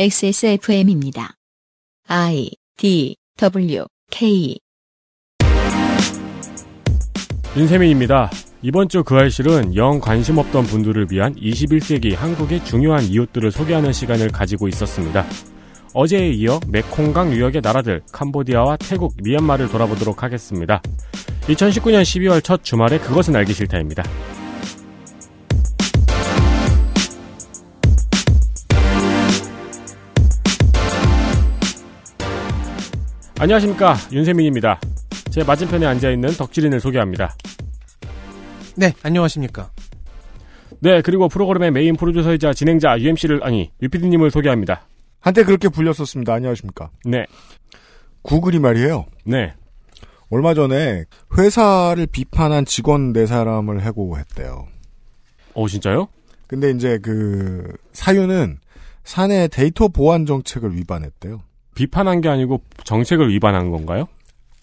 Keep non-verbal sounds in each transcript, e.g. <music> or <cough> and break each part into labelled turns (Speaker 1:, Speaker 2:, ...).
Speaker 1: XSFM입니다. I D W K
Speaker 2: 윤세민입니다. 이번 주 그 알실은 영 관심 없던 분들을 위한 21세기 한국의 중요한 이웃들을 소개하는 시간을 가지고 있었습니다. 어제에 이어 메콩강 유역의 나라들 캄보디아와 태국, 미얀마를 돌아보도록 하겠습니다. 2019년 12월 첫 주말에 그것은 알기 싫다입니다. 안녕하십니까 윤세민입니다. 제 맞은편에 앉아있는 덕질인을 소개합니다.
Speaker 3: 네, 안녕하십니까.
Speaker 2: 네, 그리고 프로그램의 메인 프로듀서이자 진행자 UMC를 아니 유피디님을 소개합니다.
Speaker 4: 한때 그렇게 불렸었습니다. 안녕하십니까.
Speaker 2: 네,
Speaker 4: 구글이 말이에요.
Speaker 2: 네,
Speaker 4: 얼마 전에 회사를 비판한 직원 네 사람을 해고했대요.
Speaker 2: 어 진짜요?
Speaker 4: 근데 이제 그 사유는 사내 데이터 보안 정책을 위반했대요.
Speaker 2: 비판한 게 아니고 정책을 위반한 건가요?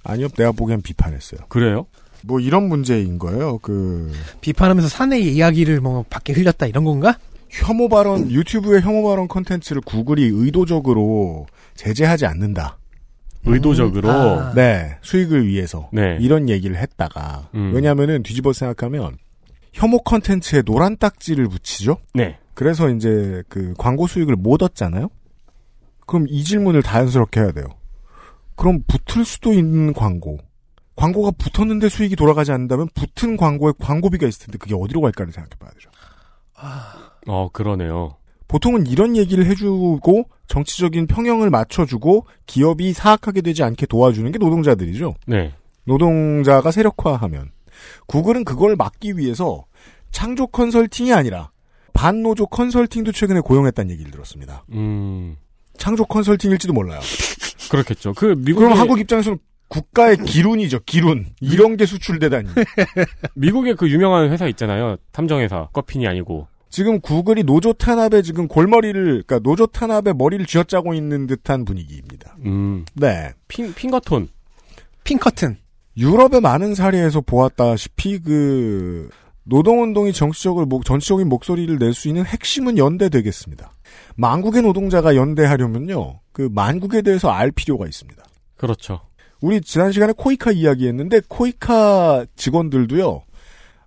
Speaker 4: 아니요, 내가 보기엔 비판했어요.
Speaker 2: 그래요?
Speaker 4: 뭐 이런 문제인 거예요. 그
Speaker 3: 비판하면서 사내의 이야기를 뭐 밖에 흘렸다 이런 건가?
Speaker 4: 혐오 발언 유튜브의 혐오 발언 컨텐츠를 구글이 의도적으로 제재하지 않는다.
Speaker 2: 의도적으로
Speaker 3: 아.
Speaker 4: 네, 수익을 위해서
Speaker 2: 네.
Speaker 4: 이런 얘기를 했다가
Speaker 2: 음.
Speaker 4: 왜냐하면은 뒤집어 생각하면 혐오 컨텐츠에 노란 딱지를 붙이죠.
Speaker 2: 네.
Speaker 4: 그래서 이제 그 광고 수익을 못 얻잖아요. 그럼 이 질문을 자연스럽게 해야 돼요. 그럼 붙을 수도 있는 광고. 광고가 붙었는데 수익이 돌아가지 않는다면 붙은 광고에 광고비가 있을 텐데 그게 어디로 갈까를 생각해 봐야 되죠.
Speaker 2: 어 그러네요.
Speaker 4: 보통은 이런 얘기를 해주고 정치적인 평형을 맞춰주고 기업이 사악하게 되지 않게 도와주는 게 노동자들이죠.
Speaker 2: 네,
Speaker 4: 노동자가 세력화하면 구글은 그걸 막기 위해서 창조 컨설팅이 아니라 반노조 컨설팅도 최근에 고용했다는 얘기를 들었습니다.
Speaker 2: 음
Speaker 4: 창조 컨설팅일지도 몰라요.
Speaker 2: 그렇겠죠. 그 미국
Speaker 4: 그럼 한국 입장에서는 국가의 기lun이죠. 기룬 이런 게 수출되다니.
Speaker 2: 미국의 그 유명한 회사 있잖아요. 탐정회사 꺼핀이 아니고
Speaker 4: 지금 구글이 노조 탄압에 지금 골머리를 그러니까 노조 탄압에 머리를 쥐어짜고 있는 듯한 분위기입니다.
Speaker 2: 음
Speaker 4: 네.
Speaker 2: 핑, 핑거톤
Speaker 3: 핑커튼.
Speaker 4: 유럽의 많은 사례에서 보았다시피 그 노동운동이 정치적으로 목- 정치적인 목소리를 낼 수 있는 핵심은 연대되겠습니다. 만국의 노동자가 연대하려면요, 그 만국에 대해서 알 필요가 있습니다.
Speaker 2: 그렇죠.
Speaker 4: 우리 지난 시간에 코이카 이야기했는데 코이카 직원들도요.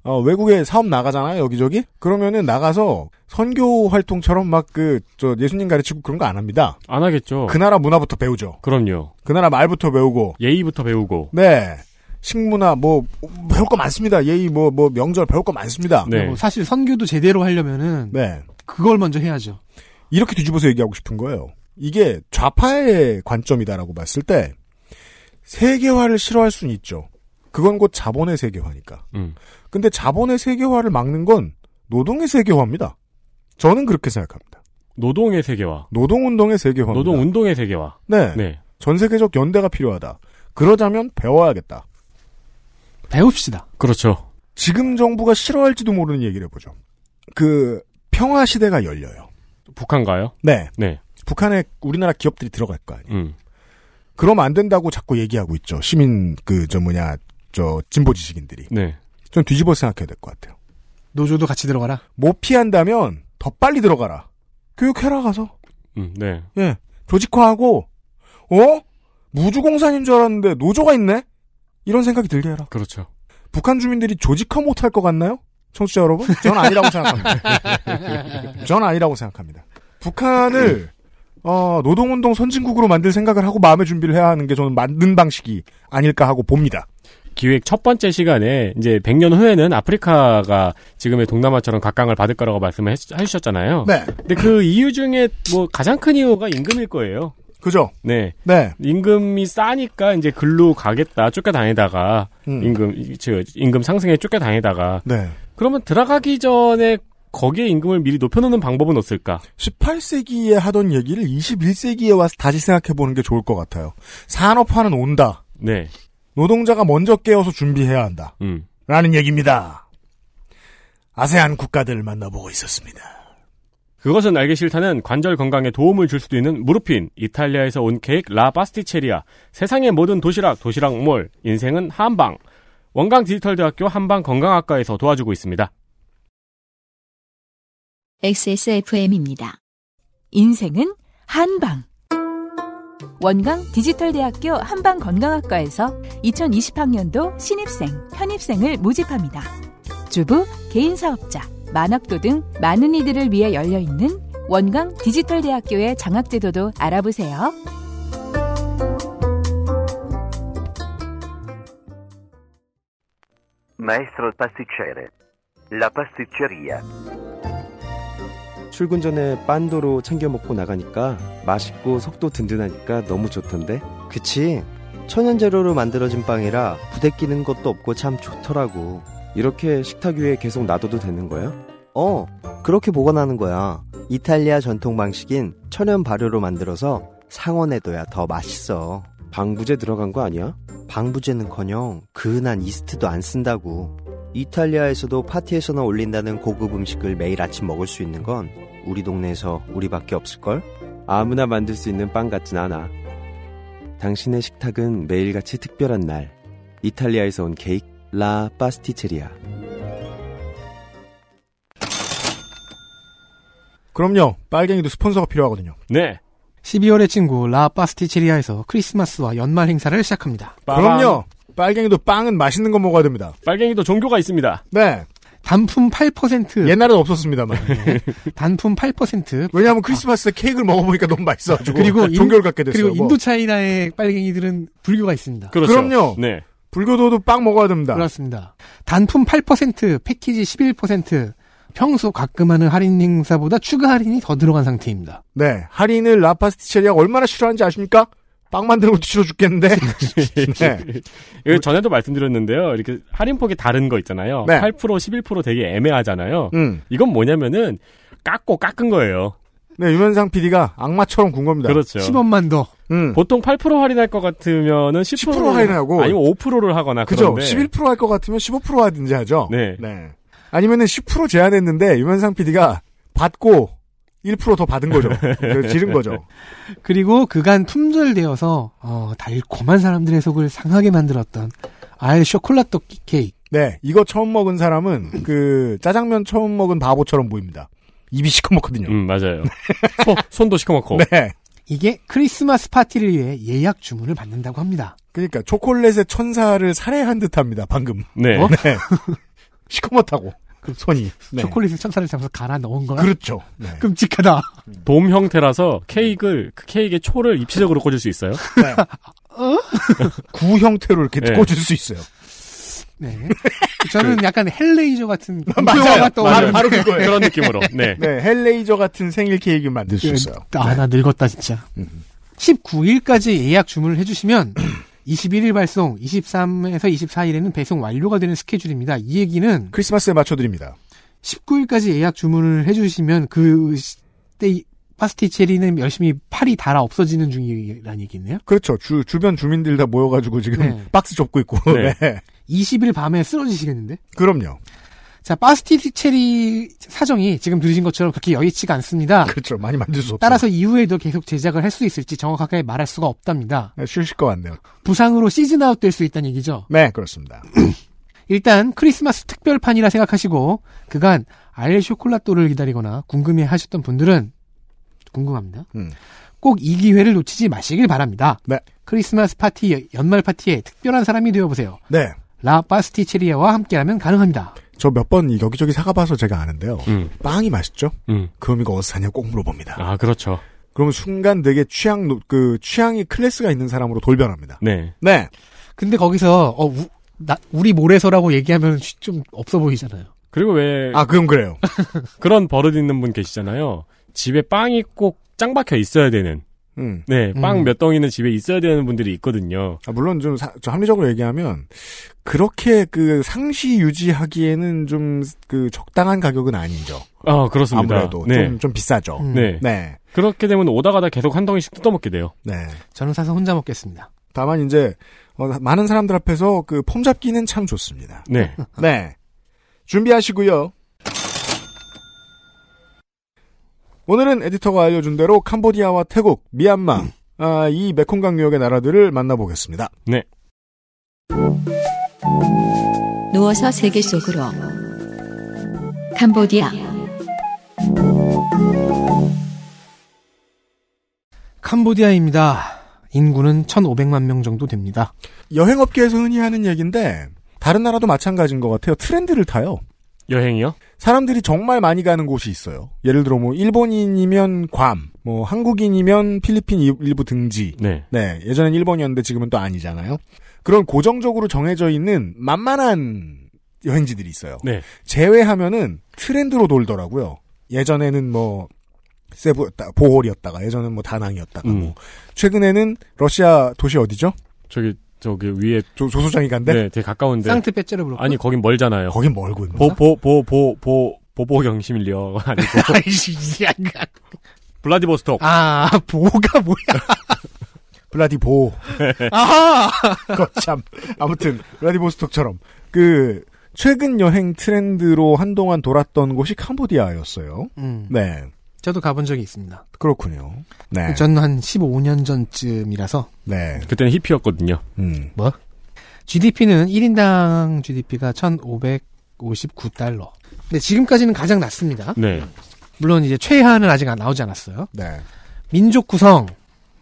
Speaker 4: 어, 외국에 사업 나가잖아요 여기저기 그러면은 나가서 선교 활동처럼 막 그 저 예수님 가르치고 그런 거 안 합니다.
Speaker 2: 안 하겠죠.
Speaker 4: 그 나라 문화부터 배우죠.
Speaker 2: 그럼요.
Speaker 4: 그 나라 말부터 배우고
Speaker 2: 예의부터 배우고
Speaker 4: 네. 식문화 뭐 배울 거 많습니다. 예의 뭐 뭐 명절 배울 거 많습니다. 네.
Speaker 2: 네
Speaker 3: 뭐 사실 선교도 제대로 하려면은 그걸 먼저 해야죠.
Speaker 4: 이렇게 뒤집어서 얘기하고 싶은 거예요. 이게 좌파의 관점이다라고 봤을 때 세계화를 싫어할 수는 있죠. 그건 곧 자본의 세계화니까.
Speaker 2: 음.
Speaker 4: 근데 자본의 세계화를 막는 건 노동의 세계화입니다. 저는 그렇게 생각합니다.
Speaker 2: 노동의 세계화,
Speaker 4: 노동운동의 세계화입니다.
Speaker 2: 노동 운동의 세계화.
Speaker 4: 네.
Speaker 2: 네.
Speaker 4: 전 세계적 연대가 필요하다. 그러자면 배워야겠다.
Speaker 3: 배웁시다.
Speaker 2: 그렇죠.
Speaker 4: 지금 정부가 싫어할지도 모르는 얘기를 해보죠. 그 평화 시대가 열려요.
Speaker 2: 북한가요?
Speaker 4: 네.
Speaker 2: 네.
Speaker 4: 북한에 우리나라 기업들이 들어갈 거 아니에요.
Speaker 2: 음.
Speaker 4: 그럼 안 된다고 자꾸 얘기하고 있죠. 시민 그 저 뭐냐 저 진보 지식인들이.
Speaker 2: 네.
Speaker 4: 전 뒤집어 생각해야 될 것 같아요.
Speaker 3: 노조도 같이 들어가라.
Speaker 4: 못 피한다면 더 빨리 들어가라. 교육해라 가서.
Speaker 2: 음, 네.
Speaker 4: 예. 조직화하고 어? 무주공산인 줄 알았는데 노조가 있네. 이런 생각이 들게 해라.
Speaker 2: 그렇죠.
Speaker 4: 북한 주민들이 조직화 못할 것 같나요? 청취자 여러분? 전 아니라고 생각합니다. <laughs> 전 아니라고 생각합니다. 북한을 어, 노동운동 선진국으로 만들 생각을 하고 마음의 준비를 해야 하는 게 저는 맞는 방식이 아닐까 하고 봅니다.
Speaker 2: 기획 첫 번째 시간에 이제 100년 후에는 아프리카가 지금의 동남아처럼 각광을 받을 거라고 말씀을 해주- 해주셨잖아요.
Speaker 4: 네.
Speaker 2: 근데 그 이유 중에 뭐 가장 큰 이유가 임금일 거예요.
Speaker 4: 그죠?
Speaker 2: 네.
Speaker 4: 네.
Speaker 2: 임금이 싸니까 이제 글로 가겠다 쫓겨다니다가
Speaker 4: 음.
Speaker 2: 임금 이- 저 임금 상승에 쫓겨다니다가
Speaker 4: 네.
Speaker 2: 그러면 들어가기 전에 거기에 임금을 미리 높여놓는 방법은 없을까?
Speaker 4: 18세기에 하던 얘기를 21세기에 와서 다시 생각해보는 게 좋을 것 같아요. 산업화는 온다.
Speaker 2: 네.
Speaker 4: 노동자가 먼저 깨어서 준비해야 한다.
Speaker 2: 음.
Speaker 4: 라는 얘기입니다. 아세안 국가들을 만나보고 있었습니다.
Speaker 2: 그것은 알기 싫다는 관절 건강에 도움을 줄 수도 있는 무르핀, 이탈리아에서 온 케이크 라 파스티체리아, 세상의 모든 도시락, 도시락몰, 인생은 한방, 원광 디지털대학교 한방 건강학과에서 도와주고 있습니다.
Speaker 1: XSFM입니다.
Speaker 5: 인생은 한방. 원광 디지털대학교 한방건강학과에서 2020학년도 신입생, 편입생을 모집합니다. 주부, 개인사업자, 만학도 등 많은 이들을 위해 열려있는 원광 디지털대학교의 장학제도도 알아보세요.
Speaker 6: Maestro pasticcere. La pasticceria.
Speaker 7: 출근 전에 빤도로 챙겨 먹고 나가니까 맛있고 속도 든든하니까 너무 좋던데.
Speaker 8: 그치? 천연 재료로 만들어진 빵이라 부대 끼는 것도 없고 참 좋더라고.
Speaker 7: 이렇게 식탁 위에 계속 놔둬도 되는 거야?
Speaker 8: 어, 그렇게 보관하는 거야. 이탈리아 전통 방식인 천연 발효로 만들어서 상온에둬야 더 맛있어.
Speaker 7: 방부제 들어간 거 아니야?
Speaker 8: 방부제는커녕 그은한 이스트도 안 쓴다고. 이탈리아에서도 파티에서나 올린다는 고급 음식을 매일 아침 먹을 수 있는 건 우리 동네에서 우리밖에 없을걸?
Speaker 7: 아무나 만들 수 있는 빵 같진 않아. 당신의 식탁은 매일같이 특별한 날. 이탈리아에서 온 케이크 라 파스티체리아.
Speaker 4: 그럼요. 빨갱이도 스폰서가 필요하거든요.
Speaker 2: 네.
Speaker 3: 12월의 친구 라 파스티체리아에서 크리스마스와 연말 행사를 시작합니다.
Speaker 2: 빠밤.
Speaker 4: 그럼요. 빨갱이도 빵은 맛있는 거 먹어야 됩니다.
Speaker 2: 빨갱이도 종교가 있습니다.
Speaker 4: 네.
Speaker 3: 단품 8%,
Speaker 4: 옛날엔 없었습니다만.
Speaker 3: <laughs> 네. 단품 8%,
Speaker 4: 왜냐하면 크리스마스 때 케이크를 먹어보니까 너무 맛있어가지고.
Speaker 3: 그리고 인-
Speaker 4: 종교를 갖게 됐어요.
Speaker 3: 그리고
Speaker 4: 뭐. 그러니까.
Speaker 3: 인도 차이나의 빨갱이들은 불교가 있습니다.
Speaker 2: 그렇죠.
Speaker 4: 그럼요.
Speaker 2: 네.
Speaker 4: 불교도도 빵 먹어야 됩니다.
Speaker 3: 그렇습니다. 단품 8%, 패키지 11%, 평소 가끔 하는 할인 행사보다 추가 할인이 더 들어간 상태입니다.
Speaker 4: 네. 할인을 라파스티체리아가 얼마나 싫어하는지 아십니까? 빵 만드는 것도 싫어
Speaker 3: <laughs>
Speaker 4: 죽겠는데. 네.
Speaker 2: 이거 예, 전에도 말씀드렸는데요. 이렇게 할인폭이 다른 거 있잖아요.
Speaker 4: 네.
Speaker 2: 8% 11% 되게 애매하잖아요.
Speaker 4: 음.
Speaker 2: 이건 뭐냐면은 깎고 깎은 거예요.
Speaker 4: 네, 유현상 PD가 악마처럼 군 겁니다.
Speaker 2: 그렇죠.
Speaker 3: 10원만 더.
Speaker 4: 음.
Speaker 2: 보통 8% 할인할 것 같으면은 10%,
Speaker 4: 10% 할인하고
Speaker 2: 아니면 5%를 하거나
Speaker 4: 그죠?
Speaker 2: 그런데
Speaker 4: 11%할 것 같으면 15% 하든지 하죠.
Speaker 2: 네.
Speaker 4: 아니면은 10% 제한했는데 유현상 PD가 받고 1%더 받은
Speaker 2: <laughs>
Speaker 4: 거죠. 그래서 지른 거죠.
Speaker 3: 그리고 그간 품절되어서 어, 달콤한 사람들의 속을 상하게 만들었던 알 쇼콜라 떡 케이크.
Speaker 4: 네. 이거 처음 먹은 사람은 그 짜장면 처음 먹은 바보처럼 보입니다. 입이 시커멓거든요.
Speaker 2: 음
Speaker 4: <laughs>
Speaker 2: 어. 맞아요. 손- 손도 시커멓고
Speaker 4: 네.
Speaker 3: 이게 크리스마스 파티를 위해 예약 주문을 받는다고 합니다.
Speaker 4: 그러니까 초콜릿의 천사를 살해한 듯합니다. 방금.
Speaker 2: <laughs> 네.
Speaker 3: 어?
Speaker 4: 네. 시커멓다고. 그 손이. 네.
Speaker 3: 초콜릿을 천사를 잡아서 갈아 넣은 거야?
Speaker 4: 그렇죠. 네.
Speaker 3: 끔찍하다.
Speaker 2: 돔 형태라서 케이크를 그 케이크에 초를 입체적으로 꽂을 수 있어요.
Speaker 4: 네. 구 형태로 이렇게
Speaker 2: 네.
Speaker 4: 꽂을 수 있어요.
Speaker 3: 네. 저는 약간 헬레이저 같은
Speaker 4: 그- 맞아요.
Speaker 3: 공포영화 떠오르는
Speaker 4: 바로, 바로 그거예요.
Speaker 2: 그런
Speaker 4: <laughs>
Speaker 2: 느낌으로. 네.
Speaker 4: 네, 헬레이저 같은 생일 케이크 만들 수 있어요. 네. 음.
Speaker 3: 아, 나 늙었다, 진짜. 19일까지 예약 주문을 해주시면, <clears throat> 21일 발송, 23에서 24일에는 배송 완료가 되는 스케줄입니다. 이 얘기는
Speaker 4: 크리스마스에 맞춰드립니다.
Speaker 3: 19일까지 예약 주문을 해주시면, 그, 때, 파스티체리는 열심히 팔이 달아 없어지는 중이라는 얘기네요.
Speaker 4: 그렇죠. 주, 주변 주민들 다 모여가지고 지금
Speaker 3: 네.
Speaker 4: <laughs> 박스 접고 있고.
Speaker 2: 네.
Speaker 4: <laughs> 네.
Speaker 3: 20일 밤에 쓰러지시겠는데?
Speaker 4: 그럼요.
Speaker 3: 자, 파스티체리 사정이 지금 들으신 것처럼 그렇게 여의치가 않습니다.
Speaker 4: 그렇죠. 많이 만들 수 없어요.
Speaker 3: 아. 따라서 이후에도 계속 제작을 할 수 있을지 정확하게 말할 수가 없답니다.
Speaker 4: 네, 쉬실 것 같네요.
Speaker 3: 부상으로 시즌 아웃 될 수 있다는 얘기죠.
Speaker 4: 네, 그렇습니다.
Speaker 3: 일단 크리스마스 특별판이라 생각하시고 그간 알 쇼콜라또를 기다리거나 궁금해 하셨던 분들은 궁금합니다.
Speaker 4: 음.
Speaker 3: 꼭 이 기회를 놓치지 마시길 바랍니다.
Speaker 4: 네.
Speaker 3: 크리스마스 파티 연말 파티에 특별한 사람이 되어 보세요.
Speaker 4: 네.
Speaker 3: 라 파스티체리아와 함께하면 가능합니다.
Speaker 4: 저 몇 번 여기저기 사가봐서 제가 아는데요.
Speaker 2: 음.
Speaker 4: 빵이 맛있죠?
Speaker 2: 음.
Speaker 4: 그럼 이거 어디서 사냐 꼭 물어봅니다.
Speaker 2: 아 그렇죠.
Speaker 4: 그러면 순간 되게 취향, 노- 그, 취향이 클래스가 있는 사람으로 돌변합니다.
Speaker 2: 네.
Speaker 4: 네.
Speaker 3: 근데 거기서 어, 우, 나, 우리 모래서라고 얘기하면 좀 없어 보이잖아요.
Speaker 2: 그리고
Speaker 3: 네.
Speaker 2: 왜
Speaker 4: 아, 그럼 그래요.
Speaker 3: <laughs>
Speaker 2: 그런 버릇 있는 분 계시잖아요. 집에 빵이 꼭 짱 박혀 있어야 되는.
Speaker 4: 음.
Speaker 2: 네, 빵
Speaker 3: 음.
Speaker 2: 몇 덩이는 집에 있어야 되는 분들이 있거든요.
Speaker 4: 아, 물론 좀, 사- 좀 합리적으로 얘기하면 그렇게 그 상시 유지하기에는 좀 그 적당한 가격은 아니죠.
Speaker 2: 아, 그렇습니다.
Speaker 4: 아무래도
Speaker 2: 네.
Speaker 4: 좀, 좀 비싸죠.
Speaker 3: 음.
Speaker 2: 네.
Speaker 4: 네,
Speaker 2: 그렇게 되면 오다 가다 계속 한 덩이씩 뜯어먹게 돼요.
Speaker 4: 네.
Speaker 3: 저는 사서 혼자 먹겠습니다.
Speaker 4: 다만 이제 어, 많은 사람들 앞에서 그 폼 잡기는 참
Speaker 2: <laughs>
Speaker 4: 좋습니다. <laughs>
Speaker 2: 네.
Speaker 4: 네, 준비하시고요. 오늘은 에디터가 알려준 대로 캄보디아와 태국, 미얀마 아, 이 메콩강 유역의 나라들을 만나보겠습니다.
Speaker 2: 네.
Speaker 1: 누워서 세계 속으로 캄보디아
Speaker 3: 캄보디아입니다. 인구는 1,500만 명 정도 됩니다.
Speaker 4: 여행업계에서 흔히 하는 얘기인데 다른 나라도 마찬가지인 것 같아요. 트렌드를 타요.
Speaker 2: 여행이요?
Speaker 4: 사람들이 정말 많이 가는 곳이 있어요. 예를 들어 뭐 일본인이면 괌, 뭐 한국인이면 필리핀 일- 일부 등지.
Speaker 2: 네.
Speaker 4: 네, 예전엔 일본이었는데 지금은 또 아니잖아요. 그런 고정적으로 정해져 있는 만만한 여행지들이 있어요.
Speaker 2: 네.
Speaker 4: 제외하면은 트렌드로 돌더라고요. 예전에는 뭐 세부였다, 보홀이었다가 예전엔 뭐 다낭이었다가
Speaker 2: 음.
Speaker 4: 뭐 최근에는 러시아 도시 어디죠?
Speaker 2: 저기 저기 위에
Speaker 4: 조, 조소장이 간데
Speaker 2: 네, 되게 가까운데
Speaker 3: 상트페체르 부르고
Speaker 2: 아니 거긴 멀잖아요.
Speaker 4: 거긴 멀고 있는
Speaker 2: 보 보 보 보 보 보보경심일려 <laughs> 아니고
Speaker 3: 아이씨, 야,
Speaker 2: 블라디보스톡.
Speaker 3: 아, 보가 뭐야.
Speaker 4: 블라디보
Speaker 2: 네.
Speaker 3: 아,
Speaker 4: <laughs> 거참 아무튼 블라디보스톡처럼 그 최근 여행 트렌드로 한동안 돌았던 곳이 캄보디아였어요.
Speaker 3: 음,
Speaker 4: 네
Speaker 3: 저도 가본 적이 있습니다.
Speaker 4: 그렇군요. 네,
Speaker 3: 전 한 15년 전쯤이라서
Speaker 4: 네,
Speaker 2: 그때는 히피였거든요.
Speaker 4: 음,
Speaker 3: 뭐? GDP는 1인당 GDP가 1,559달러. 근데 지금까지는 가장 낮습니다.
Speaker 2: 네.
Speaker 3: 물론 이제 최하는 아직 안 나오지 않았어요.
Speaker 4: 네,
Speaker 3: 민족 구성,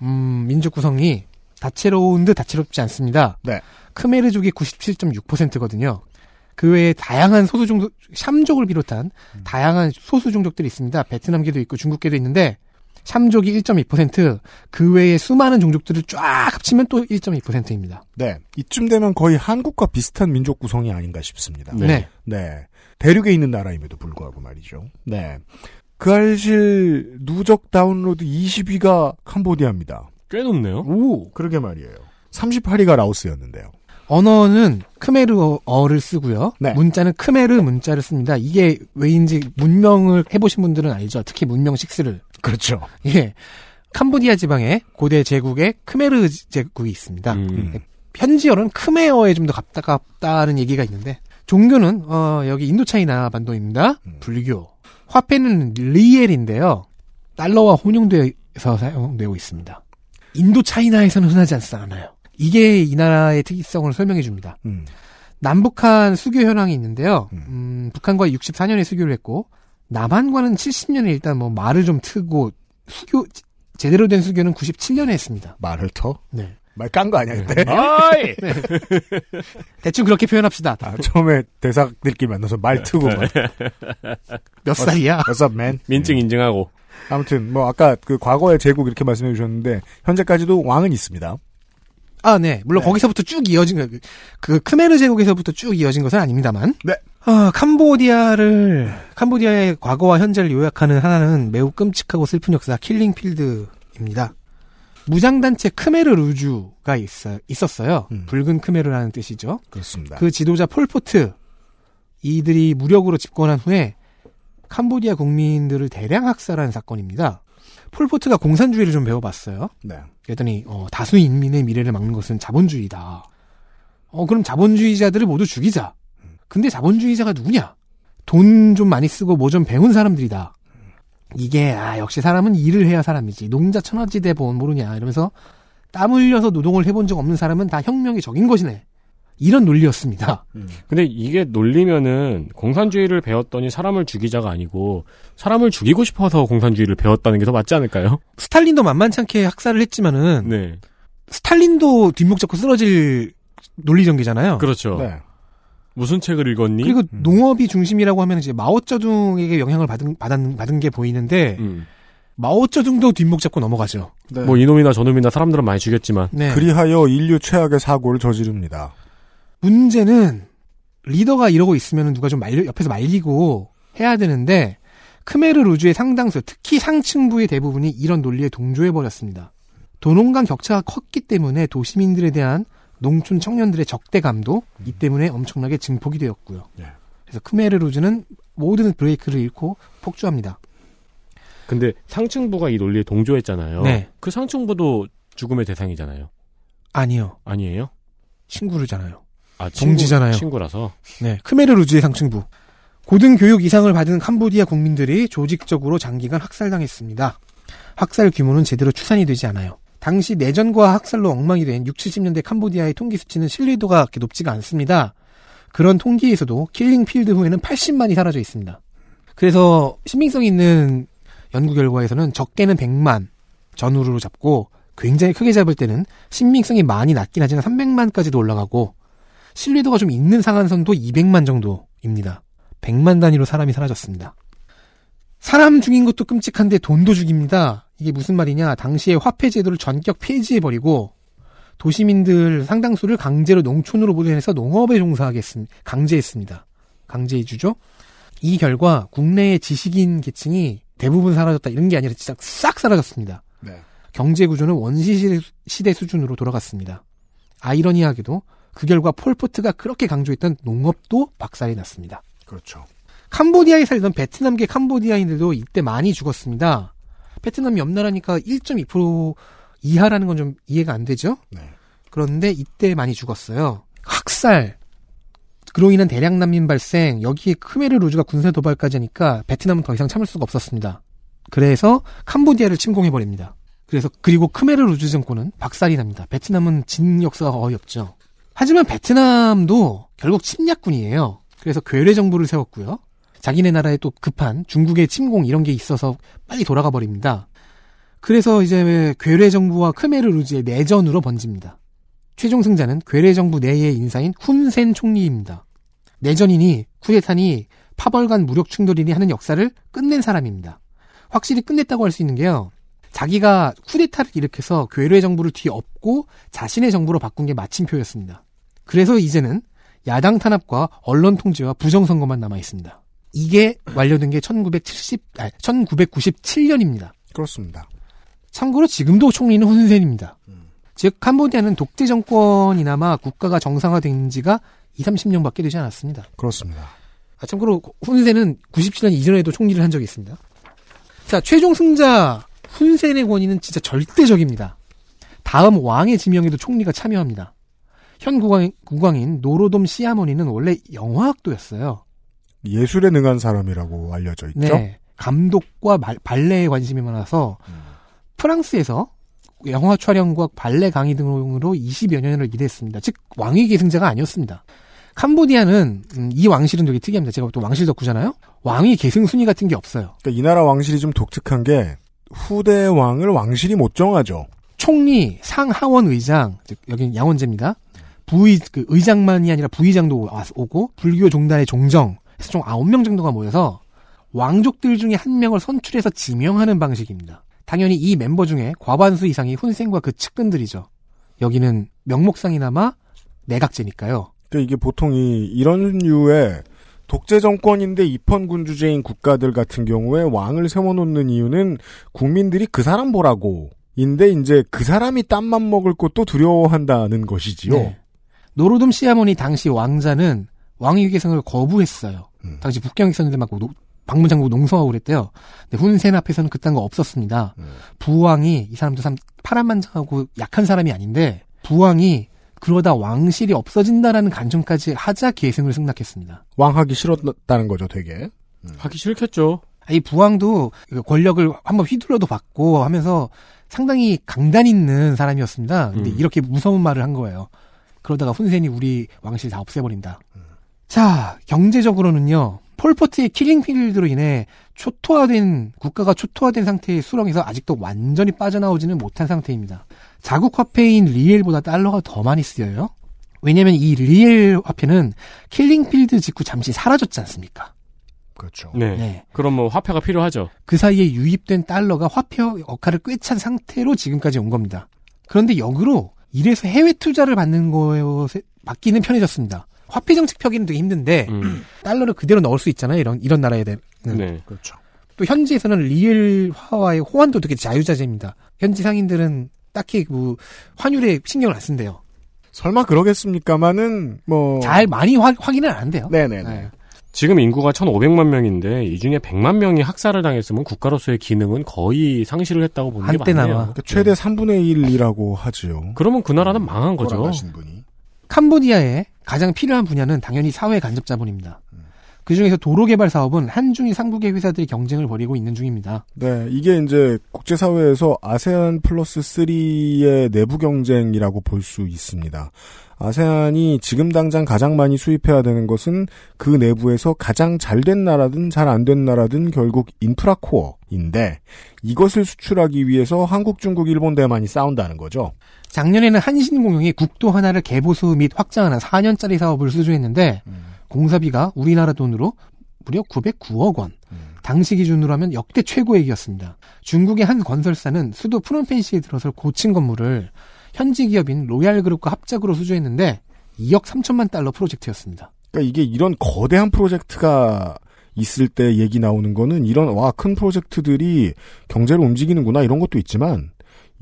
Speaker 3: 음, 민족 구성이 다채로운 듯 다채롭지 않습니다.
Speaker 4: 네.
Speaker 3: 크메르족이 97.6%거든요. 그 외에 다양한 소수 종족, 샴족을 비롯한 다양한 소수 종족들이 있습니다. 베트남계도 있고 중국계도 있는데 샴족이 1.2%, 그 외에 수많은 종족들을 쫙 합치면 또 1.2%입니다.
Speaker 4: 네. 이쯤 되면 거의 한국과 비슷한 민족 구성이 아닌가 싶습니다.
Speaker 2: 네.
Speaker 4: 네. 대륙에 있는 나라임에도 불구하고 말이죠. 네. 그 알실 누적 다운로드 20위가 캄보디아입니다.
Speaker 2: 꽤 높네요.
Speaker 4: 오, 그러게 말이에요. 38위가 라오스였는데요.
Speaker 3: 언어는 크메르어를 쓰고요.
Speaker 4: 네.
Speaker 3: 문자는 크메르 문자를 씁니다. 이게 왜인지 문명을 해보신 분들은 알죠. 특히 문명 식스를.
Speaker 4: 그렇죠.
Speaker 3: 예. 캄보디아 지방에 고대 제국의 크메르 제국이 있습니다.
Speaker 2: 음.
Speaker 3: 현지어는 크메어에 좀 더 가깝다는 얘기가 있는데 종교는 어, 여기 인도차이나 반도입니다.
Speaker 4: 음.
Speaker 3: 불교. 화폐는 리엘인데요. 달러와 혼용돼서 사용되고 있습니다. 인도차이나에서는 흔하지 않아요. 이게 이 나라의 특이성을 설명해 줍니다.
Speaker 4: 음.
Speaker 3: 남북한 수교 현황이 있는데요. 음, 북한과 64년에 수교를 했고 남한과는 70년에 일단 뭐 말을 좀 트고 수교 제대로 된 수교는 97년에 했습니다.
Speaker 4: 말을 터?
Speaker 3: 네.
Speaker 4: 말 깐 거 아니야, 그때?
Speaker 3: <laughs> 대충 그렇게 표현합시다.
Speaker 4: 아, 처음에 대사들끼리 만나서 말 트고 막,
Speaker 3: 몇 살이야?
Speaker 4: What's up, man?
Speaker 2: 민증 인증하고.
Speaker 4: 아무튼, 뭐, 아까 그 과거의 제국 이렇게 말씀해 주셨는데, 현재까지도 왕은 있습니다.
Speaker 3: 아, 네. 물론
Speaker 4: 네.
Speaker 3: 거기서부터 쭉 이어진 거, 그 크메르 제국에서부터 쭉 이어진 것은 아닙니다만.
Speaker 4: 네.
Speaker 3: 아, 캄보디아를 캄보디아의 과거와 현재를 요약하는 하나는 매우 끔찍하고 슬픈 역사 킬링필드입니다. 무장단체 크메르 루주가 있어, 있었어요.
Speaker 4: 음.
Speaker 3: 붉은 크메르라는 뜻이죠.
Speaker 4: 그렇습니다.
Speaker 3: 그 지도자 폴포트 이들이 무력으로 집권한 후에 캄보디아 국민들을 대량 학살한 사건입니다. 폴포트가 공산주의를 좀 배워봤어요.
Speaker 4: 네.
Speaker 3: 그랬더니 어, 다수 인민의 미래를 막는 것은 자본주의다. 어 그럼 자본주의자들을 모두 죽이자. 근데 자본주의자가 누구냐? 돈 좀 많이 쓰고 뭐 좀 배운 사람들이다. 이게 아 역시 사람은 일을 해야 사람이지. 농자 천하지대 보험 모르냐 이러면서 땀 흘려서 노동을 해본 적 없는 사람은 다 혁명의 적인 것이네. 이런 논리였습니다.
Speaker 2: 근데 이게 놀리면은 공산주의를 배웠더니 사람을 죽이자가 아니고 사람을 죽이고 싶어서 공산주의를 배웠다는 게 더 맞지 않을까요?
Speaker 3: 스탈린도 만만치 않게 학살을 했지만은
Speaker 2: 네.
Speaker 3: 스탈린도 뒷목 잡고 쓰러질 논리 전개잖아요.
Speaker 2: 그렇죠.
Speaker 4: 네.
Speaker 2: 무슨 책을 읽었니?
Speaker 3: 그리고 농업이 중심이라고 하면 이제 마오쩌둥에게 영향을 받은 받은 받은 게 보이는데
Speaker 2: 음.
Speaker 3: 마오쩌둥도 뒷목 잡고 넘어가죠.
Speaker 4: 네.
Speaker 2: 뭐 이놈이나 저놈이나 사람들은 많이 죽였지만
Speaker 3: 네.
Speaker 4: 그리하여 인류 최악의 사고를 저지릅니다.
Speaker 3: 문제는 리더가 이러고 있으면 누가 좀 말려 옆에서 말리고 해야 되는데 크메르 루즈의 상당수 특히 상층부의 대부분이 이런 논리에 동조해 버렸습니다. 도농강 격차가 컸기 때문에 도시민들에 대한 농촌 청년들의 적대감도 이 때문에 엄청나게 증폭이 되었고요.
Speaker 4: 예.
Speaker 3: 그래서 크메르 루즈는 모든 브레이크를 잃고 폭주합니다.
Speaker 2: 근데 상층부가 이 논리에 동조했잖아요.
Speaker 3: 네.
Speaker 2: 그 상층부도 죽음의 대상이잖아요.
Speaker 3: 아니요.
Speaker 2: 아니에요?
Speaker 3: 친구르잖아요.
Speaker 2: 아,
Speaker 3: 동지잖아요.
Speaker 2: 친구, 라서
Speaker 3: 네, 크메르 루즈의 상층부. 고등교육 이상을 받은 캄보디아 국민들이 조직적으로 장기간 학살당했습니다. 학살 규모는 제대로 추산이 되지 않아요. 당시 내전과 학살로 엉망이 된 6, 70년대 캄보디아의 통계 수치는 신뢰도가 그렇게 높지가 않습니다. 그런 통계에서도 킬링필드 후에는 80만이 사라져 있습니다. 그래서 신빙성 있는 연구 결과에서는 적게는 100만, 전후로 잡고 굉장히 크게 잡을 때는 신빙성이 많이 낮긴 하지만 300만까지도 올라가고 신뢰도가 좀 있는 상한선도 200만 정도입니다. 100만 단위로 사람이 사라졌습니다. 사람 죽인 것도 끔찍한데 돈도 죽입니다. 이게 무슨 말이냐? 당시에 화폐 제도를 전격 폐지해버리고 도시민들 상당수를 강제로 농촌으로 보내서 농업에 종사하게 했습니다. 강제했습니다. 강제해주죠. 이 결과 국내의 지식인 계층이 대부분 사라졌다 이런 게 아니라 진짜 싹 사라졌습니다.
Speaker 4: 네.
Speaker 3: 경제 구조는 원시 시대- 시대 수준으로 돌아갔습니다. 아이러니하게도 그 결과 폴포트가 그렇게 강조했던 농업도 박살이 났습니다.
Speaker 4: 그렇죠.
Speaker 3: 캄보디아에 살던 베트남계 캄보디아인들도 이때 많이 죽었습니다. 베트남이 옆나라니까 1.2% 이하라는 건 좀 이해가 안 되죠?
Speaker 4: 네.
Speaker 3: 그런데 이때 많이 죽었어요. 학살, 그로 인한 대량 난민 발생, 여기에 크메르 루즈가 군사 도발까지 하니까 베트남은 더 이상 참을 수가 없었습니다. 그래서 캄보디아를 침공해버립니다. 그래서 그리고 크메르 루즈 정권은 박살이 납니다. 베트남은 진 역사가 거의 없죠. 하지만 베트남도 결국 침략군이에요. 그래서 괴뢰 정부를 세웠고요. 자기네 나라에 또 급한 중국의 침공 이런 게 있어서 빨리 돌아가 버립니다. 그래서 이제 괴뢰 정부와 크메르 루즈의 내전으로 번집니다. 최종 승자는 괴뢰 정부 내의 인사인 훈센 총리입니다. 내전이니 쿠데타니 파벌간 무력 충돌이니 하는 역사를 끝낸 사람입니다. 확실히 끝냈다고 할 수 있는 게요. 자기가 쿠데타를 일으켜서 괴뢰 정부를 뒤엎고 자신의 정부로 바꾼 게 마침표였습니다. 그래서 이제는 야당 탄압과 언론 통제와 부정선거만 남아 있습니다. 이게 완료된 게 1970, 아니, 1997년입니다.
Speaker 4: 그렇습니다.
Speaker 3: 참고로 지금도 총리는 훈센입니다. 즉 캄보디아는 독재 정권이나마 국가가 정상화된 지가 2, 30년밖에 되지 않았습니다.
Speaker 4: 그렇습니다.
Speaker 3: 아, 참고로 훈센은 97년 이전에도 총리를 한 적이 있습니다. 자, 최종 승자 훈센의 권위는 진짜 절대적입니다. 다음 왕의 지명에도 총리가 참여합니다. 현 국왕, 국왕인 노로돔 시아모니는 원래 영화학도였어요.
Speaker 4: 예술에 능한 사람이라고 알려져 있죠.
Speaker 3: 네. 감독과 말- 발레에 관심이 많아서
Speaker 4: 음.
Speaker 3: 프랑스에서 영화 촬영과 발레 강의 등으로 20여 년을 일했습니다. 즉 왕위 계승자가 아니었습니다. 캄보디아는 음, 이 왕실은 되게 특이합니다. 제가 또 왕실 덕후잖아요. 왕위 계승 순위 같은 게 없어요.
Speaker 4: 그러니까 이 나라 왕실이 좀 독특한 게 후대 왕을 왕실이 못 정하죠.
Speaker 3: 총리, 상하원 의장, 즉 여기는 양원제입니다. 부의 그 의장만이 아니라 부의장도 와- 오고 불교 종단의 종정 해서 총 9명 정도가 모여서 왕족들 중에 한 명을 선출해서 지명하는 방식입니다. 당연히 이 멤버 중에 과반수 이상이 훈생과 그 측근들이죠. 여기는 명목상이나마 내각제니까요.
Speaker 4: 그러니까 이게 보통 이 이런 류의 독재 정권인데 입헌군 주제인 국가들 같은 경우에 왕을 세워놓는 이유는 국민들이 그 사람 보라고. 인데 이제 그 사람이 땀만 먹을 것도 두려워한다는 것이지요.
Speaker 3: 네. 노로돔 시아모니 당시 왕자는 왕위 계승을 거부했어요.
Speaker 4: 음.
Speaker 3: 당시 북경 있었는데 막 노- 방문 장고 농성하고 그랬대요. 근데 훈센 앞에서는 그딴 거 없었습니다. 부왕이 이 사람도 참 파란만장하고 약한 사람이 아닌데 부왕이 그러다 왕실이 없어진다라는 간증까지 하자 계승을 승낙했습니다.
Speaker 4: 왕하기 싫었다는 거죠, 되게.
Speaker 2: 하기 싫겠죠.
Speaker 3: 아, 이 부왕도 그 권력을 한번 휘둘러도 받고 하면서 상당히 강단 있는 사람이었습니다. 근데
Speaker 2: 음.
Speaker 3: 이렇게 무서운 말을 한 거예요. 그러다가 훈센이 우리 왕실 다 없애버린다. 자, 경제적으로는요. 폴포트의 킬링필드로 인해 초토화된 국가가 초토화된 상태의 수렁에서 아직도 완전히 빠져나오지는 못한 상태입니다. 자국 화폐인 리엘보다 달러가 더 많이 쓰여요. 왜냐면 이 리엘 화폐는 킬링필드 직후 잠시 사라졌지 않습니까?
Speaker 4: 그렇죠.
Speaker 2: 네.
Speaker 3: 네.
Speaker 2: 그럼 뭐 화폐가 필요하죠.
Speaker 3: 그 사이에 유입된 달러가 화폐 역할을 꿰찬 상태로 지금까지 온 겁니다. 그런데 역으로 이래서 해외 투자를 받는 것에 맡기는 편해졌습니다. 화폐 정책 펴기는 되게 힘든데
Speaker 2: 음.
Speaker 3: 달러를 그대로 넣을 수 있잖아요. 이런 이런 나라에 대해
Speaker 2: 네.
Speaker 4: 그렇죠.
Speaker 3: 또 현지에서는 리엘화와의 호환도 되게 자유자재입니다. 현지 상인들은 딱히 뭐 환율에 신경을 안 쓴대요.
Speaker 4: 설마 그러겠습니까마는
Speaker 2: 어.
Speaker 4: 뭐
Speaker 3: 잘 많이 확- 확인을 안 한대요.
Speaker 4: 네네네. 그러니까
Speaker 3: 네.
Speaker 2: 지금 인구가 1,500만 명인데 이 중에 100만 명이 학살을 당했으면 국가로서의 기능은 거의 상실을 했다고 보는 게
Speaker 3: 한때나마.
Speaker 2: 맞네요.
Speaker 4: 그러니까 최대
Speaker 2: 네.
Speaker 4: 3분의 1이라고 하지요.
Speaker 2: 그러면 그 나라는 망한 거죠.
Speaker 4: 돌아가신 분이.
Speaker 3: 캄보디아의 가장 필요한 분야는 당연히 사회 간접 자본입니다. 그중에서 도로개발 사업은 한중이 상국의 회사들이 경쟁을 벌이고 있는 중입니다.
Speaker 4: 네, 이게 이제 국제사회에서 아세안 플러스 3의 내부 경쟁이라고 볼 수 있습니다. 아세안이 지금 당장 가장 많이 수입해야 되는 것은 그 내부에서 가장 잘 된 나라든 잘 안 된 나라든 결국 인프라 코어인데 이것을 수출하기 위해서 한국, 중국, 일본, 대만이 싸운다는 거죠.
Speaker 3: 작년에는 한신공영이 국도 하나를 개보수 및 확장하는 4년짜리 사업을 수주했는데 공사비가 우리나라 돈으로 무려 909억 원. 당시 기준으로 하면 역대 최고액이었습니다. 중국의 한 건설사는 수도 프놈펜시에 들어설 고층 건물을 현지 기업인 로얄그룹과 합작으로 수주했는데 2억 3천만 달러 프로젝트였습니다.
Speaker 4: 그러니까 이게 이런 거대한 프로젝트가 있을 때 얘기 나오는 거는 이런 와 큰 프로젝트들이 경제를 움직이는구나 이런 것도 있지만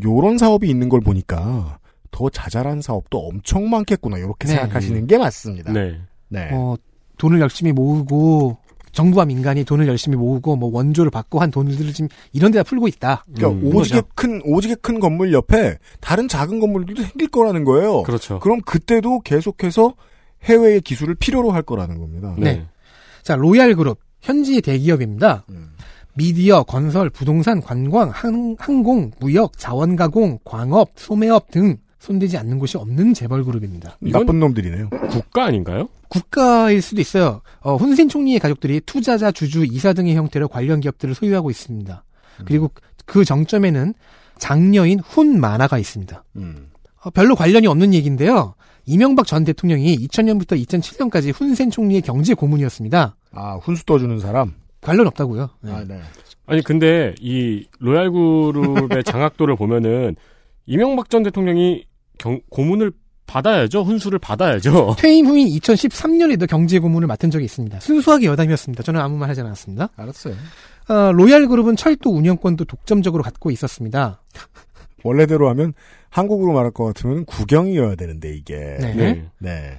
Speaker 4: 요런 사업이 있는 걸 보니까 더 자잘한 사업도 엄청 많겠구나 이렇게
Speaker 3: 네.
Speaker 4: 생각하시는 게 맞습니다.
Speaker 2: 네.
Speaker 4: 네.
Speaker 3: 어, 돈을 열심히 모으고 정부와 민간이 돈을 열심히 모으고 뭐 원조를 받고 한 돈들을 지금 이런 데다 풀고 있다.
Speaker 4: 그러니까
Speaker 2: 음.
Speaker 4: 오지게
Speaker 3: 그거죠.
Speaker 4: 큰 오지게 큰 건물 옆에 다른 작은 건물들도 생길 거라는 거예요.
Speaker 2: 그렇죠.
Speaker 4: 그럼 그때도 계속해서 해외의 기술을 필요로 할 거라는 겁니다.
Speaker 3: 네. 자, 로얄 그룹 현지 대기업입니다. 미디어, 건설, 부동산, 관광, 항, 항공, 무역, 자원가공, 광업, 소매업 등 손대지 않는 곳이 없는 재벌 그룹입니다.
Speaker 2: 이건-
Speaker 4: 나쁜 놈들이네요.
Speaker 2: 국가 아닌가요?
Speaker 3: 국가일 수도 있어요. 어, 훈센 총리의 가족들이 투자자, 주주, 이사 등의 형태로 관련 기업들을 소유하고 있습니다. 그리고 그 정점에는 장녀인 훈 마나가 있습니다.
Speaker 4: 음.
Speaker 3: 어, 별로 관련이 없는 얘기인데요. 이명박 전 대통령이 2000년부터 2007년까지 훈센 총리의 경제 고문이었습니다.
Speaker 4: 아 훈수 떠주는 사람.
Speaker 3: 관련 없다고요. 네.
Speaker 4: 아, 네.
Speaker 2: 아니 근데 이 로얄 그룹의 장악도를 보면은 이명박 전 대통령이 경- 고문을 받아야죠. 훈수를 받아야죠.
Speaker 3: 퇴임 후인 2013년에도 경제 고문을 맡은 적이 있습니다. 순수하게 여담이었습니다. 저는 아무 말 하지 않았습니다.
Speaker 4: 알았어요.
Speaker 3: 어, 로얄그룹은 철도 운영권도 독점적으로 갖고 있었습니다.
Speaker 4: 원래대로 하면 한국으로 말할 것 같으면 구경이어야 되는데
Speaker 3: <laughs>
Speaker 4: 이게.
Speaker 3: 네.
Speaker 2: 네.
Speaker 4: 네.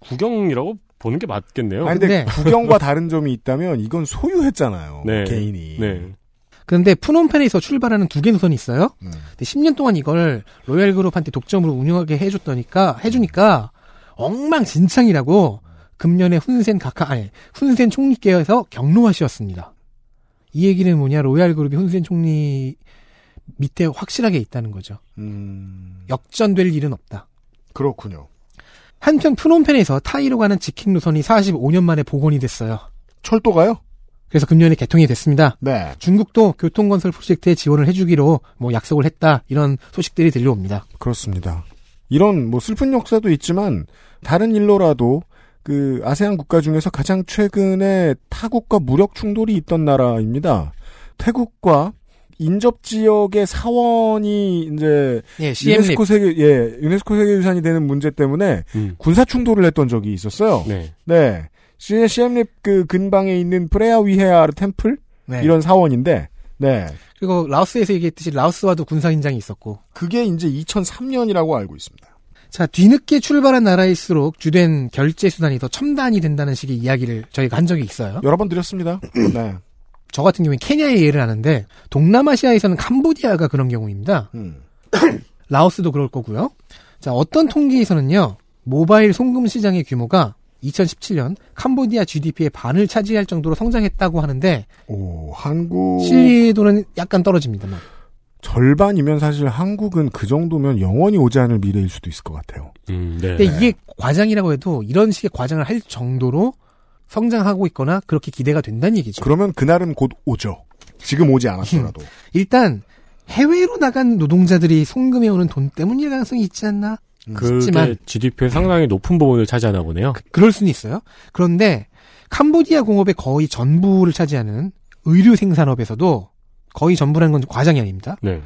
Speaker 2: 구경이라고 보는 게 맞겠네요.
Speaker 4: 아니 근데
Speaker 3: 근데-
Speaker 4: 구경과 다른 점이 있다면 이건 소유했잖아요.
Speaker 2: 네.
Speaker 4: 개인이.
Speaker 2: 네.
Speaker 3: 그런데 푸놈펜에서 출발하는 두 개 노선이 있어요.
Speaker 4: 음.
Speaker 3: 근데 10년 동안 이걸 로얄그룹한테 독점으로 운영하게 해줬더니까 해주니까 엉망진창이라고 금년에 훈센 각하 아니 훈센 총리께서 경로하셨습니다. 이 얘기는 뭐냐 로얄그룹이 훈센 총리 밑에 확실하게 있다는 거죠.
Speaker 4: 음.
Speaker 3: 역전될 일은 없다.
Speaker 4: 그렇군요.
Speaker 3: 한편 프놈펜에서 타이로 가는 직행 노선이 45년 만에 복원이 됐어요.
Speaker 4: 철도가요?
Speaker 3: 그래서 금년에 개통이 됐습니다.
Speaker 4: 네.
Speaker 3: 중국도 교통건설 프로젝트에 지원을 해주기로 뭐 약속을 했다 이런 소식들이 들려옵니다.
Speaker 4: 그렇습니다. 이런 뭐 슬픈 역사도 있지만 다른 일로라도 그 아세안 국가 중에서 가장 최근에 타국과 무력 충돌이 있던 나라입니다. 태국과 인접 지역의 사원이 이제
Speaker 3: 예,
Speaker 4: 유네스코 세계 예 유네스코 세계유산이 되는 문제 때문에
Speaker 2: 음.
Speaker 4: 군사 충돌을 했던 적이 있었어요.
Speaker 2: 네.
Speaker 4: 네. 시- 시엠립 그 근방에 있는 프레야 위헤아르 템플 이런 사원인데 네
Speaker 3: 그리고 라오스에서 얘기했듯이 라오스와도 군사인장이 있었고.
Speaker 4: 그게 이제 2003년이라고 알고 있습니다.
Speaker 3: 자 뒤늦게 출발한 나라일수록 주된 결제 수단이 더 첨단이 된다는 식의 이야기를 저희가 한 적이 있어요.
Speaker 4: 여러 번 <clears throat> 드렸습니다. 네.
Speaker 3: 저 같은 경우에 케냐의 예를 하는데 동남아시아에서는 캄보디아가 그런 경우입니다.
Speaker 4: 음.
Speaker 3: <clears throat> 라오스도 그럴 거고요. 자, 어떤 통계에서는요, 모바일 송금 시장의 규모가 2017년 캄보디아 GDP의 반을 차지할 정도로 성장했다고 하는데
Speaker 4: 오, 한국
Speaker 3: 실리도는 약간 떨어집니다만.
Speaker 4: 절반이면 사실 한국은 그 정도면 영원히 오지 않을 미래일 수도 있을 것 같아요.
Speaker 2: 음, 네.
Speaker 3: 근데 이게 과장이라고 해도 이런 식의 과장을 할 정도로 성장하고 있거나 그렇게 기대가 된다는 얘기죠.
Speaker 4: 그러면 그날은 곧 오죠. 지금 오지 않았더라도.
Speaker 3: 일단 해외로 나간 노동자들이 송금해 오는 돈 때문일 가능성이 있지 않나?
Speaker 2: 그게
Speaker 3: 쉽지만-
Speaker 2: GDP의 상당히 높은 부분을 차지하나 보네요.
Speaker 3: 그럴 수는 있어요. 그런데 캄보디아 공업의 거의 전부를 차지하는 의류 생산업에서도 거의 전부라는 건 과장이 아닙니다.
Speaker 2: 네.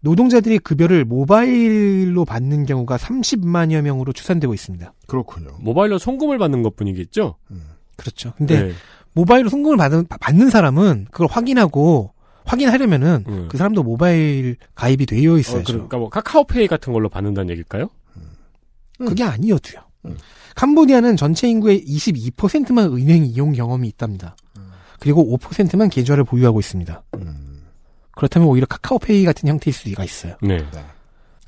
Speaker 3: 노동자들이 급여를 모바일로 받는 경우가 30만여 명으로 추산되고 있습니다.
Speaker 4: <laughs> 그렇군요.
Speaker 2: 모바일로 송금을 받는 것뿐이겠죠? 네. 어,
Speaker 3: 그렇죠. 근데 모바일로 송금을 받은, 받는 사람은 그걸 확인하고 확인하려면은
Speaker 2: 음.
Speaker 3: 그 사람도 모바일 가입이 되어 있어야죠.
Speaker 2: 어, 그러니까 뭐 카카오페이 같은 걸로 받는다는 얘기일까요?
Speaker 3: 그게 아니어도요.
Speaker 2: 음.
Speaker 3: 캄보디아는 전체 인구의 22%만 은행 이용 경험이 있답니다. 그리고 5%만 계좌를
Speaker 2: 음.
Speaker 3: 보유하고 있습니다. 그렇다면 오히려 카카오페이 같은 형태일 수가 있어요.
Speaker 2: 네.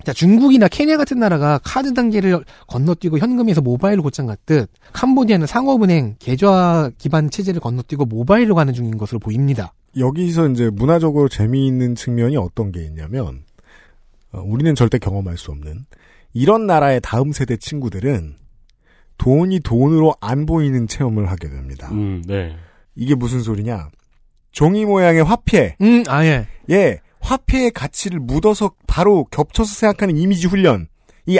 Speaker 3: 자, 중국이나 케냐 같은 나라가 카드 단계를 건너뛰고 현금에서 모바일로 곧장 갔듯 캄보디아는 상업은행 계좌 기반 체제를 건너뛰고 모바일로 가는 중인 것으로 보입니다.
Speaker 4: 여기서 이제 문화적으로 재미있는 측면이 어떤 게 있냐면 어, 우리는 절대 경험할 수 없는 이런 나라의 다음 세대 친구들은 돈이 돈으로 안 보이는 체험을 하게 됩니다.
Speaker 2: 음, 네.
Speaker 4: 이게 무슨 소리냐? 종이 모양의 화폐,
Speaker 3: 음, 아예.
Speaker 4: 예, 화폐의 가치를 묻어서 바로 겹쳐서 생각하는 이미지 훈련이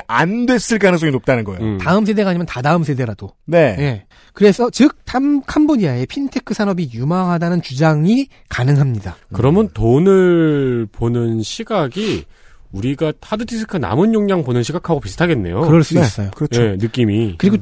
Speaker 4: 안 됐을 가능성이 높다는 거예요.
Speaker 2: 음.
Speaker 3: 네. 다음 세대가 아니면 다 다음 세대라도.
Speaker 4: 네.
Speaker 3: 예. 그래서 즉 탐, 캄보디아의 핀테크 산업이 유망하다는 주장이 가능합니다.
Speaker 2: 그러면 돈을 보는 시각이 우리가 하드디스크 남은 용량 보는 시각하고 비슷하겠네요.
Speaker 3: 그럴 수
Speaker 4: 네,
Speaker 3: 있어요.
Speaker 4: 그렇죠.
Speaker 2: 예, 느낌이.
Speaker 3: 그리고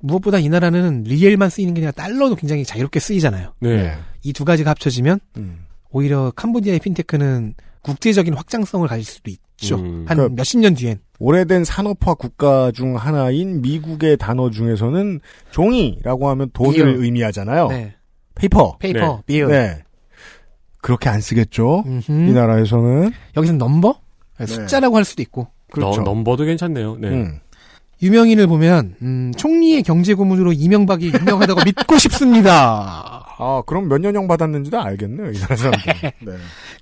Speaker 3: 무엇보다 이 나라는 리엘만 쓰이는 게 아니라 달러도 굉장히 자유롭게 쓰이잖아요.
Speaker 2: 네.
Speaker 3: 이 두 가지가 합쳐지면
Speaker 4: 음.
Speaker 3: 오히려 캄보디아의 핀테크는 국제적인 확장성을 가질 수도 있죠.
Speaker 2: 음.
Speaker 3: 한
Speaker 4: 그러니까
Speaker 3: 몇십 년 뒤엔.
Speaker 4: 오래된 산업화 국가 중 하나인 미국의 단어 중에서는 종이라고 하면 돈을
Speaker 3: 비어.
Speaker 4: 의미하잖아요.
Speaker 3: 네.
Speaker 4: 페이퍼.
Speaker 3: 페이퍼,
Speaker 2: 네.
Speaker 3: 비어.
Speaker 4: 네. 그렇게 안 쓰겠죠.
Speaker 3: 음흠.
Speaker 4: 이 나라에서는
Speaker 3: 여기서 넘버?
Speaker 4: 네.
Speaker 3: 숫자라고 할 수도 있고.
Speaker 4: 그렇죠.
Speaker 2: 너- 넘버도 괜찮네요. 네.
Speaker 4: 음.
Speaker 3: 유명인을 보면 음, 총리의 경제 고문으로 이명박이
Speaker 2: <laughs>
Speaker 3: 유명하다고 믿고 싶습니다.
Speaker 4: 아 그럼 몇 년형 받았는지도 알겠네요. 이 나라 사람들. 네.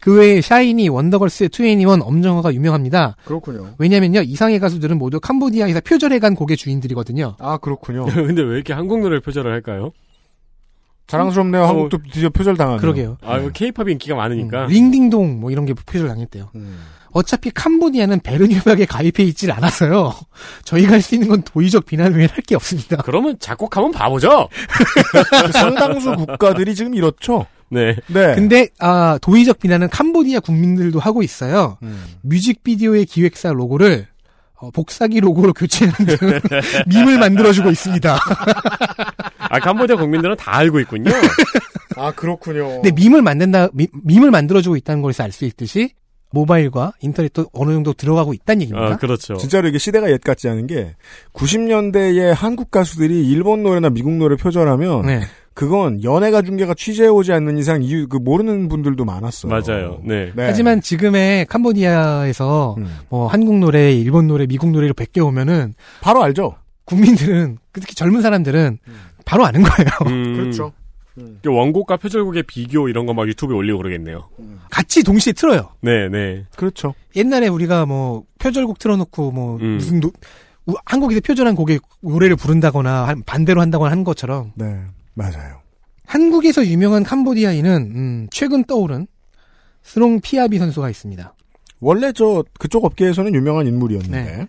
Speaker 3: 그 외에 샤이니, 원더걸스의 2NE1, 엄정화가 유명합니다.
Speaker 4: 그렇군요.
Speaker 3: 왜냐면요, 이상의 가수들은 모두 캄보디아에서 표절해간 곡의 주인들이거든요.
Speaker 4: 아 그렇군요.
Speaker 2: <laughs> 근데 왜 이렇게 한국 노래를 표절을 할까요?
Speaker 4: 자랑스럽네요.
Speaker 2: 어.
Speaker 4: 한국도 드디어 표절 당하네요.
Speaker 3: 그러게요.
Speaker 2: 아, 케이팝이 인기가 많으니까.
Speaker 3: 음, 링딩동 뭐 이런 게 표절 당했대요.
Speaker 4: 음.
Speaker 3: 어차피 캄보디아는 베르뉴박에 가입해 있질 않아서요. <laughs> 저희가 할 수 있는 건 도의적 비난 외에 할 게 없습니다.
Speaker 2: 그러면 작곡하면 바보죠?
Speaker 4: 상당수 국가들이 지금 이렇죠.
Speaker 2: 네.
Speaker 4: 네.
Speaker 3: 근데 아, 도의적 비난은 캄보디아 국민들도 하고 있어요.
Speaker 4: 음.
Speaker 3: 뮤직비디오의 기획사 로고를 어, 복사기 로고로 교체하는 등 <laughs> 밈을 만들어주고 있습니다.
Speaker 2: 아, 캄보디아 국민들은 다 알고 있군요.
Speaker 4: 아 그렇군요.
Speaker 3: 근데 밈을 만든다 미- 밈을 만들어주고 있다는 것을 알 수 있듯이 모바일과 인터넷도 어느 정도 들어가고 있다는 얘기입니다.
Speaker 2: 아, 그렇죠.
Speaker 4: 진짜로 이게 시대가 옛 같지 않은 게 90년대에 한국 가수들이 일본 노래나 미국 노래 표절하면
Speaker 3: 네.
Speaker 4: 그건 연예가 중계가 취재해 오지 않는 이상 이유 그 모르는 분들도 많았어요.
Speaker 2: 맞아요. 네.
Speaker 4: 네.
Speaker 3: 하지만 지금의 캄보디아에서
Speaker 4: 음.
Speaker 3: 뭐 한국 노래, 일본 노래, 미국 노래를 베껴오면은
Speaker 4: 바로 알죠.
Speaker 3: 국민들은 특히 젊은 사람들은 바로 아는 거예요.
Speaker 2: 음, 그 원곡과 표절곡의 비교 이런 거 막 유튜브에 올리고 그러겠네요.
Speaker 3: <laughs> 같이 동시에 틀어요.
Speaker 2: 네, 네.
Speaker 4: 그렇죠.
Speaker 3: 옛날에 우리가 뭐 표절곡 틀어놓고 뭐
Speaker 2: 음.
Speaker 3: 무슨 노- 우- 한국에서 표절한 곡의 노래를 부른다거나 한- 반대로 한다거나 한 것처럼
Speaker 4: 네. 맞아요.
Speaker 3: 한국에서 유명한 캄보디아인은 음, 최근 떠오른 스롱 피아비 선수가 있습니다.
Speaker 4: 원래 저 그쪽 업계에서는 유명한 인물이었는데 네.
Speaker 3: 네.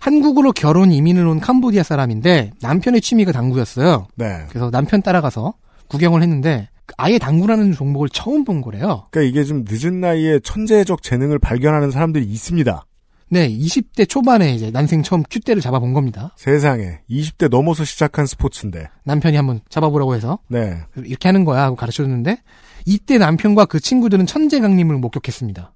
Speaker 3: 한국으로 결혼 이민을 온 캄보디아 사람인데 남편의 취미가 당구였어요.
Speaker 4: 네.
Speaker 3: 그래서 남편 따라가서 구경을 했는데 그 아예 당구라는 종목을 처음 본 거래요.
Speaker 4: 그러니까 이게 좀 늦은 나이에 천재적 재능을 발견하는 사람들이 있습니다.
Speaker 3: 네, 20대 초반에 이제 난생 처음 큐대를 잡아본 겁니다.
Speaker 4: 세상에 20대 넘어서 시작한 스포츠인데.
Speaker 3: 남편이 한번 잡아보라고 해서
Speaker 4: 네.
Speaker 3: 이렇게 하는 거야 하고 가르쳐줬는데 이때 남편과 그 친구들은 천재강림을 목격했습니다.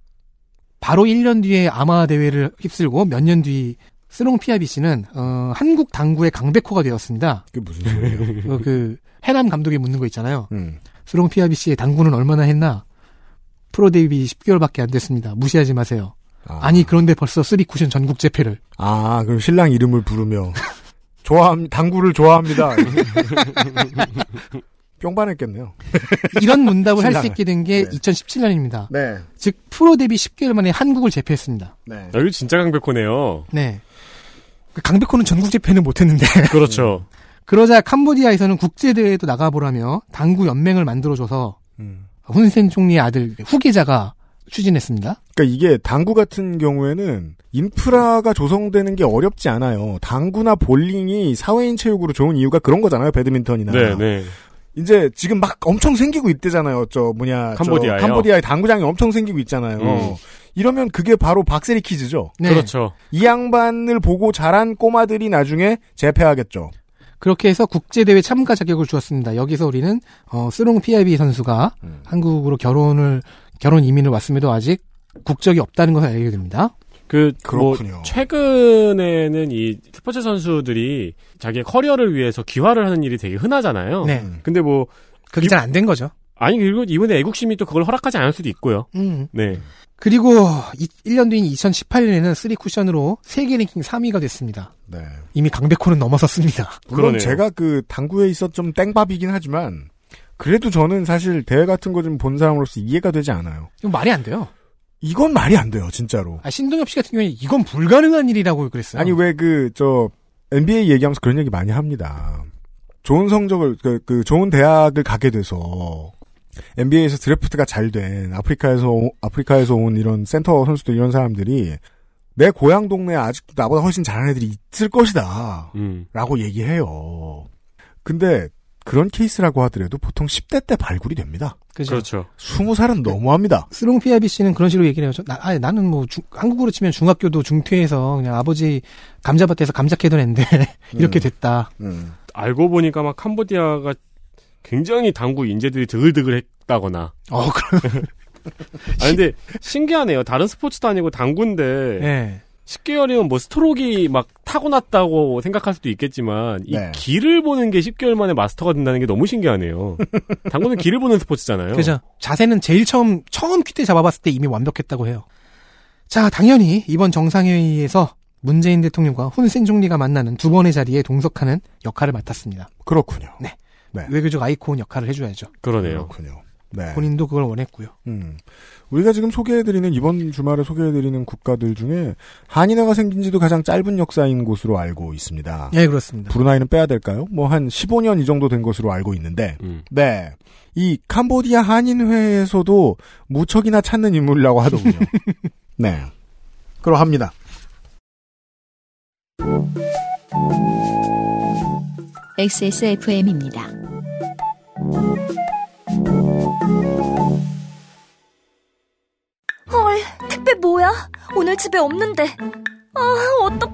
Speaker 3: 바로 1년 뒤에 아마 대회를 휩쓸고 몇 년 뒤 스롱 피아비 씨는 어, 한국 당구의 강백호가 되었습니다.
Speaker 4: 그게 무슨 소리예요?
Speaker 3: <laughs> 어, 그 해남 감독이 묻는 거 있잖아요.
Speaker 4: 음.
Speaker 3: 스롱 피아비 씨의 당구는 얼마나 했나? 프로 데뷔 10개월밖에 안 됐습니다. 무시하지 마세요.
Speaker 4: 아.
Speaker 3: 아니 그런데 벌써 쓰리 쿠션 전국 재패를.
Speaker 4: 아, 그럼 신랑 이름을 부르며 좋아함 당구를 좋아합니다. <laughs> 뿅 반했겠네요.
Speaker 3: 이런 문답을 할 수
Speaker 4: 신랑을.
Speaker 3: 있게 된 게
Speaker 4: 네.
Speaker 3: 2017년입니다.
Speaker 4: 네.
Speaker 3: 즉 프로 데뷔 10개월 만에 한국을 제패했습니다.
Speaker 4: 네.
Speaker 2: 아, 여기 진짜
Speaker 3: <laughs>
Speaker 2: 강백호네요.
Speaker 3: 네. 그 강백호는 전국 재패는 못했는데 <laughs>
Speaker 2: 그렇죠.
Speaker 3: 그러자 캄보디아에서는 국제 대회에도 나가보라며 당구 연맹을 만들어줘서
Speaker 4: 음.
Speaker 3: 훈센 총리의 아들 후계자가 추진했습니다.
Speaker 4: 그러니까 이게 당구 같은 경우에는 인프라가 조성되는 게 어렵지 않아요. 당구나 볼링이 사회인 체육으로 좋은 이유가 그런 거잖아요. 배드민턴이나.
Speaker 2: 네, 네.
Speaker 4: 이제 지금 막 엄청 생기고 있대잖아요. 저 뭐냐. 저
Speaker 2: 캄보디아요?
Speaker 4: 캄보디아에 당구장이 엄청 생기고 있잖아요.
Speaker 2: 음.
Speaker 4: 이러면 그게 바로 박세리 키즈죠.
Speaker 3: 네.
Speaker 2: 그렇죠.
Speaker 4: 이 양반을 보고 자란 꼬마들이 나중에 재패하겠죠.
Speaker 3: 그렇게 해서 국제 대회 참가 자격을 주었습니다. 여기서 우리는 어, 스롱 PIB 선수가 한국으로 결혼을 결혼 이민을 왔음에도 아직 국적이 없다는 것을 알게 됩니다.
Speaker 2: 그, 뭐,
Speaker 4: 그렇군요.
Speaker 2: 최근에는 이 스포츠 선수들이 자기의 커리어를 위해서 귀화를 하는 일이 되게 흔하잖아요.
Speaker 3: 네,
Speaker 4: 음.
Speaker 2: 근데 뭐,
Speaker 3: 그게 잘 안 된 거죠.
Speaker 2: 아니 그리고 이번에 애국심이 또 그걸 허락하지 않을 수도 있고요.
Speaker 3: 음.
Speaker 2: 네.
Speaker 3: 그리고 1년 뒤인 2018년에는 쓰리 쿠션으로 세계 랭킹 3위가 됐습니다.
Speaker 4: 네.
Speaker 3: 이미 강백호는 넘어섰습니다.
Speaker 2: 그러네요.
Speaker 4: 물론 제가 그 당구에 있어 좀 땡밥이긴 하지만 그래도 저는 사실 대회 같은 거 좀 본 사람으로서 이해가 되지 않아요.
Speaker 3: 이건 말이 안 돼요.
Speaker 4: 이건 말이 안 돼요, 진짜로.
Speaker 3: 아, 신동엽 씨 같은 경우에 이건 불가능한 일이라고 그랬어요.
Speaker 4: 아니 왜 그 저 NBA 얘기하면서 그런 얘기 많이 합니다. 좋은 성적을 그, 그 좋은 대학을 가게 돼서 NBA에서 드래프트가 잘 된 아프리카에서 오- 아프리카에서 온 이런 센터 선수들 이런 사람들이 내 고향 동네에 아직도 나보다 훨씬 잘하는 애들이 있을 것이다.
Speaker 2: 음.
Speaker 4: 라고 얘기해요. 근데 그런 케이스라고 하더라도 보통 10대 때 발굴이 됩니다.
Speaker 3: 그죠?
Speaker 2: 그렇죠.
Speaker 4: 20살은 너무합니다.
Speaker 3: 스롱 피아비 씨는 그런 식으로 얘기를 해요. 저, 나, 아니, 나는 뭐 중- 한국으로 치면 중학교도 중퇴해서 그냥 아버지 감자밭에서 감자 캐던 앤데 <laughs> 이렇게 됐다.
Speaker 2: 알고 보니까 막 캄보디아가 굉장히 당구 인재들이 드글드글했다거나.
Speaker 3: 어, 그럼.
Speaker 2: 아 근데 신기하네요. 다른 스포츠도 아니고 당구인데
Speaker 3: 예.
Speaker 2: 10개월이면 뭐 스트로크가 막 타고났다고 생각할 수도 있겠지만 이
Speaker 4: 네.
Speaker 2: 길을 보는 게 10개월 만에 마스터가 된다는 게 너무 신기하네요. 당구는 길을 보는 스포츠잖아요.
Speaker 3: 그죠. 자세는 제일 처음, 처음 퀴때 잡아봤을 때 이미 완벽했다고 해요. 자, 당연히 이번 정상회의에서 문재인 대통령과 훈센 총리가 만나는 두 번의 자리에 동석하는 역할을 맡았습니다.
Speaker 4: 그렇군요.
Speaker 3: 네.
Speaker 4: 네.
Speaker 3: 외교적 아이콘 역할을 해줘야죠.
Speaker 2: 그러네요.
Speaker 4: 그렇군요. 네.
Speaker 3: 본인도 그걸 원했고요.
Speaker 4: 음. 우리가 지금 소개해드리는 이번 주말에 소개해드리는 국가들 중에 한인회가 생긴지도 가장 짧은 역사인 곳으로 알고 있습니다.
Speaker 3: 예, 그렇습니다.
Speaker 4: 브루나이는 빼야 될까요? 뭐 한 15년 이 정도 된 것으로 알고 있는데,
Speaker 2: 음.
Speaker 4: 네, 이 캄보디아 한인회에서도 무척이나 찾는 인물이라고
Speaker 2: <laughs>
Speaker 4: 하더군요. 네, 그러합니다.
Speaker 1: XSFM입니다.
Speaker 9: 헐, 택배 뭐야? 오늘 집에 없는데. 아, 어떡해.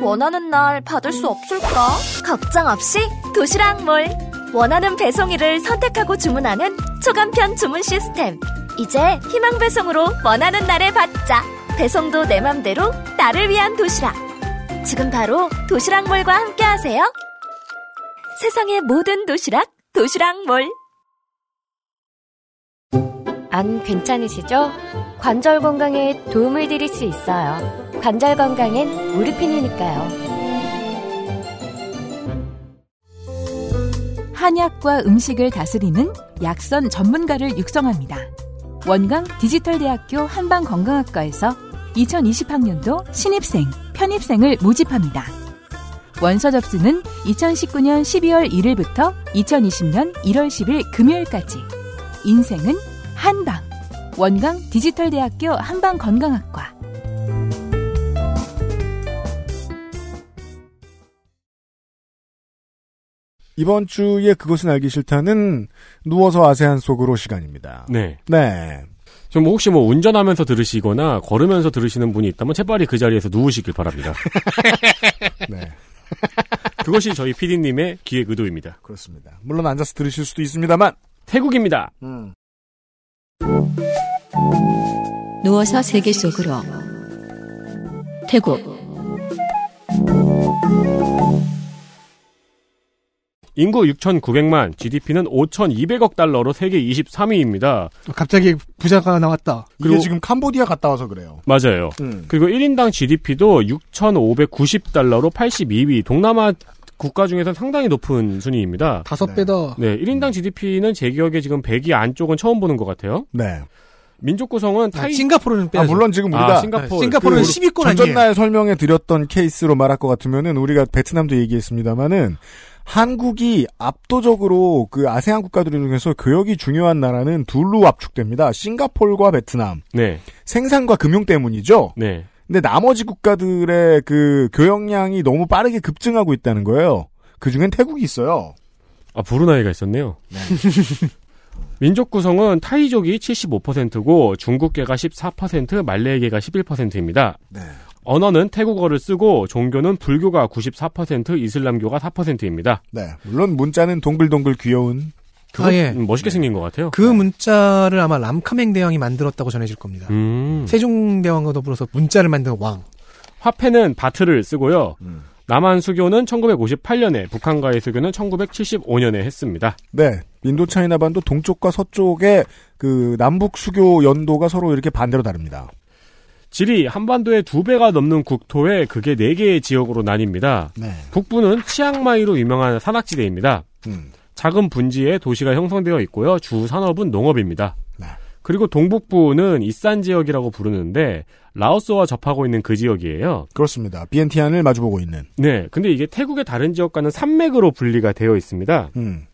Speaker 9: 원하는 날 받을 수 없을까? 걱정 없이 도시락몰. 원하는 배송일을 선택하고 주문하는 초간편 주문 시스템. 이제 희망 배송으로 원하는 날에 받자. 배송도 내 맘대로 나를 위한 도시락. 지금 바로 도시락몰과 함께 하세요. 세상의 모든 도시락, 도시락몰.
Speaker 10: 안 괜찮으시죠? 관절 건강에 도움을 드릴 수 있어요. 관절 건강엔 무릎핀이니까요.
Speaker 5: 한약과 음식을 다스리는 약선 전문가를 육성합니다. 원광 디지털대학교 한방건강학과에서 2020학년도 신입생, 편입생을 모집합니다. 원서 접수는 2019년 12월 1일부터 2020년 1월 10일 금요일까지. 인생은 한방. 원광 디지털대학교 한방건강학과.
Speaker 4: 이번 주에 그것은 알기 싫다는 누워서 아세안 속으로 시간입니다.
Speaker 2: 네.
Speaker 4: 네,
Speaker 2: 좀 혹시 뭐 운전하면서 들으시거나 걸으면서 들으시는 분이 있다면 채빨리 그 자리에서 누우시길 바랍니다.
Speaker 4: 네,
Speaker 2: 그것이 저희 PD님의 기획 의도입니다.
Speaker 4: 그렇습니다. 물론 앉아서 들으실 수도 있습니다만,
Speaker 2: 태국입니다.
Speaker 4: 음.
Speaker 1: 누워서 세계 속으로 태국
Speaker 2: 인구 6,900만, GDP는 5,200억 달러로 세계 23위입니다.
Speaker 3: 갑자기 부자가 나왔다.
Speaker 4: 이게 지금 캄보디아 갔다 와서 그래요.
Speaker 2: 맞아요.
Speaker 4: 음.
Speaker 2: 그리고 1인당 GDP도 6,590달러로 82위. 동남아 국가 중에서 상당히 높은 순위입니다.
Speaker 3: 다섯
Speaker 4: 네.
Speaker 3: 배 더. 아,
Speaker 2: 네, 1인당 GDP는 제 기억에 지금 100위 안쪽은 처음 보는 것 같아요.
Speaker 4: 네.
Speaker 2: 민족 구성은
Speaker 3: 아,
Speaker 2: 타이
Speaker 3: 싱가포르는
Speaker 4: 아,
Speaker 3: 빼야죠.
Speaker 4: 물론 지금 우리가
Speaker 2: 아, 싱가포르.
Speaker 3: 네, 싱가포르는
Speaker 4: 그
Speaker 3: 10위권 아니에요.
Speaker 4: 전전날 설명해 드렸던 케이스로 말할 것 같으면은 우리가 베트남도 얘기했습니다마는 한국이 압도적으로 그 아세안 국가들 중에서 교역이 중요한 나라는 둘로 압축됩니다. 싱가폴과 베트남.
Speaker 2: 네,
Speaker 4: 생산과 금융 때문이죠.
Speaker 2: 네.
Speaker 4: 근데 나머지 국가들의 그 교역량이 너무 빠르게 급증하고 있다는 거예요. 그 중엔 태국이 있어요.
Speaker 2: 아, 브루나이가 있었네요. <laughs> 민족 구성은 타이족이 75%고 중국계가 14%, 말레이계가 11%입니다.
Speaker 3: 네.
Speaker 2: 언어는 태국어를 쓰고 종교는 불교가 94%, 이슬람교가 4%입니다.
Speaker 4: 네. 물론 문자는 동글동글 귀여운
Speaker 3: 아, 예.
Speaker 2: 음, 멋있게 생긴 것 같아요.
Speaker 3: 그 문자를 아마 람카맹 대왕이 만들었다고 전해질 겁니다.
Speaker 2: 음.
Speaker 3: 세종 대왕과 더불어서 문자를 만든 왕.
Speaker 2: 화폐는 바트를 쓰고요. 남한 수교는 1958년에, 북한과의 수교는 1975년에 했습니다.
Speaker 4: 네. 인도차이나 반도 동쪽과 서쪽의 그 남북 수교 연도가 서로 이렇게 반대로 다릅니다.
Speaker 2: 질이 한반도의 두 배가 넘는 국토에 그게 네 개의 지역으로 나뉩니다.
Speaker 4: 네.
Speaker 2: 북부는 치앙마이로 유명한 산악지대입니다.
Speaker 4: 음.
Speaker 2: 작은 분지에 도시가 형성되어 있고요. 주 산업은 농업입니다.
Speaker 4: 네.
Speaker 2: 그리고 동북부는 이산 지역이라고 부르는데 라오스와 접하고 있는 그 지역이에요.
Speaker 4: 그렇습니다. 비엔티안을 마주보고 있는.
Speaker 2: 네, 근데 이게 태국의 다른 지역과는 산맥으로 분리가 되어 있습니다.
Speaker 4: 음.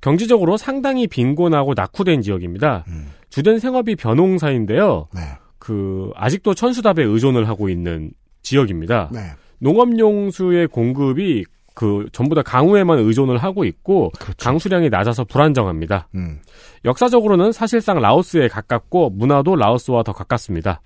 Speaker 2: 경제적으로 상당히 빈곤하고 낙후된 지역입니다.
Speaker 4: 음.
Speaker 2: 주된 생업이 벼농사인데요.
Speaker 4: 네.
Speaker 2: 그 아직도 천수답에 의존을 하고 있는 지역입니다.
Speaker 4: 네.
Speaker 2: 농업용수의 공급이 그 전부 다 강우에만 의존을 하고 있고
Speaker 4: 그렇죠.
Speaker 2: 강수량이 낮아서 불안정합니다.
Speaker 4: 음.
Speaker 2: 역사적으로는 사실상 라오스에 가깝고 문화도 라오스와 더 가깝습니다.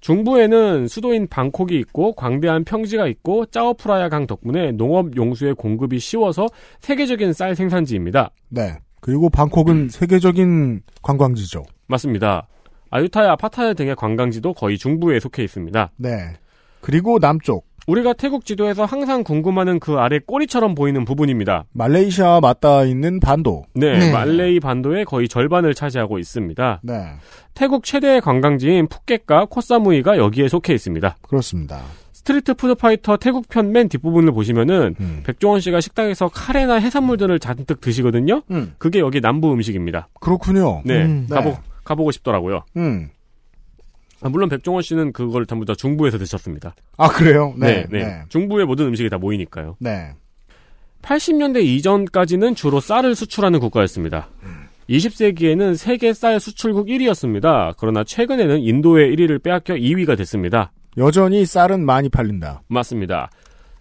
Speaker 2: 중부에는 수도인 방콕이 있고 광대한 평지가 있고 짜오프라야 강 덕분에 농업 용수의 공급이 쉬워서 세계적인 쌀 생산지입니다.
Speaker 4: 네. 그리고 방콕은 세계적인 관광지죠.
Speaker 2: 맞습니다. 아유타야, 파타야 등의 관광지도 거의 중부에 속해 있습니다.
Speaker 4: 네. 그리고 남쪽
Speaker 2: 우리가 태국 지도에서 항상 궁금하는 그 아래 꼬리처럼 보이는 부분입니다.
Speaker 4: 말레이시아 맞닿아 있는 반도.
Speaker 2: 네,
Speaker 3: 네.
Speaker 2: 말레이 반도의 거의 절반을 차지하고 있습니다.
Speaker 4: 네.
Speaker 2: 태국 최대의 관광지인 푸켓과 코사무이가 여기에 속해 있습니다.
Speaker 4: 그렇습니다.
Speaker 2: 스트리트 푸드파이터 태국 편 맨 뒷부분을 보시면은
Speaker 4: 음.
Speaker 2: 백종원 씨가 식당에서 카레나 해산물 들을 잔뜩 드시거든요.
Speaker 4: 음.
Speaker 2: 그게 여기 남부 음식입니다.
Speaker 4: 그렇군요.
Speaker 2: 네,
Speaker 3: 음.
Speaker 2: 가보
Speaker 4: 네.
Speaker 2: 가보고 싶더라고요.
Speaker 4: 음.
Speaker 2: 아, 물론 백종원 씨는 그걸 전부 다 중부에서 드셨습니다.
Speaker 4: 아 그래요? 네.
Speaker 2: 네,
Speaker 4: 네.
Speaker 2: 중부의 모든 음식이 다 모이니까요.
Speaker 4: 네.
Speaker 2: 80년대 이전까지는 주로 쌀을 수출하는 국가였습니다. 20세기에는 세계 쌀 수출국 1위였습니다. 그러나 최근에는 인도의 1위를 빼앗겨 2위가 됐습니다.
Speaker 4: 여전히 쌀은 많이 팔린다.
Speaker 2: 맞습니다.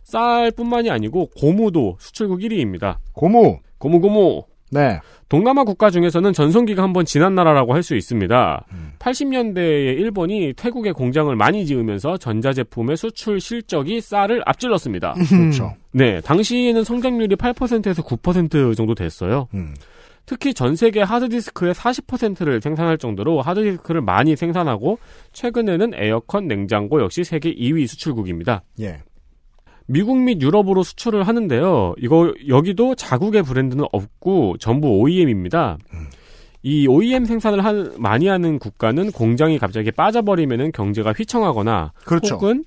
Speaker 2: 쌀뿐만이 아니고 고무도 수출국 1위입니다.
Speaker 4: 고무.
Speaker 2: 고무 고무.
Speaker 4: 네.
Speaker 2: 동남아 국가 중에서는 전성기가 한번 지난 나라라고 할 수 있습니다. 80년대에 일본이 태국에 공장을 많이 지으면서 전자제품의 수출 실적이 쌀을 앞질렀습니다.
Speaker 4: 그렇죠.
Speaker 2: 네, 당시에는 성장률이 8%에서 9% 정도 됐어요.
Speaker 4: 음.
Speaker 2: 특히 전 세계 하드디스크의 40%를 생산할 정도로 하드디스크를 많이 생산하고 최근에는 에어컨, 냉장고 역시 세계 2위 수출국입니다.
Speaker 4: 예.
Speaker 2: 미국 및 유럽으로 수출을 하는데요. 이거 여기도 자국의 브랜드는 없고 전부 OEM입니다.
Speaker 4: 음.
Speaker 2: 이 OEM 생산을 한- 많이 하는 국가는 공장이 갑자기 빠져버리면 경제가 휘청하거나
Speaker 4: 그렇죠.
Speaker 2: 혹은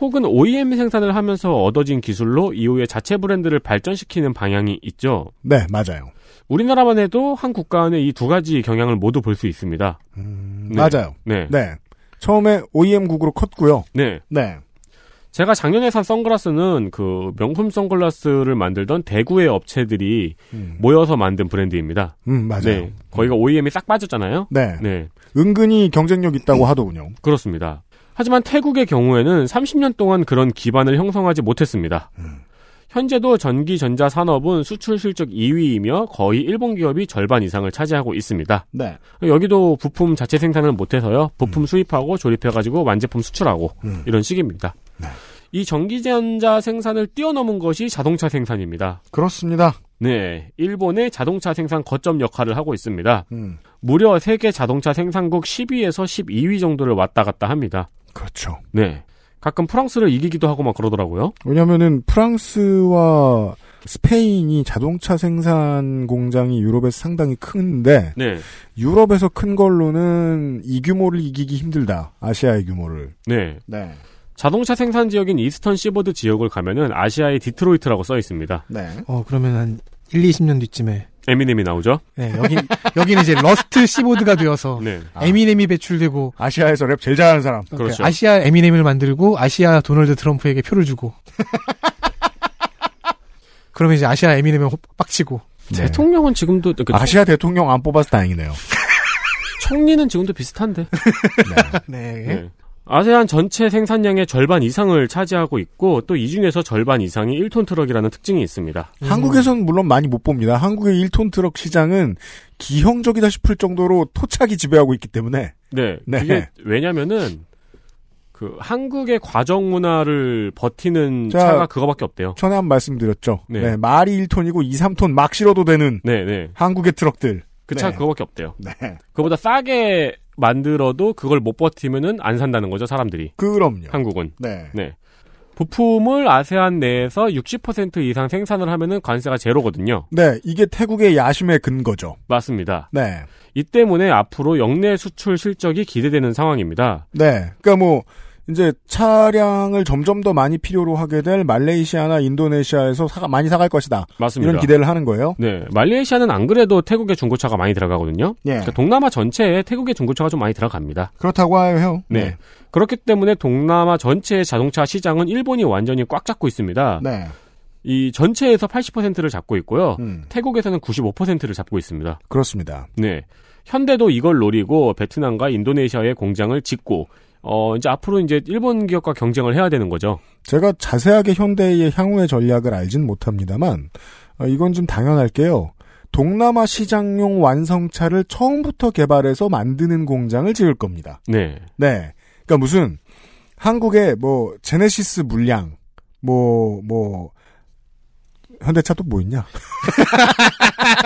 Speaker 2: 혹은 OEM 생산을 하면서 얻어진 기술로 이후에 자체 브랜드를 발전시키는 방향이 있죠.
Speaker 4: 네, 맞아요.
Speaker 2: 우리나라만 해도 한 국가 안에 이 두 가지 경향을 모두 볼 수 있습니다. 네.
Speaker 4: 맞아요.
Speaker 2: 네.
Speaker 4: 네. 처음에 E OEM국으로 컸고요.
Speaker 2: 네.
Speaker 4: 네.
Speaker 2: 제가 작년에 산 선글라스는 그 명품 선글라스를 만들던 대구의 업체들이
Speaker 4: 음,
Speaker 2: 모여서 만든 브랜드입니다.
Speaker 4: 음, 맞아요.
Speaker 2: 네. 거기가 OEM이 싹 빠졌잖아요.
Speaker 4: 네.
Speaker 2: 네.
Speaker 4: 은근히 경쟁력 있다고 하더군요.
Speaker 2: 그렇습니다. 하지만 태국의 경우에는 30년 동안 그런 기반을 형성하지 못했습니다.
Speaker 4: 음.
Speaker 2: 현재도 전기 전자 산업은 수출 실적 2위이며 거의 일본 기업이 절반 이상을 차지하고 있습니다.
Speaker 4: 네.
Speaker 2: 여기도 부품 자체 생산을 못해서요. 부품 수입하고 조립해가지고 완제품 수출하고
Speaker 4: 음. 네.
Speaker 2: 이런 식입니다. 이 전기 전자 생산을 뛰어넘은 것이 자동차 생산입니다.
Speaker 4: 그렇습니다.
Speaker 2: 네, 일본의 자동차 생산 거점 역할을 하고 있습니다.
Speaker 4: 음.
Speaker 2: 무려 세계 자동차 생산국 10위에서 12위 정도를 왔다 갔다 합니다.
Speaker 4: 그렇죠.
Speaker 2: 네. 가끔 프랑스를 이기기도 하고 막 그러더라고요.
Speaker 4: 왜냐면은 프랑스와 스페인이 자동차 생산 공장이 유럽에서 상당히 큰데
Speaker 2: 네.
Speaker 4: 유럽에서 큰 걸로는 이 규모를 이기기 힘들다. 아시아의 규모를.
Speaker 2: 네.
Speaker 4: 네.
Speaker 2: 자동차 생산 지역인 이스턴 시버드 지역을 가면은 아시아의 디트로이트라고 써 있습니다.
Speaker 4: 네.
Speaker 3: 어, 그러면 한 1, 20년 뒤쯤에
Speaker 2: 에미넴이 나오죠?
Speaker 3: 네, 여기 <laughs> 여기는 이제 러스트 시보드가 되어서
Speaker 2: 네.
Speaker 3: 에미넴이 배출되고
Speaker 4: 아시아에서 랩 제일 잘하는 사람.
Speaker 2: 그렇죠.
Speaker 3: 아시아 에미넴을 만들고 아시아 도널드 트럼프에게 표를 주고 그러면 이제 아시아 에미넴에 호- 빡치고
Speaker 4: 네.
Speaker 2: 대통령은 지금도 그
Speaker 4: 아시아 대통령 안 뽑아서 다행이네요.
Speaker 2: 총리는 지금도 비슷한데.
Speaker 3: 네.
Speaker 2: 네. 아세안 전체 생산량의 절반 이상을 차지하고 있고 또 이 중에서 절반 이상이 1톤 트럭이라는 특징이 있습니다.
Speaker 4: 한국에선 물론 많이 못 봅니다. 한국의 1톤 트럭 시장은 기형적이다 싶을 정도로 토착이 지배하고 있기 때문에.
Speaker 2: 네.
Speaker 4: 네.
Speaker 2: 그게 왜냐면은 그 한국의 과정 문화를 버티는
Speaker 4: 자,
Speaker 2: 차가 그거밖에 없대요.
Speaker 4: 전에 한 말씀드렸죠.
Speaker 2: 네.
Speaker 4: 네. 말이 1톤이고 2, 3톤 막 실어도 되는
Speaker 2: 네, 네.
Speaker 4: 한국의 트럭들.
Speaker 2: 그 차
Speaker 4: 네.
Speaker 2: 그거밖에 없대요.
Speaker 4: 네.
Speaker 2: 그보다 싸게 만들어도 그걸 못 버티면은 안 산다는 거죠, 사람들이.
Speaker 4: 그럼요.
Speaker 2: 한국은.
Speaker 4: 네.
Speaker 2: 네. 부품을 아세안 내에서 60% 이상 생산을 하면은 관세가 제로거든요.
Speaker 4: 네, 이게 태국의 야심의 근거죠.
Speaker 2: 맞습니다.
Speaker 4: 네.
Speaker 2: 이 때문에 앞으로 역내 수출 실적이 기대되는 상황입니다.
Speaker 4: 네. 그러니까 뭐 이제 차량을 점점 더 많이 필요로 하게 될 말레이시아나 인도네시아에서 사가, 많이 사갈 것이다.
Speaker 2: 맞습니다.
Speaker 4: 이런 기대를 하는 거예요.
Speaker 2: 네, 말레이시아는 안 그래도 태국의 중고차가 많이 들어가거든요.
Speaker 4: 예.
Speaker 2: 그러니까 동남아 전체에 태국의 중고차가 좀 많이 들어갑니다.
Speaker 4: 그렇다고 해요.
Speaker 2: 네. 그렇기 때문에 동남아 전체의 자동차 시장은 일본이 완전히 꽉 잡고 있습니다.
Speaker 4: 네.
Speaker 2: 이 전체에서 80%를 잡고 있고요.
Speaker 4: 음.
Speaker 2: 태국에서는 95%를 잡고 있습니다.
Speaker 4: 그렇습니다.
Speaker 2: 네. 현대도 이걸 노리고 베트남과 인도네시아에 공장을 짓고 어 이제 앞으로 이제 일본 기업과 경쟁을 해야 되는 거죠.
Speaker 4: 제가 자세하게 현대의 향후의 전략을 알진 못합니다만 어, 이건 좀 당연할게요. 동남아 시장용 완성차를 처음부터 개발해서 만드는 공장을 지을 겁니다.
Speaker 2: 네.
Speaker 4: 네. 그러니까 무슨 한국의 뭐 제네시스 물량 뭐 뭐 현대차 또 뭐 있냐?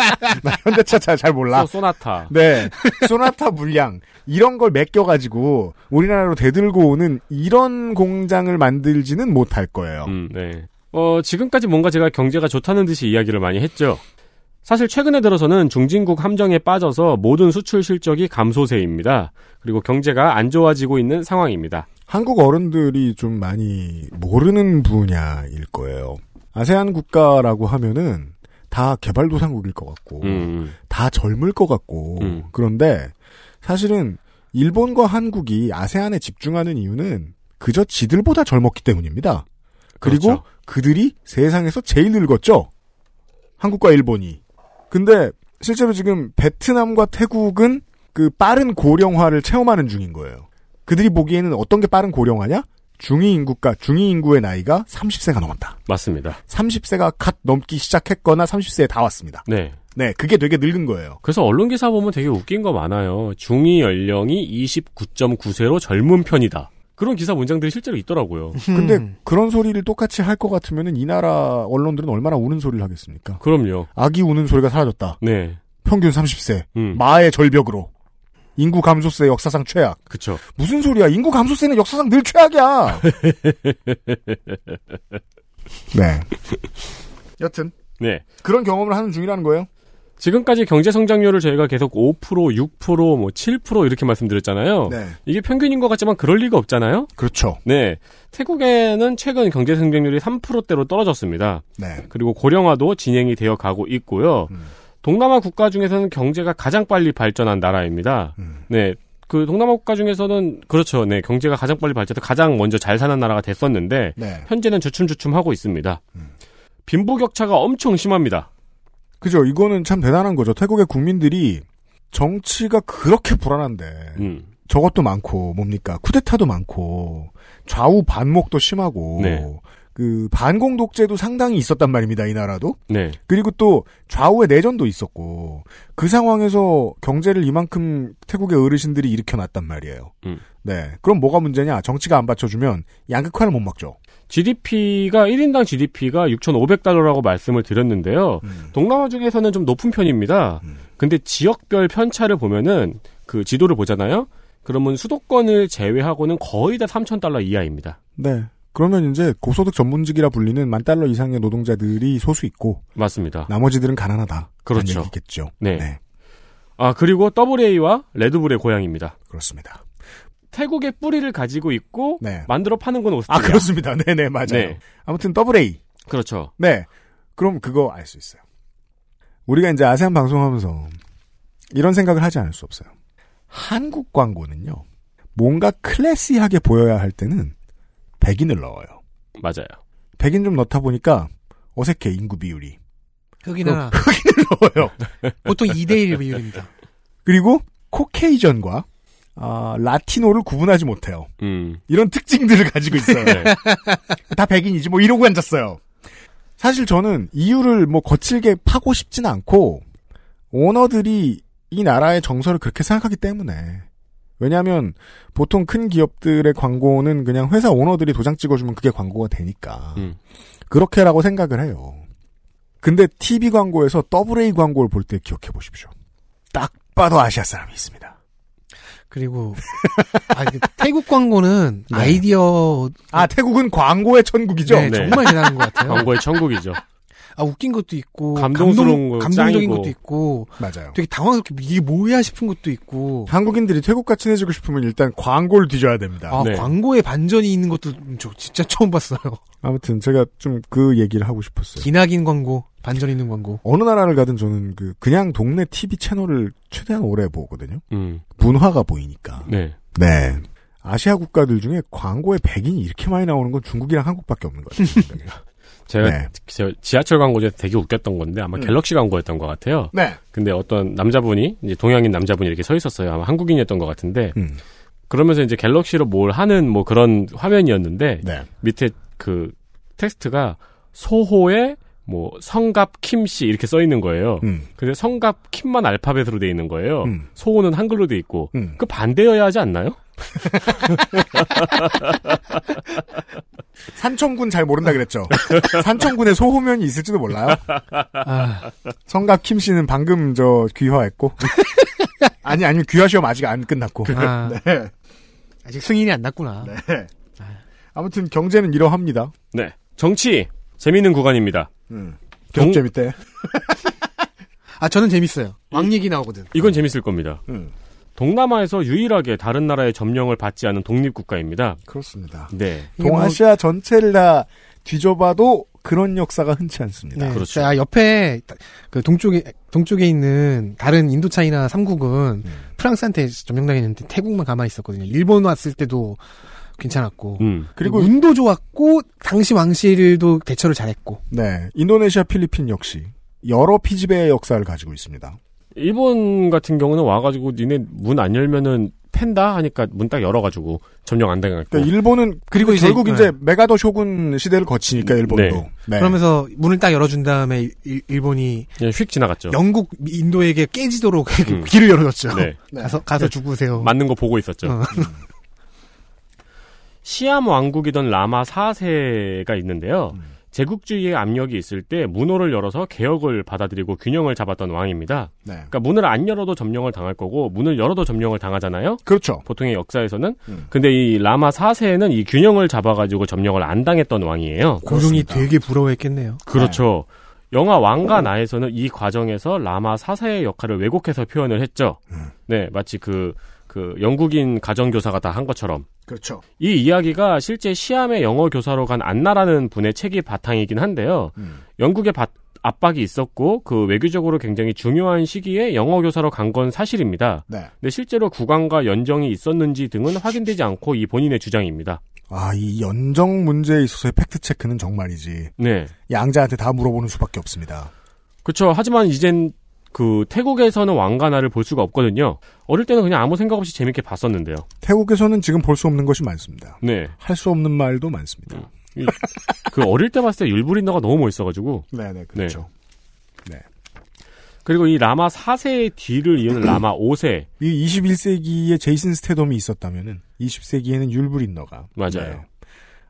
Speaker 4: <laughs> 나 현대차 잘 잘 몰라.
Speaker 2: 소- 소나타.
Speaker 4: 네. 소나타 물량 이런 걸 맡겨 가지고 우리나라로 대들고 오는 이런 공장을 만들지는 못할 거예요.
Speaker 2: 음, 네. 어, 지금까지 뭔가 제가 경제가 좋다는 듯이 이야기를 많이 했죠. 사실 최근에 들어서는 중진국 함정에 빠져서 모든 수출 실적이 감소세입니다. 그리고 경제가 안 좋아지고 있는 상황입니다.
Speaker 4: 한국 어른들이 좀 많이 모르는 분야일 거예요. 아세안 국가라고 하면은 다 개발도상국일 것 같고
Speaker 2: 음,
Speaker 4: 다 젊을 것 같고
Speaker 2: 음.
Speaker 4: 그런데 사실은 일본과 한국이 아세안에 집중하는 이유는 그저 지들보다 젊었기 때문입니다. 그리고
Speaker 2: 그렇죠.
Speaker 4: 그들이 세상에서 제일 늙었죠. 한국과 일본이. 근데 실제로 지금 베트남과 태국은 그 빠른 고령화를 체험하는 중인 거예요. 그들이 보기에는 어떤 게 빠른 고령화냐? 중위 인구가 중위 인구의 나이가 30세가 넘었다.
Speaker 2: 맞습니다.
Speaker 4: 30세가 갓 넘기 시작했거나 30세에 다 왔습니다.
Speaker 2: 네.
Speaker 4: 네, 그게 되게 늙은 거예요.
Speaker 2: 그래서 언론 기사 보면 되게 웃긴 거 많아요. 중위 연령이 29.9세로 젊은 편이다. 그런 기사 문장들이 실제로 있더라고요.
Speaker 4: 근데 그런 소리를 똑같이 할 것 같으면 이 나라 언론들은 얼마나 우는 소리를 하겠습니까?
Speaker 2: 그럼요.
Speaker 4: 아기 우는 소리가 사라졌다.
Speaker 2: 네.
Speaker 4: 평균 30세.
Speaker 2: 음.
Speaker 4: 마의 절벽으로. 인구 감소세 역사상 최악.
Speaker 2: 그쵸.
Speaker 4: 무슨 소리야? 인구 감소세는 역사상 늘 최악이야. 네. 여튼
Speaker 2: 네.
Speaker 4: 그런 경험을 하는 중이라는 거예요.
Speaker 2: 지금까지 경제 성장률을 저희가 계속 5%, 6%, 뭐 7% 이렇게 말씀드렸잖아요.
Speaker 4: 네.
Speaker 2: 이게 평균인 것 같지만 그럴 리가 없잖아요.
Speaker 4: 그렇죠.
Speaker 2: 네. 태국에는 최근 경제 성장률이 3%대로 떨어졌습니다.
Speaker 4: 네.
Speaker 2: 그리고 고령화도 진행이 되어 가고 있고요. 동남아 국가 중에서는 경제가 가장 빨리 발전한 나라입니다. 네. 그 동남아 국가 중에서는 그렇죠. 네. 경제가 가장 빨리 발전해서 가장 먼저 잘 사는 나라가 됐었는데
Speaker 4: 네.
Speaker 2: 현재는 주춤주춤 하고 있습니다. 빈부격차가 엄청 심합니다.
Speaker 4: 그죠. 이거는 참 대단한 거죠. 태국의 국민들이 정치가 그렇게 불안한데
Speaker 2: 음.
Speaker 4: 저것도 많고 뭡니까 쿠데타도 많고 좌우 반목도 심하고
Speaker 2: 네.
Speaker 4: 그 반공 독재도 상당히 있었단 말입니다 이 나라도
Speaker 2: 네.
Speaker 4: 그리고 또 좌우의 내전도 있었고 그 상황에서 경제를 이만큼 태국의 어르신들이 일으켜놨단 말이에요.
Speaker 2: 음.
Speaker 4: 네 그럼 뭐가 문제냐 정치가 안 받쳐주면 양극화를 못 막죠.
Speaker 2: GDP가 1인당 GDP가 6,500달러라고 말씀을 드렸는데요.
Speaker 4: 음.
Speaker 2: 동남아 중에서는 좀 높은 편입니다. 근데 지역별 편차를 보면은 그 지도를 보잖아요. 그러면 수도권을 제외하고는 거의 다 3,000달러 이하입니다.
Speaker 4: 네 그러면 이제 고소득 전문직이라 불리는 만 달러 이상의 노동자들이 소수 있고
Speaker 2: 맞습니다.
Speaker 4: 나머지들은 가난하다.
Speaker 2: 아. 그렇죠.
Speaker 4: 얘기겠죠.
Speaker 2: 네. 아, 그리고 AA와 레드불의 고향입니다.
Speaker 4: 그렇습니다.
Speaker 2: 태국의 뿌리를 가지고 있고
Speaker 4: 네.
Speaker 2: 만들어 파는 건 오스트리아.
Speaker 4: 아 그렇습니다. <laughs> 네네 맞아요.
Speaker 2: 네.
Speaker 4: 아무튼 더블 A
Speaker 2: 그렇죠.
Speaker 4: 네. 그럼 그거 알 수 있어요. 우리가 이제 아세안 방송하면서 이런 생각을 하지 않을 수 없어요. 한국 광고는요. 뭔가 클래시하게 보여야 할 때는 백인을 넣어요.
Speaker 2: 맞아요.
Speaker 4: 백인 좀 넣다 보니까 어색해 인구 비율이 <laughs>
Speaker 3: 흑인이나
Speaker 4: 넣어요.
Speaker 3: 보통 2대1 비율입니다.
Speaker 4: 그리고 코케이전과 아, 라티노를 구분하지 못해요.
Speaker 2: 음.
Speaker 4: 이런 특징들을 가지고 있어요.
Speaker 2: 네.
Speaker 4: 다 백인이지 뭐 이러고 앉았어요. 사실 저는 이유를 뭐 거칠게 파고 싶진 않고 오너들이 이 나라의 정서를 그렇게 생각하기 때문에 왜냐하면 보통 큰 기업들의 광고는 그냥 회사 오너들이 도장 찍어주면 그게 광고가 되니까
Speaker 2: 음.
Speaker 4: 그렇게라고 생각을 해요. 근데 TV 광고에서 더블 A 광고를 볼 때 기억해 보십시오. 딱 봐도 아시아 사람이 있습니다.
Speaker 3: 그리고 아, 이게
Speaker 2: <laughs>
Speaker 3: 태국 광고는
Speaker 2: 네.
Speaker 3: 아이디어
Speaker 4: 아 태국은 광고의 천국이죠.
Speaker 3: 네, 정말 대단한 것
Speaker 2: <laughs>
Speaker 3: 같아요.
Speaker 2: 광고의 천국이죠.
Speaker 3: 아 웃긴 것도 있고
Speaker 2: 감동스러운 거,
Speaker 3: 감동적인
Speaker 2: 짱이고.
Speaker 3: 것도 있고
Speaker 4: 맞아요.
Speaker 3: 되게 당황스럽게 이게 뭐야 싶은 것도 있고
Speaker 4: 한국인들이 태국과 친해지고 싶으면 일단 광고를 뒤져야 됩니다.
Speaker 3: 아
Speaker 2: 네.
Speaker 3: 광고에 반전이 있는 것도 저 진짜 처음 봤어요.
Speaker 4: 아무튼 제가 좀 그 얘기를 하고 싶었어요.
Speaker 3: 기나긴 광고, 반전 있는 광고.
Speaker 4: 어느 나라를 가든 저는 그 그냥 동네 TV 채널을 최대한 오래 보거든요.
Speaker 2: 음,
Speaker 4: 문화가 보이니까.
Speaker 2: 네.
Speaker 4: 네. 아시아 국가들 중에 광고에 백인이 이렇게 많이 나오는 건 중국이랑 한국밖에 없는 것
Speaker 3: 네.
Speaker 4: 같아요.
Speaker 2: 제가
Speaker 4: 네.
Speaker 2: 저 지하철 광고에서 되게 웃겼던 건데 아마
Speaker 4: 음.
Speaker 2: 갤럭시 광고였던 것 같아요.
Speaker 4: 네.
Speaker 2: 근데 어떤 남자분이 이제 동양인 남자분이 이렇게 서 있었어요. 아마 한국인이었던 것 같은데
Speaker 4: 음.
Speaker 2: 그러면서 이제 갤럭시로 뭘 하는 뭐 그런 화면이었는데
Speaker 4: 네.
Speaker 2: 밑에 그 텍스트가 소호의 뭐 성갑 킴씨 이렇게 써 있는 거예요.
Speaker 4: 음.
Speaker 2: 근데 성갑 킴만 알파벳으로 돼 있는 거예요.
Speaker 4: 음.
Speaker 2: 소호는 한글로 돼 있고
Speaker 4: 음.
Speaker 2: 그 반대여야 하지 않나요?
Speaker 4: 산청군 잘 모른다 그랬죠. 산청군에 소호면이 있을지도 몰라요.
Speaker 3: 아,
Speaker 4: 성갑 킴 씨는 방금 저
Speaker 3: <laughs>
Speaker 4: 귀화했고 아니 아니면 귀화 시험 아직 안 끝났고
Speaker 3: 아,
Speaker 4: 네.
Speaker 3: 아직 승인이 안 났구나.
Speaker 4: 아무튼 경제는 이러합니다.
Speaker 2: 네. 정치 재미있는 구간입니다. 경-
Speaker 4: 경제미 때.
Speaker 3: 아 저는 재밌어요. 왕 얘기 나오거든.
Speaker 2: 이건 재밌을 겁니다.
Speaker 4: 음.
Speaker 2: 동남아에서 유일하게 다른 나라의 점령을 받지 않은 독립국가입니다.
Speaker 4: 그렇습니다.
Speaker 2: 네.
Speaker 3: 이게 뭐-
Speaker 4: 동아시아 전체를 다 뒤져봐도 그런 역사가 흔치 않습니다.
Speaker 3: 네,
Speaker 2: 그렇죠.
Speaker 3: 자, 옆에 그 동쪽에 동쪽에 있는 다른 인도차이나 삼국은
Speaker 2: 음.
Speaker 3: 프랑스한테 점령당했는데 태국만 가만히 있었거든요. 일본 왔을 때도 괜찮았고.
Speaker 2: 음.
Speaker 3: 그리고
Speaker 4: 그리고-
Speaker 3: 운도 좋았고 당시 왕실도 대처를 잘했고.
Speaker 4: 네. 인도네시아, 필리핀 역시 여러 피지배의 역사를 가지고 있습니다.
Speaker 2: 일본 같은 경우는 와가지고 니네 문 안 열면은 팬다 하니까 문 딱 열어가지고 점령 안 당했고.
Speaker 4: 그러니까 일본은
Speaker 3: 그리고 이제-
Speaker 4: 결국
Speaker 3: 네.
Speaker 4: 이제 메가더 쇼군 시대를 거치니까 일본도.
Speaker 2: 네.
Speaker 4: 네.
Speaker 3: 그러면서 문을 딱 열어준 다음에 일, 일본이
Speaker 2: 그냥 휙 지나갔죠.
Speaker 3: 영국 인도에게 깨지도록
Speaker 2: 그렇죠.
Speaker 3: <laughs>
Speaker 2: 음.
Speaker 3: 길을 열어줬죠.
Speaker 2: 네.
Speaker 3: 가서 가서 죽으세요.
Speaker 2: 맞는 거 보고 있었죠. 음.
Speaker 3: 어.
Speaker 2: 시암 왕국이던 라마 4세가 있는데요.
Speaker 4: 음.
Speaker 2: 제국주의의 압력이 있을 때 문호를 열어서 개혁을 받아들이고 균형을 잡았던 왕입니다.
Speaker 4: 네.
Speaker 2: 그러니까 문을 안 열어도 점령을 당할 거고 문을 열어도 점령을 당하잖아요.
Speaker 4: 그렇죠.
Speaker 2: 보통의 역사에서는.
Speaker 4: 음.
Speaker 2: 근데 이 라마 4세는 이 균형을 잡아가지고 점령을 안 당했던 왕이에요.
Speaker 3: 고종이
Speaker 4: 그렇습니다.
Speaker 3: 되게 부러워했겠네요.
Speaker 2: 그렇죠. 영화 왕과 나에서는 이 과정에서 라마 사사의 역할을 왜곡해서 표현을 했죠. 네, 마치 그, 그 영국인 가정교사가 다 한 것처럼.
Speaker 4: 그렇죠.
Speaker 2: 이 이야기가 실제 시암의 영어 교사로 간 안나라는 분의 책이 바탕이긴 한데요.
Speaker 4: 음.
Speaker 2: 영국의 바- 압박이 있었고 그 외교적으로 굉장히 중요한 시기에 영어 교사로 간 건 사실입니다.
Speaker 4: 네.
Speaker 2: 근데 실제로 국왕과 연정이 있었는지 등은 확인되지 않고 이 본인의 주장입니다.
Speaker 4: 아, 이 연정 문제에 있어서의 팩트체크는 정말이지.
Speaker 2: 네.
Speaker 4: 양자한테 다 물어보는 수밖에 없습니다.
Speaker 2: 그렇죠. 하지만 이젠 그 태국에서는 왕가나를 볼 수가 없거든요. 어릴 때는 그냥 아무 생각 없이 재밌게 봤었는데요.
Speaker 4: 태국에서는 지금 볼 수 없는 것이 많습니다.
Speaker 2: 네.
Speaker 4: 할 수 없는 말도 많습니다.
Speaker 2: 이- 그 어릴 때 봤을 때 율브린더가 너무 멋있어가지고
Speaker 4: 네네, 그렇죠.
Speaker 2: 그리고 이 라마 4세의 뒤를 이은 라마 5세
Speaker 4: 이 21세기에 제이슨 스테덤이 있었다면은 20세기에는 율브린너가
Speaker 2: 맞아요.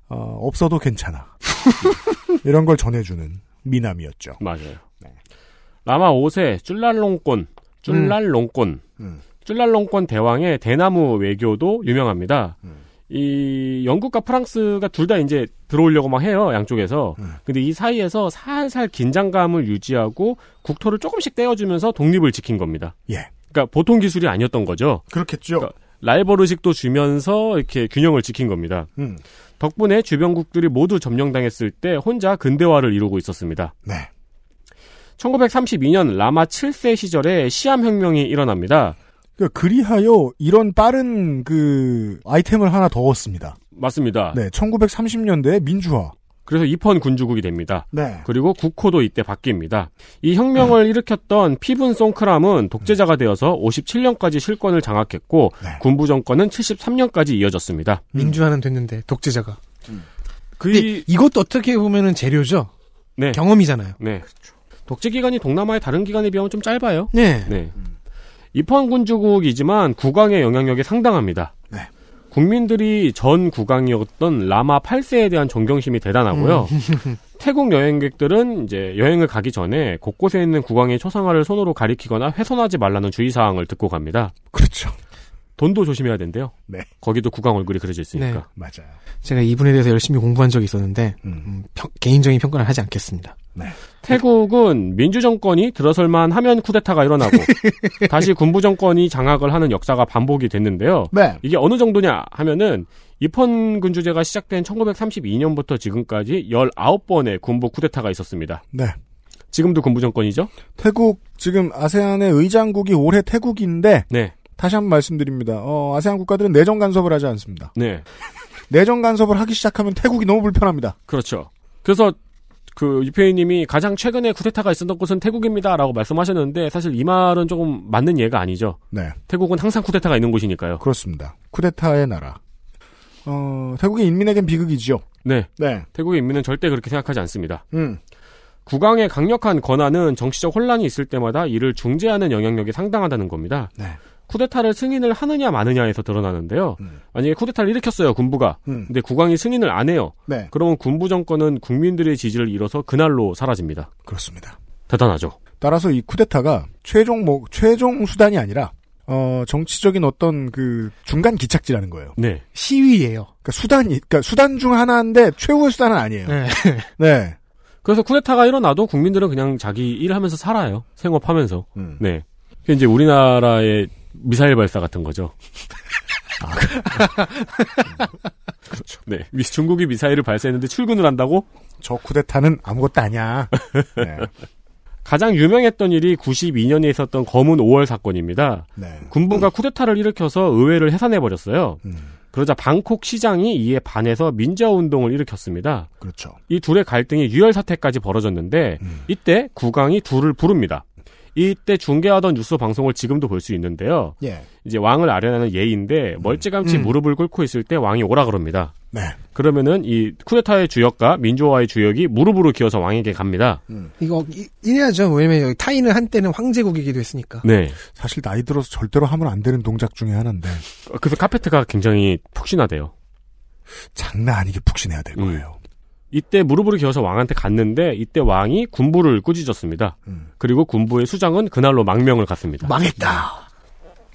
Speaker 4: 어, 없어도 괜찮아. <laughs> 이런 걸 전해주는 미남이었죠.
Speaker 2: 맞아요.
Speaker 4: 네.
Speaker 2: 라마 5세 쭐랄롱권 쭐랄롱권
Speaker 4: 음.
Speaker 2: 쭐랄롱권 대왕의 대나무 외교도 유명합니다.
Speaker 4: 음.
Speaker 2: 이 영국과 프랑스가 둘 다 이제 들어오려고 막 해요 양쪽에서.
Speaker 4: 음.
Speaker 2: 근데 이 사이에서 살살 긴장감을 유지하고 국토를 조금씩 떼어주면서 독립을 지킨 겁니다.
Speaker 4: 예,
Speaker 2: 그러니까 보통 기술이 아니었던 거죠.
Speaker 4: 그렇겠죠.
Speaker 2: 라이벌 의식도 주면서 이렇게 균형을 지킨 겁니다.
Speaker 4: 음,
Speaker 2: 덕분에 주변국들이 모두 점령당했을 때 혼자 근대화를 이루고 있었습니다.
Speaker 4: 네,
Speaker 2: 1932년 라마 7세 시절에 시암 혁명이 일어납니다.
Speaker 4: 그리하여 이런 빠른 그 아이템을 하나 더 얻습니다.
Speaker 2: 맞습니다.
Speaker 4: 네, 1930년대 민주화.
Speaker 2: 그래서 입헌 군주국이 됩니다.
Speaker 4: 네,
Speaker 2: 그리고 국호도 이때 바뀝니다. 이 혁명을 일으켰던 피분 송크람은 독재자가 되어서 57년까지 실권을 장악했고
Speaker 4: 네.
Speaker 2: 군부 정권은 73년까지 이어졌습니다.
Speaker 3: 민주화는 됐는데 독재자가. 근데
Speaker 2: 그이
Speaker 3: 이것도 어떻게 보면은 재료죠.
Speaker 2: 네.
Speaker 3: 경험이잖아요.
Speaker 2: 네.
Speaker 4: 그렇죠.
Speaker 2: 독재 기간이 동남아의 다른 기간에 비하면 좀 짧아요.
Speaker 3: 네.
Speaker 2: 네. 입헌군주국이지만 국왕의 영향력이 상당합니다.
Speaker 4: 네.
Speaker 2: 국민들이 전 국왕이었던 라마 8세에 대한 존경심이 대단하고요. 태국 여행객들은 이제 여행을 가기 전에 곳곳에 있는 국왕의 초상화를 손으로 가리키거나 훼손하지 말라는 주의사항을 듣고 갑니다.
Speaker 4: 그, 그렇죠.
Speaker 2: 돈도 조심해야 된대요.
Speaker 4: 네.
Speaker 2: 거기도 구강 얼굴이 그려져 있으니까.
Speaker 3: 네.
Speaker 4: 맞아요.
Speaker 3: 제가 이분에 대해서 열심히 공부한 적이 있었는데 음, 평- 개인적인 평가는 하지 않겠습니다.
Speaker 4: 네.
Speaker 2: 태국은 민주정권이 들어설만 하면 쿠데타가 일어나고 다시 군부정권이 장악을 하는 역사가 반복이 됐는데요.
Speaker 4: 네.
Speaker 2: 이게 어느 정도냐 하면은 입헌군주제가 시작된 1932년부터 지금까지 19번의 군부 쿠데타가 있었습니다.
Speaker 4: 네.
Speaker 2: 지금도 군부정권이죠?
Speaker 4: 태국 지금 아세안의 의장국이 올해 태국인데
Speaker 2: 네.
Speaker 4: 다시 한번 말씀드립니다. 어, 아세안 국가들은 내정 간섭을 하지 않습니다.
Speaker 2: 네.
Speaker 4: 내정 간섭을 하기 시작하면 태국이 너무 불편합니다.
Speaker 2: 그렇죠. 그래서 그 유표희님이 가장 최근에 쿠데타가 있었던 곳은 태국입니다라고 말씀하셨는데 사실 이 말은 조금 맞는 예가 아니죠.
Speaker 4: 네,
Speaker 2: 태국은 항상 쿠데타가 있는 곳이니까요.
Speaker 4: 그렇습니다. 쿠데타의 나라. 어, 태국의 인민에겐 비극이지요.
Speaker 2: 네.
Speaker 4: 네,
Speaker 2: 태국의 인민은 절대 그렇게 생각하지 않습니다.
Speaker 4: 음,
Speaker 2: 국왕의 강력한 권한은 정치적 혼란이 있을 때마다 이를 중재하는 영향력이 상당하다는 겁니다.
Speaker 4: 네.
Speaker 2: 쿠데타를 승인을 하느냐 마느냐에서 드러나는데요.
Speaker 4: 음.
Speaker 2: 만약에 쿠데타를 일으켰어요, 군부가.
Speaker 4: 음,
Speaker 2: 근데 국왕이 승인을 안 해요.
Speaker 4: 네,
Speaker 2: 그러면 군부 정권은 국민들의 지지를 잃어서 그날로 사라집니다.
Speaker 4: 그렇습니다.
Speaker 2: 대단하죠.
Speaker 4: 따라서 이 쿠데타가 최종 목 최종 수단이 아니라 어, 정치적인 어떤 그 중간 기착지라는 거예요.
Speaker 2: 네.
Speaker 3: 시위예요.
Speaker 4: 그러니까 수단이 그러니까 수단 중 하나인데 최후의 수단은 아니에요.
Speaker 3: 네.
Speaker 4: 네.
Speaker 2: 그래서 쿠데타가 일어나도 국민들은 그냥 자기 일하면서 살아요. 생업하면서.
Speaker 4: <laughs> 음.
Speaker 2: 네. 그게 이제 우리나라의 미사일 발사 같은 거죠. <laughs> 그렇죠. 네. 미- 중국이 미사일을 발사했는데 출근을 한다고?
Speaker 4: 저 쿠데타는 아무것도 아니야. 네.
Speaker 2: 가장 유명했던 일이 92년에 있었던 검은 5월 사건입니다.
Speaker 4: 네.
Speaker 2: 군부가 쿠데타를 일으켜서 의회를 해산해버렸어요.
Speaker 4: 음,
Speaker 2: 그러자 방콕 시장이 이에 반해서 민자운동을 일으켰습니다.
Speaker 4: 그렇죠.
Speaker 2: 이 둘의 갈등이 유혈 사태까지 벌어졌는데
Speaker 4: 음.
Speaker 2: 이때 국왕이 둘을 부릅니다. 이때 중계하던 뉴스 방송을 지금도 볼 수 있는데요.
Speaker 4: 예.
Speaker 2: 이제 왕을 아련하는 예의인데 멀찌감치
Speaker 3: 음.
Speaker 2: 무릎을 꿇고 있을 때 왕이 오라 그럽니다.
Speaker 4: 네.
Speaker 2: 그러면은 이 쿠데타의 주역과 민주화의 주역이 무릎으로 기어서 왕에게 갑니다.
Speaker 3: 이거 이- 이래야죠. 왜냐면 여기 타인은 한때는 황제국이기도 했으니까.
Speaker 2: 네.
Speaker 4: 사실 나이 들어서 절대로 하면 안 되는 동작 중에 하나인데
Speaker 2: 그래서 카페트가 굉장히 푹신하대요.
Speaker 4: 장난 아니게 푹신해야 될
Speaker 2: 음.
Speaker 4: 거예요.
Speaker 2: 이때 무릎으로 기어서 왕한테 갔는데 이때 왕이 군부를 꾸짖었습니다.
Speaker 4: 음.
Speaker 2: 그리고 군부의 수장은 그날로 망명을 갔습니다.
Speaker 3: 망했다.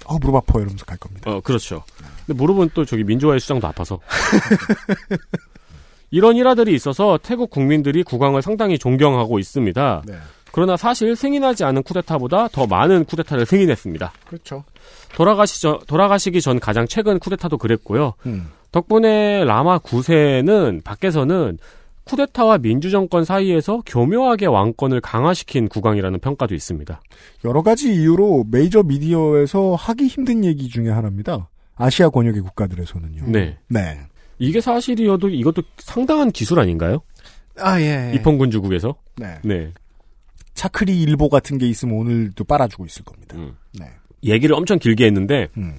Speaker 4: 어 무릎 아파 이러면서 갈 겁니다.
Speaker 2: 어, 그렇죠. 근데 무릎은 또 저기 민주화의 수장도 아파서. <laughs> 이런 일화들이 있어서 태국 국민들이 국왕을 상당히 존경하고 있습니다.
Speaker 4: 네.
Speaker 2: 그러나 사실 승인하지 않은 쿠데타보다 더 많은 쿠데타를 승인했습니다.
Speaker 4: 그렇죠.
Speaker 2: 돌아가시죠, 돌아가시기 전 가장 최근 쿠데타도 그랬고요.
Speaker 4: 음.
Speaker 2: 덕분에 라마 9세는 밖에서는 쿠데타와 민주정권 사이에서 교묘하게 왕권을 강화시킨 국왕이라는 평가도 있습니다.
Speaker 4: 여러 가지 이유로 메이저 미디어에서 하기 힘든 얘기 중에 하나입니다. 아시아 권역의 국가들에서는요.
Speaker 2: 네.
Speaker 4: 네.
Speaker 2: 이게 사실이어도 이것도 상당한 기술 아닌가요?
Speaker 3: 아 예.
Speaker 2: 입헌군주국에서?
Speaker 4: 네.
Speaker 2: 네.
Speaker 4: 차크리 일보 같은 게 있으면 오늘도 빨아주고 있을 겁니다.
Speaker 2: 음.
Speaker 4: 네.
Speaker 2: 얘기를 엄청 길게 했는데
Speaker 4: 음.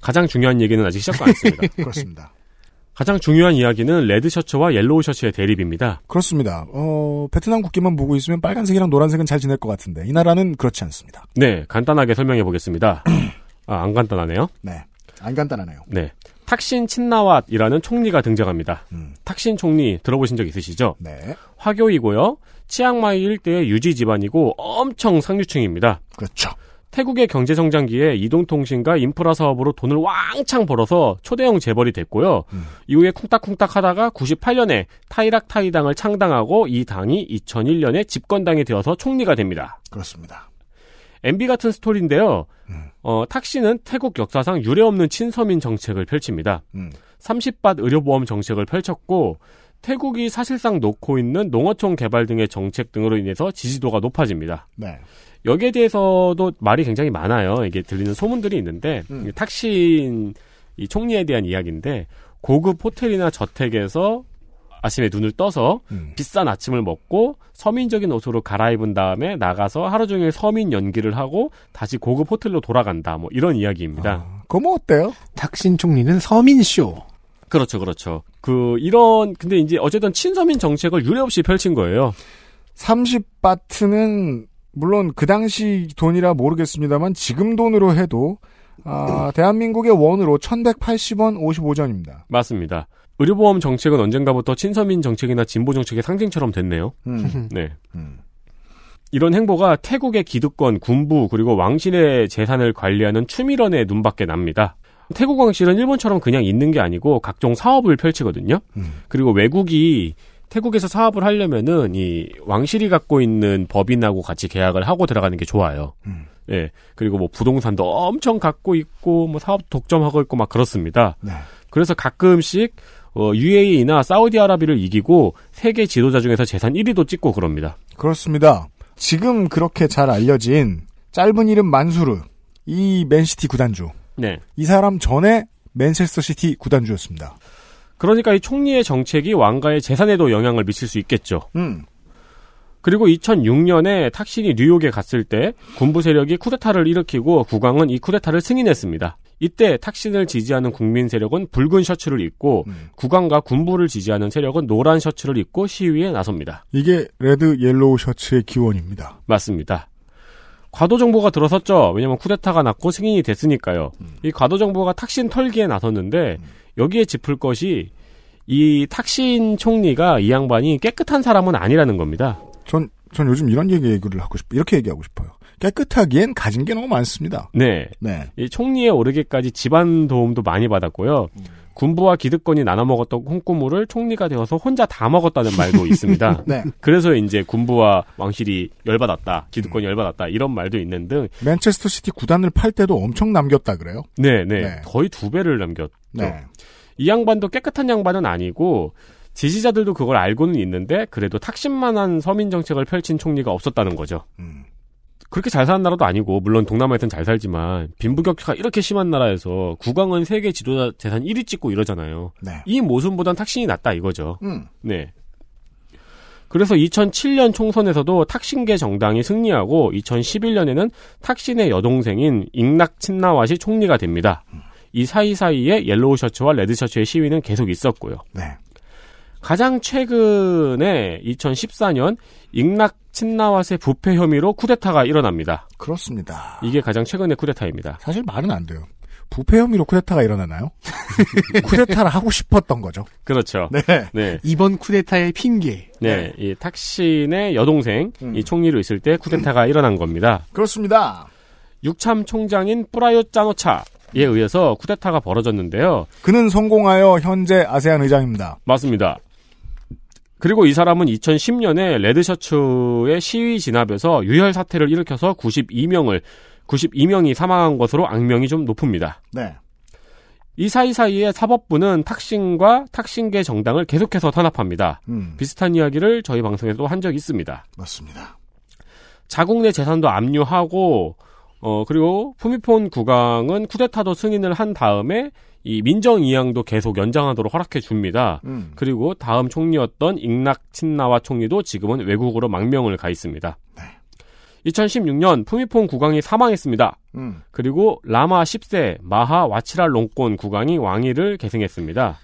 Speaker 2: 가장 중요한 얘기는 아직 시작도 안
Speaker 4: <laughs>
Speaker 2: 했습니다.
Speaker 4: 그렇습니다.
Speaker 2: 가장 중요한 이야기는 레드 셔츠와 옐로우 셔츠의 대립입니다.
Speaker 4: 그렇습니다. 어, 베트남 국기만 보고 있으면 빨간색이랑 노란색은 잘 지낼 것 같은데 이 나라는 그렇지 않습니다.
Speaker 2: 네, 간단하게 설명해
Speaker 4: <clears throat>
Speaker 2: 보겠습니다. 아, 안 간단하네요.
Speaker 4: 네. 안 간단하네요.
Speaker 2: 네. 탁신 친나왓이라는 총리가 등장합니다.
Speaker 4: 음.
Speaker 2: 탁신 총리 들어보신 적 있으시죠?
Speaker 4: 네.
Speaker 2: 화교이고요. 치앙마이 일대의 유지 집안이고 엄청 상류층입니다.
Speaker 4: 그렇죠.
Speaker 2: 태국의 경제 성장기에 이동통신과 인프라 사업으로 돈을 왕창 벌어서 초대형 재벌이 됐고요. 이후에 쿵딱쿵딱 하다가 98년에 타이락 타이당을 창당하고 이 당이 2001년에 집권당이 되어서 총리가 됩니다.
Speaker 4: 그렇습니다.
Speaker 2: MB 같은 스토리인데요. 어, 탁시는 태국 역사상 유례없는 친서민 정책을 펼칩니다.
Speaker 4: 음.
Speaker 2: 30밭 의료보험 정책을 펼쳤고 태국이 사실상 놓고 있는 농어촌 개발 등의 정책 등으로 인해서 지지도가 높아집니다.
Speaker 4: 네.
Speaker 2: 여기에 대해서도 말이 굉장히 많아요. 이게 들리는 소문들이 있는데
Speaker 4: 음.
Speaker 2: 이게 탁신 이 총리에 대한 이야기인데 고급 호텔이나 저택에서 아침에 눈을 떠서
Speaker 4: 음.
Speaker 2: 비싼 아침을 먹고 서민적인 옷으로 갈아입은 다음에 나가서 하루 종일 서민 연기를 하고 다시 고급 호텔로 돌아간다. 뭐 이런 이야기입니다.
Speaker 4: 아, 그거 뭐 어때요?
Speaker 3: 탁신 총리는 서민 쇼.
Speaker 2: 그렇죠, 그렇죠. 그 이런 근데 이제 어쨌든 친서민 정책을 유례없이 펼친 거예요.
Speaker 4: 30바트는 물론 그 당시 돈이라 모르겠습니다만 지금 돈으로 해도 <clears throat> 아, 대한민국의 원으로 1180원 55전입니다.
Speaker 2: 맞습니다. 의료보험 정책은 언젠가부터 친서민 정책이나 진보 정책의 상징처럼 됐네요.
Speaker 4: 음.
Speaker 2: 네.
Speaker 4: 음.
Speaker 2: 이런 행보가 태국의 기득권, 군부, 그리고 왕실의 재산을 관리하는 추밀원의 눈밖에 납니다. 태국왕실은 일본처럼 그냥 있는 게 아니고 각종 사업을 펼치거든요.
Speaker 4: 음.
Speaker 2: 그리고 외국이 태국에서 사업을 하려면은 이 왕실이 갖고 있는 법인하고 같이 계약을 하고 들어가는 게 좋아요.
Speaker 4: 음.
Speaker 2: 예. 그리고 뭐 부동산도 엄청 갖고 있고 뭐 사업 독점하고 있고 막 그렇습니다.
Speaker 4: 네.
Speaker 2: 그래서 가끔씩 어, UAE나 사우디아라비를 이기고 세계 지도자 중에서 재산 1위도 찍고 그럽니다.
Speaker 4: 그렇습니다. 지금 그렇게 잘 알려진 짧은 이름 만수르 이 맨시티 구단주
Speaker 2: 네.
Speaker 4: 이 사람 전에 맨체스터 시티 구단주였습니다.
Speaker 2: 그러니까 이 총리의 정책이 왕가의 재산에도 영향을 미칠 수 있겠죠.
Speaker 4: 음.
Speaker 2: 그리고 2006년에 탁신이 뉴욕에 갔을 때 군부 세력이 쿠데타를 일으키고 국왕은 이 쿠데타를 승인했습니다. 이때 탁신을 지지하는 국민 세력은 붉은 셔츠를 입고 국왕과 군부를 지지하는 세력은 노란 셔츠를 입고 시위에 나섭니다.
Speaker 4: 이게 레드 옐로우 셔츠의 기원입니다.
Speaker 2: 맞습니다. 과도 정부가 들어섰죠. 왜냐면 쿠데타가 났고 승인이 됐으니까요. 이 과도 정부가 탁신 털기에 나섰는데 여기에 짚을 것이 이 탁신 총리가 이 양반이 깨끗한 사람은 아니라는 겁니다.
Speaker 4: 전, 전 요즘 이런 얘기 얘기를 하고 싶어요. 이렇게 얘기하고 싶어요. 깨끗하기엔 가진 게 너무 많습니다.
Speaker 2: 네.
Speaker 4: 네.
Speaker 2: 이 총리에 오르기까지 집안 도움도 많이 받았고요. 군부와 기득권이 나눠 먹었던 콩고물을 총리가 되어서 혼자 다 먹었다는 말도
Speaker 4: <laughs>
Speaker 2: 있습니다.
Speaker 4: 네.
Speaker 2: 그래서 이제 군부와 왕실이 열받았다, 기득권이 열받았다 이런 말도 있는 등,
Speaker 4: 맨체스터 시티 구단을 팔 때도 엄청 남겼다 그래요.
Speaker 2: 네, 네,
Speaker 4: 네.
Speaker 2: 거의 두 배를 남겼죠.
Speaker 4: 네.
Speaker 2: 이 양반도 깨끗한 양반은 아니고 지지자들도 그걸 알고는 있는데 그래도 탁신만한 서민 정책을 펼친 총리가 없었다는 거죠.
Speaker 4: 음.
Speaker 2: 그렇게 잘 사는 나라도 아니고 물론 동남아에선 잘 살지만 빈부격차가 이렇게 심한 나라에서 국왕은 세계 지도자 재산 1위 찍고 이러잖아요.
Speaker 4: 네.
Speaker 2: 이 모순보단 탁신이 낫다 이거죠.
Speaker 4: 음.
Speaker 2: 네. 그래서 2007년 총선에서도 탁신계 정당이 승리하고 2011년에는 탁신의 여동생인 잉낙 친나와시 총리가 됩니다. 이 사이사이에 옐로우 셔츠와 레드 셔츠의 시위는 계속 있었고요.
Speaker 4: 네.
Speaker 2: 가장 최근에 2014년 잉낙 친나왓의 부패 혐의로 쿠데타가 일어납니다.
Speaker 4: 그렇습니다.
Speaker 2: 이게 가장 최근의 쿠데타입니다.
Speaker 4: 사실 말은 안 돼요. 부패 혐의로 쿠데타가 일어나나요? <laughs> 쿠데타를 하고 싶었던 거죠.
Speaker 2: 그렇죠.
Speaker 4: 네.
Speaker 2: 네.
Speaker 3: 이번 쿠데타의 핑계.
Speaker 2: 네, 이 탁신의 여동생, 이 총리로 있을 때 쿠데타가 일어난 겁니다.
Speaker 4: 그렇습니다.
Speaker 2: 육참 총장인 뿌라요 짜노차에 의해서 쿠데타가 벌어졌는데요.
Speaker 4: 그는 성공하여 현재 아세안 의장입니다.
Speaker 2: 맞습니다. 그리고 이 사람은 2010년에 레드셔츠의 시위 진압에서 유혈 사태를 일으켜서 92명을 92명이 사망한 것으로 악명이 좀 높습니다.
Speaker 4: 네.
Speaker 2: 이 사이사이에 사법부는 탁신과 탁신계 정당을 계속해서 탄압합니다.
Speaker 4: 음.
Speaker 2: 비슷한 이야기를 저희 방송에도 한 적이 있습니다.
Speaker 4: 맞습니다.
Speaker 2: 자국 내 재산도 압류하고 어 그리고 푸미폰 국왕은 쿠데타도 승인을 한 다음에 이 민정 이양도 계속 연장하도록 허락해 줍니다.
Speaker 4: 음.
Speaker 2: 그리고 다음 총리였던 잉락 친나와 총리도 지금은 외국으로 망명을 가 있습니다. 2016년 푸미폰 국왕이 사망했습니다.
Speaker 4: 음.
Speaker 2: 그리고 라마 10세 마하 와치라 롱꼰 국왕이 왕위를 계승했습니다.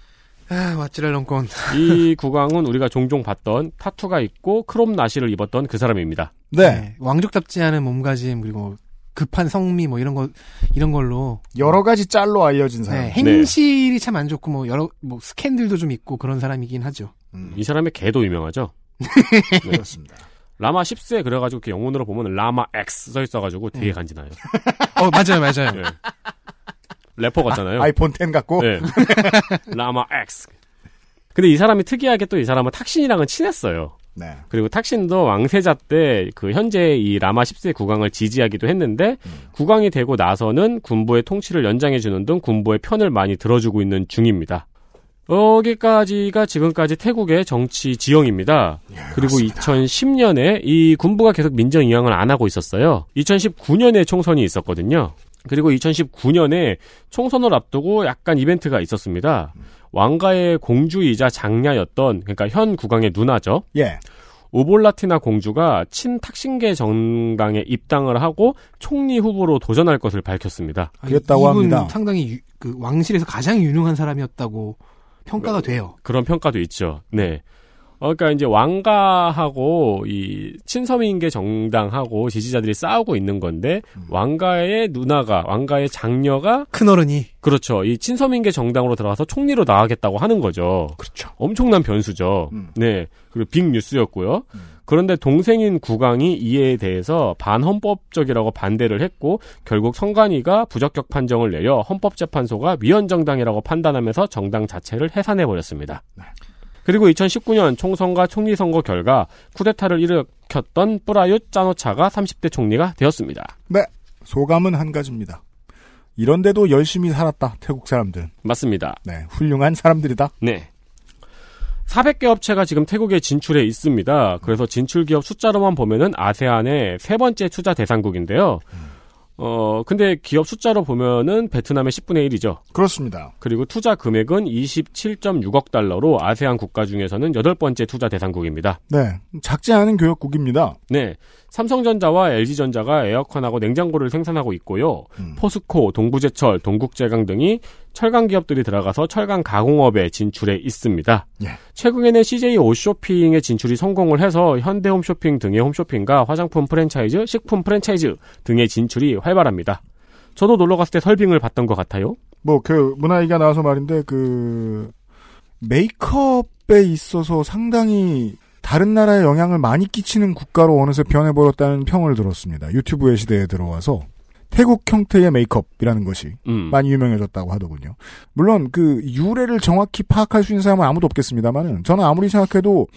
Speaker 3: 아, 왓지랄 런건.
Speaker 2: 이 국왕은 우리가 종종 봤던 타투가 있고 크롬 나시를 입었던 그 사람입니다.
Speaker 4: 네.
Speaker 3: 왕족답지 않은 몸가짐, 그리고 급한 성미, 뭐 이런 거, 이런 걸로.
Speaker 4: 여러 가지 짤로 알려진 사람.
Speaker 3: 네, 행실이 참 안 좋고, 뭐 여러, 뭐 스캔들도 좀 있고 그런 사람이긴 하죠.
Speaker 4: 음.
Speaker 2: 이 사람의 개도 유명하죠.
Speaker 4: 네. 그렇습니다.
Speaker 2: 라마 10세 그래가지고 이렇게 영문으로 보면 라마 X 써 있어가지고 되게 간지나요.
Speaker 3: 어, 맞아요, 맞아요.
Speaker 2: 네. 래퍼 같잖아요.
Speaker 4: <laughs> 아이폰 10 갖고.
Speaker 2: 네. <laughs> 라마 X. 근데 이 사람이 특이하게 또 이 사람은 탁신이랑은 친했어요.
Speaker 4: 네.
Speaker 2: 그리고 탁신도 왕세자 때 그 현재 이 라마 10세 국왕을 지지하기도 했는데 국왕이 되고 나서는 군부의 통치를 연장해주는 등 군부의 편을 많이 들어주고 있는 중입니다. 여기까지가 지금까지 태국의 정치 지형입니다. 그리고 2010년에 이 군부가 계속 민정 이양을 안 하고 있었어요. 2019년에 총선이 있었거든요. 그리고 2019년에 총선을 앞두고 약간 이벤트가 있었습니다. 왕가의 공주이자 장녀였던 그러니까 현 국왕의 누나죠.
Speaker 4: 예.
Speaker 2: 오볼라티나 공주가 친탁신계 정당에 입당을 하고 총리 후보로 도전할 것을 밝혔습니다.
Speaker 3: 아,
Speaker 4: 그랬다고
Speaker 3: 이분
Speaker 4: 합니다.
Speaker 3: 상당히 유- 그 왕실에서 가장 유능한 사람이었다고 평가가 돼요.
Speaker 2: 그런 평가도 있죠. 네. 어, 그러니까 이제 왕가하고 이 친서민계 정당하고 지지자들이 싸우고 있는 건데 왕가의 누나가 왕가의 장녀가
Speaker 3: 큰어른이
Speaker 2: 그렇죠. 이 친서민계 정당으로 들어가서 총리로 나가겠다고 하는 거죠.
Speaker 4: 그렇죠.
Speaker 2: 엄청난 변수죠.
Speaker 4: 음.
Speaker 2: 네. 그리고 빅 뉴스였고요. 그런데 동생인 구강이 이에 대해서 반헌법적이라고 반대를 했고 결국 성관이가 부적격 판정을 내려 헌법재판소가 위헌정당이라고 판단하면서 정당 자체를 해산해 버렸습니다.
Speaker 4: 네.
Speaker 2: 그리고 2019년 총선과 총리 선거 결과 쿠데타를 일으켰던 뿌라유 짜노차가 30대 총리가 되었습니다.
Speaker 4: 네. 소감은 한 가지입니다. 이런데도 열심히 살았다 태국 사람들은
Speaker 2: 맞습니다.
Speaker 4: 네 훌륭한 사람들이다.
Speaker 2: 네. 400개 업체가 지금 태국에 진출해 있습니다. 그래서 진출 기업 숫자로만 보면은 아세안의 세 번째 투자 대상국인데요. 어, 근데 기업 숫자로 보면은 베트남의 10분의 1이죠.
Speaker 4: 그렇습니다.
Speaker 2: 그리고 투자 금액은 27.6억 달러로 아세안 국가 중에서는 여덟 번째 투자 대상국입니다.
Speaker 4: 네 작지 않은 교역국입니다.
Speaker 2: 네. 삼성전자와 LG전자가 에어컨하고 냉장고를 생산하고 있고요.
Speaker 4: 음.
Speaker 2: 포스코, 동부제철, 동국제강 등이 철강 기업들이 들어가서 철강 가공업에 진출해 있습니다.
Speaker 4: 예.
Speaker 2: 최근에는 CJ 옷쇼핑의 진출이 성공을 해서 현대홈쇼핑 등의 홈쇼핑과 화장품 프랜차이즈, 식품 프랜차이즈 등의 진출이 활발합니다. 저도 놀러 갔을 때 설빙을 봤던 것 같아요.
Speaker 4: 뭐 그 문화 얘기가 나와서 말인데 그 메이크업에 있어서 상당히 다른 나라에 영향을 많이 끼치는 국가로 어느새 변해버렸다는 평을 들었습니다. 유튜브의 시대에 들어와서 태국 형태의 메이크업이라는 것이
Speaker 2: 음.
Speaker 4: 많이 유명해졌다고 하더군요. 물론 그 유래를 정확히 파악할 수 있는 사람은 아무도 없겠습니다만은 저는 아무리 생각해도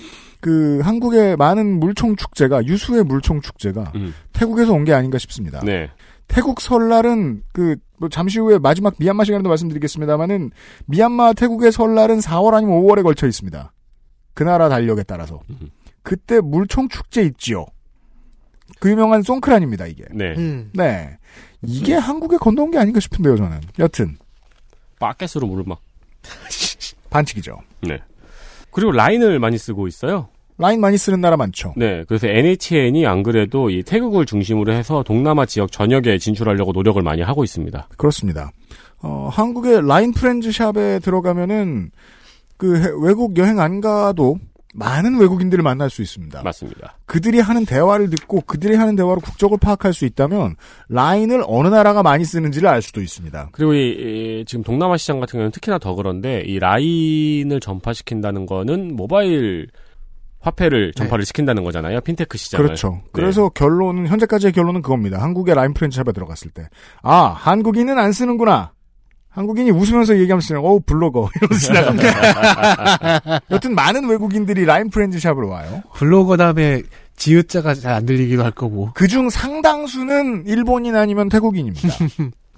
Speaker 4: 그 한국의 많은 물총 축제가 유수의 물총 축제가
Speaker 2: 음.
Speaker 4: 태국에서 온 게 아닌가 싶습니다.
Speaker 2: 네.
Speaker 4: 태국 설날은 그 뭐 잠시 후에 마지막 미얀마 시간에도 말씀드리겠습니다만은 미얀마 태국의 설날은 4월 아니면 5월에 걸쳐 있습니다. 그 나라 달력에 따라서
Speaker 2: 음.
Speaker 4: 그때 물총 축제 있지요. 그 유명한 송크란입니다 이게.
Speaker 2: 네.
Speaker 3: 음.
Speaker 4: 네. 이게 한국에 건너온 게 아닌가 싶은데요, 저는. 여튼,
Speaker 2: 바켓으로 물을 막.
Speaker 4: 반칙이죠.
Speaker 2: 네. 그리고 라인을 많이 쓰고 있어요.
Speaker 4: 라인 많이 쓰는 나라 많죠.
Speaker 2: 네, 그래서 NHN이 안 그래도 이 태국을 중심으로 해서 동남아 지역 전역에 진출하려고 노력을 많이 하고 있습니다.
Speaker 4: 그렇습니다. 어, 한국의 라인 프렌즈 샵에 들어가면은, 그, 해- 외국 여행 안 가도 많은 외국인들을 만날 수 있습니다.
Speaker 2: 맞습니다.
Speaker 4: 그들이 하는 대화를 듣고 그들이 하는 대화로 국적을 파악할 수 있다면, 라인을 어느 나라가 많이 쓰는지를 알 수도 있습니다.
Speaker 2: 그리고 이, 이 지금 동남아 시장 같은 경우는 특히나 더 그런데 이 라인을 전파시킨다는 거는 모바일 화폐를 전파를 시킨다는 거잖아요. 핀테크 시장을.
Speaker 4: 네.
Speaker 2: 네.
Speaker 4: 그렇죠. 그래서 결론은, 현재까지의 결론은 그겁니다. 한국의 라인 프렌즈 샵에 들어갔을 때. 아, 한국인은 안 쓰는구나. 한국인이 웃으면서 얘기하면 쓰는, 어우, 블로거. <laughs> 이러면서 지나갑니다.
Speaker 2: <laughs>
Speaker 4: 여튼 많은 외국인들이 라인 프렌즈 샵으로 와요.
Speaker 3: 블로거 다음에 지읒자가 잘 안 들리기도 할 거고.
Speaker 4: 그중 상당수는 일본인 아니면 <laughs> 태국인입니다.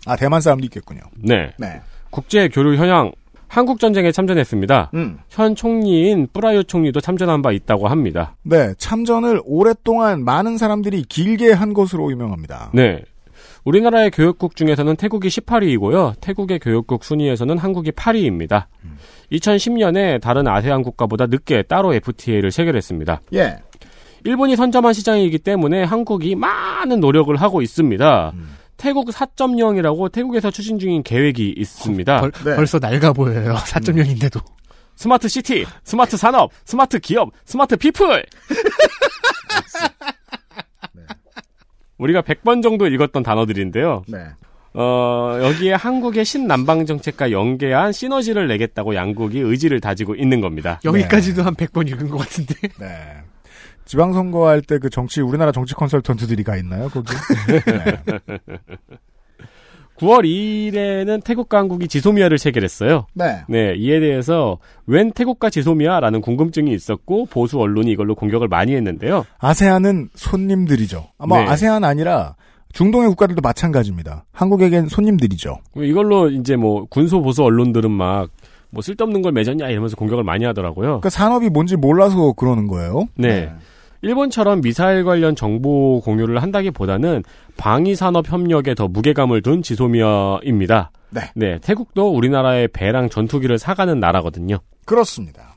Speaker 4: 아, 대만 사람도 있겠군요.
Speaker 2: 네.
Speaker 4: 네.
Speaker 2: 국제 교류 현황 한국 전쟁에 참전했습니다.
Speaker 4: 음.
Speaker 2: 현 총리인 뿌라요 총리도 참전한 바 있다고 합니다.
Speaker 4: 네, 참전을 오랫동안 많은 사람들이 길게 한 것으로 유명합니다.
Speaker 2: 네. 우리나라의 교육국 중에서는 태국이 18위이고요. 태국의 교육국 순위에서는 한국이 8위입니다. 2010년에 다른 아세안 국가보다 늦게 따로 FTA를 체결했습니다.
Speaker 4: 예.
Speaker 2: 일본이 선점한 시장이기 때문에 한국이 많은 노력을 하고 있습니다. 태국 4.0이라고 태국에서 추진 중인 계획이 있습니다.
Speaker 3: 벌,
Speaker 4: 네.
Speaker 3: 벌써 낡아
Speaker 2: 음.
Speaker 3: 보여요. 4.0인데도.
Speaker 2: 네. 스마트 시티, 스마트 산업, 스마트 기업, 스마트 피플. 우리가 100번 정도 읽었던 단어들인데요.
Speaker 4: 네.
Speaker 2: 어, 여기에 한국의 신남방 정책과 연계한 시너지를 내겠다고 양국이 의지를 다지고 있는 겁니다.
Speaker 3: 여기까지도 한 100번 읽은 것 같은데. <laughs>
Speaker 4: 네. 지방선거 할 때 그 정치, 우리나라 정치 컨설턴트들이 가 있나요, <laughs> 거기? 네.
Speaker 2: 9월 2일에는 태국과 한국이 지소미아를 체결했어요.
Speaker 4: 네.
Speaker 2: 네, 이에 대해서 웬 태국과 지소미아라는 궁금증이 있었고 보수 언론이 이걸로 공격을 많이 했는데요.
Speaker 4: 아세안은 손님들이죠. 아마
Speaker 2: 네.
Speaker 4: 아세안 아니라 중동의 국가들도 마찬가지입니다. 한국에겐 손님들이죠.
Speaker 2: 이걸로 이제 뭐 군소 보수 언론들은 막 뭐 쓸데없는 걸 맺었냐 이러면서 공격을 많이 하더라고요.
Speaker 4: 그러니까 산업이 뭔지 몰라서 그러는 거예요.
Speaker 2: 네. 일본처럼 미사일 관련 정보 공유를 한다기보다는 방위 산업 협력에 더 무게감을 둔 지소미아입니다.
Speaker 4: 네.
Speaker 2: 태국도 우리나라의 배랑 전투기를 사가는 나라거든요.
Speaker 4: 그렇습니다.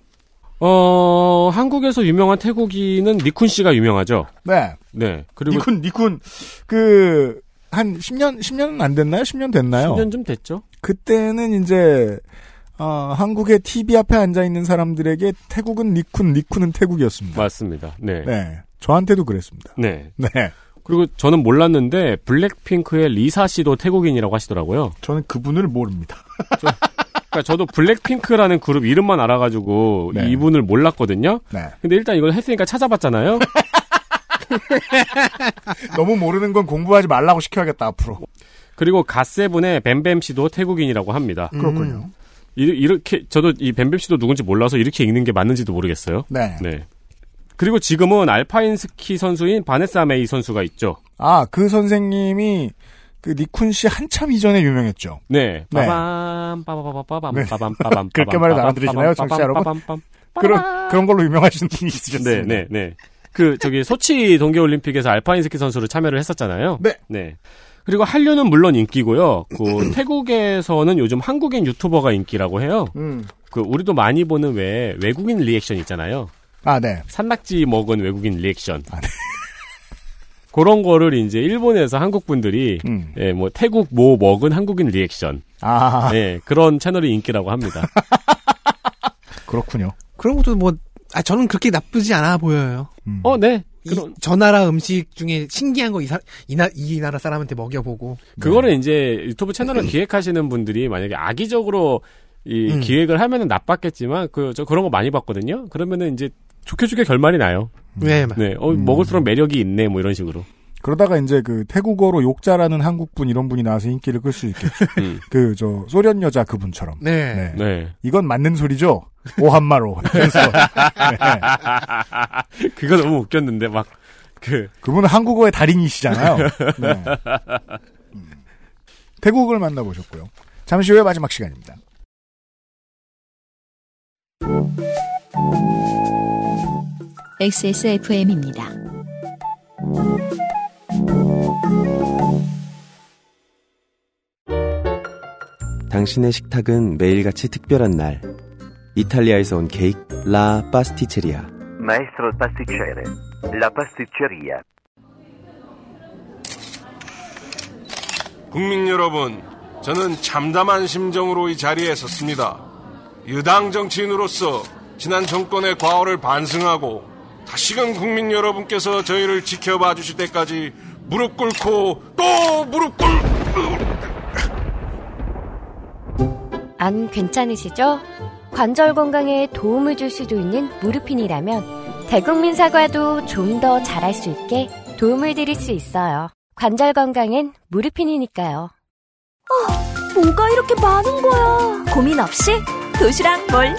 Speaker 2: 어, 한국에서 유명한 태국인은 니쿤 씨가 유명하죠.
Speaker 4: 네.
Speaker 2: 네. 그리고
Speaker 4: 니쿤, 니쿤, 그, 한 10년, 10년은 안 됐나요? 10년 됐나요?
Speaker 2: 10년쯤 됐죠.
Speaker 4: 그때는 이제, 아, 한국의 TV 앞에 앉아 있는 사람들에게 태국은 니쿤, 니쿤은 태국이었습니다.
Speaker 2: 맞습니다. 네.
Speaker 4: 네. 저한테도 그랬습니다.
Speaker 2: 네.
Speaker 4: 네.
Speaker 2: 그리고 저는 몰랐는데 블랙핑크의 리사 씨도 태국인이라고 하시더라고요.
Speaker 4: 저는 그분을 모릅니다.
Speaker 2: 그러니까 저도 블랙핑크라는 그룹 이름만 알아가지고
Speaker 4: 네.
Speaker 2: 이분을 몰랐거든요.
Speaker 4: 네.
Speaker 2: 근데 일단 이걸 했으니까 찾아봤잖아요. <laughs>
Speaker 4: 너무 모르는 건 공부하지 말라고 시켜야겠다, 앞으로.
Speaker 2: 그리고 갓세븐의 뱀뱀 씨도 태국인이라고 합니다.
Speaker 4: 그렇군요.
Speaker 2: 이- 이렇게 저도 이 뱀뱀 씨도 누군지 몰라서 이렇게 읽는 게 맞는지도 모르겠어요.
Speaker 4: 네.
Speaker 2: 네. 그리고 지금은 알파인 스키 선수인 바네사 메이 선수가 있죠.
Speaker 4: 아, 그 선생님이 그 니쿤 씨 한참 이전에 유명했죠.
Speaker 2: 네.
Speaker 4: 네.
Speaker 2: 빠밤 빠바바바밤
Speaker 4: 네.
Speaker 2: 빠밤 빠밤
Speaker 4: <laughs> 그렇게
Speaker 2: 빠밤,
Speaker 4: 말해도
Speaker 2: 빠밤,
Speaker 4: 알아들으시나요,
Speaker 2: 빠밤,
Speaker 4: 청취자
Speaker 2: 빠밤,
Speaker 4: 여러분?
Speaker 2: 빠밤, 빠밤.
Speaker 4: 그런, 그런 걸로 유명하신 분이
Speaker 2: 네,
Speaker 4: 있으셨습니다.
Speaker 2: 네, 네. 그 저기 소치 동계 올림픽에서 알파인 스키 선수로 참여를 했었잖아요.
Speaker 4: 네.
Speaker 2: 그리고 한류는 물론 인기고요.
Speaker 4: <clears throat>
Speaker 2: 그 태국에서는 요즘 한국인 유튜버가 인기라고 해요.
Speaker 4: 음.
Speaker 2: 그 우리도 많이 보는 왜 외국인 리액션 있잖아요.
Speaker 4: 아, 네.
Speaker 2: 산낙지 먹은 외국인 리액션.
Speaker 4: 아, <laughs>
Speaker 2: 그런 거를 이제 일본에서 한국 분들이
Speaker 4: 음.
Speaker 2: 예, 뭐 태국 뭐 먹은 한국인 리액션.
Speaker 4: 아,
Speaker 2: 예, 그런 채널이 인기라고
Speaker 4: <laughs>
Speaker 2: 합니다.
Speaker 4: 그렇군요.
Speaker 3: 그런 것도 뭐, 아, 저는 그렇게 나쁘지 않아 보여요.
Speaker 4: 음.
Speaker 2: 어, 네.
Speaker 3: 이,
Speaker 2: 그런
Speaker 3: 저 나라 음식 중에 신기한 거 이, 사, 이, 나, 이 나라 사람한테 먹여보고.
Speaker 2: 그거를 이제 유튜브 채널을 기획하시는 분들이 만약에 악의적으로 이
Speaker 3: 음.
Speaker 2: 기획을 하면은 나빴겠지만 그 저 그런 거 많이 봤거든요. 그러면은 이제 좋게 좋게 결말이 나요.
Speaker 3: 네, 막
Speaker 2: 네, 어, 먹을수록 매력이 있네 뭐 이런 식으로.
Speaker 4: 그러다가 이제 그 태국어로 욕자라는 한국분 이런 분이 나와서 인기를 끌 수 있겠죠.
Speaker 2: 음.
Speaker 4: 그, 저, 소련 여자 그분처럼.
Speaker 3: 네.
Speaker 4: 네.
Speaker 2: 네, <laughs>
Speaker 4: 이건 맞는 소리죠? 오한마로. 그래서. 네.
Speaker 2: 그거 너무 웃겼는데 막 그
Speaker 4: 그분은 한국어의 달인이시잖아요. 네. 음. 태국을 만나보셨고요. 잠시 후에 마지막 시간입니다.
Speaker 1: XSFM입니다.
Speaker 7: 당신의 식탁은 매일같이 특별한 날. 이탈리아에서 온 케이크 라 파스티체리아.
Speaker 6: Maestro pasticcere. La pasticceria.
Speaker 11: 국민 여러분, 저는 참담한 심정으로 이 자리에 섰습니다. 유당 정치인으로서 지난 정권의 과오를 반성하고 다시금 국민 여러분께서 저희를 지켜봐 주실 때까지 무릎 꿇고 또 무릎 꿇고
Speaker 10: 안 괜찮으시죠? 관절 건강에 도움을 줄 수도 있는 무르핀이라면 대국민 사과도 좀 더 잘할 수 있게 도움을 드릴 수 있어요. 관절 건강엔 무르핀이니까요.
Speaker 9: 뭐가 이렇게 많은 거야? 고민 없이 도시락 뭘?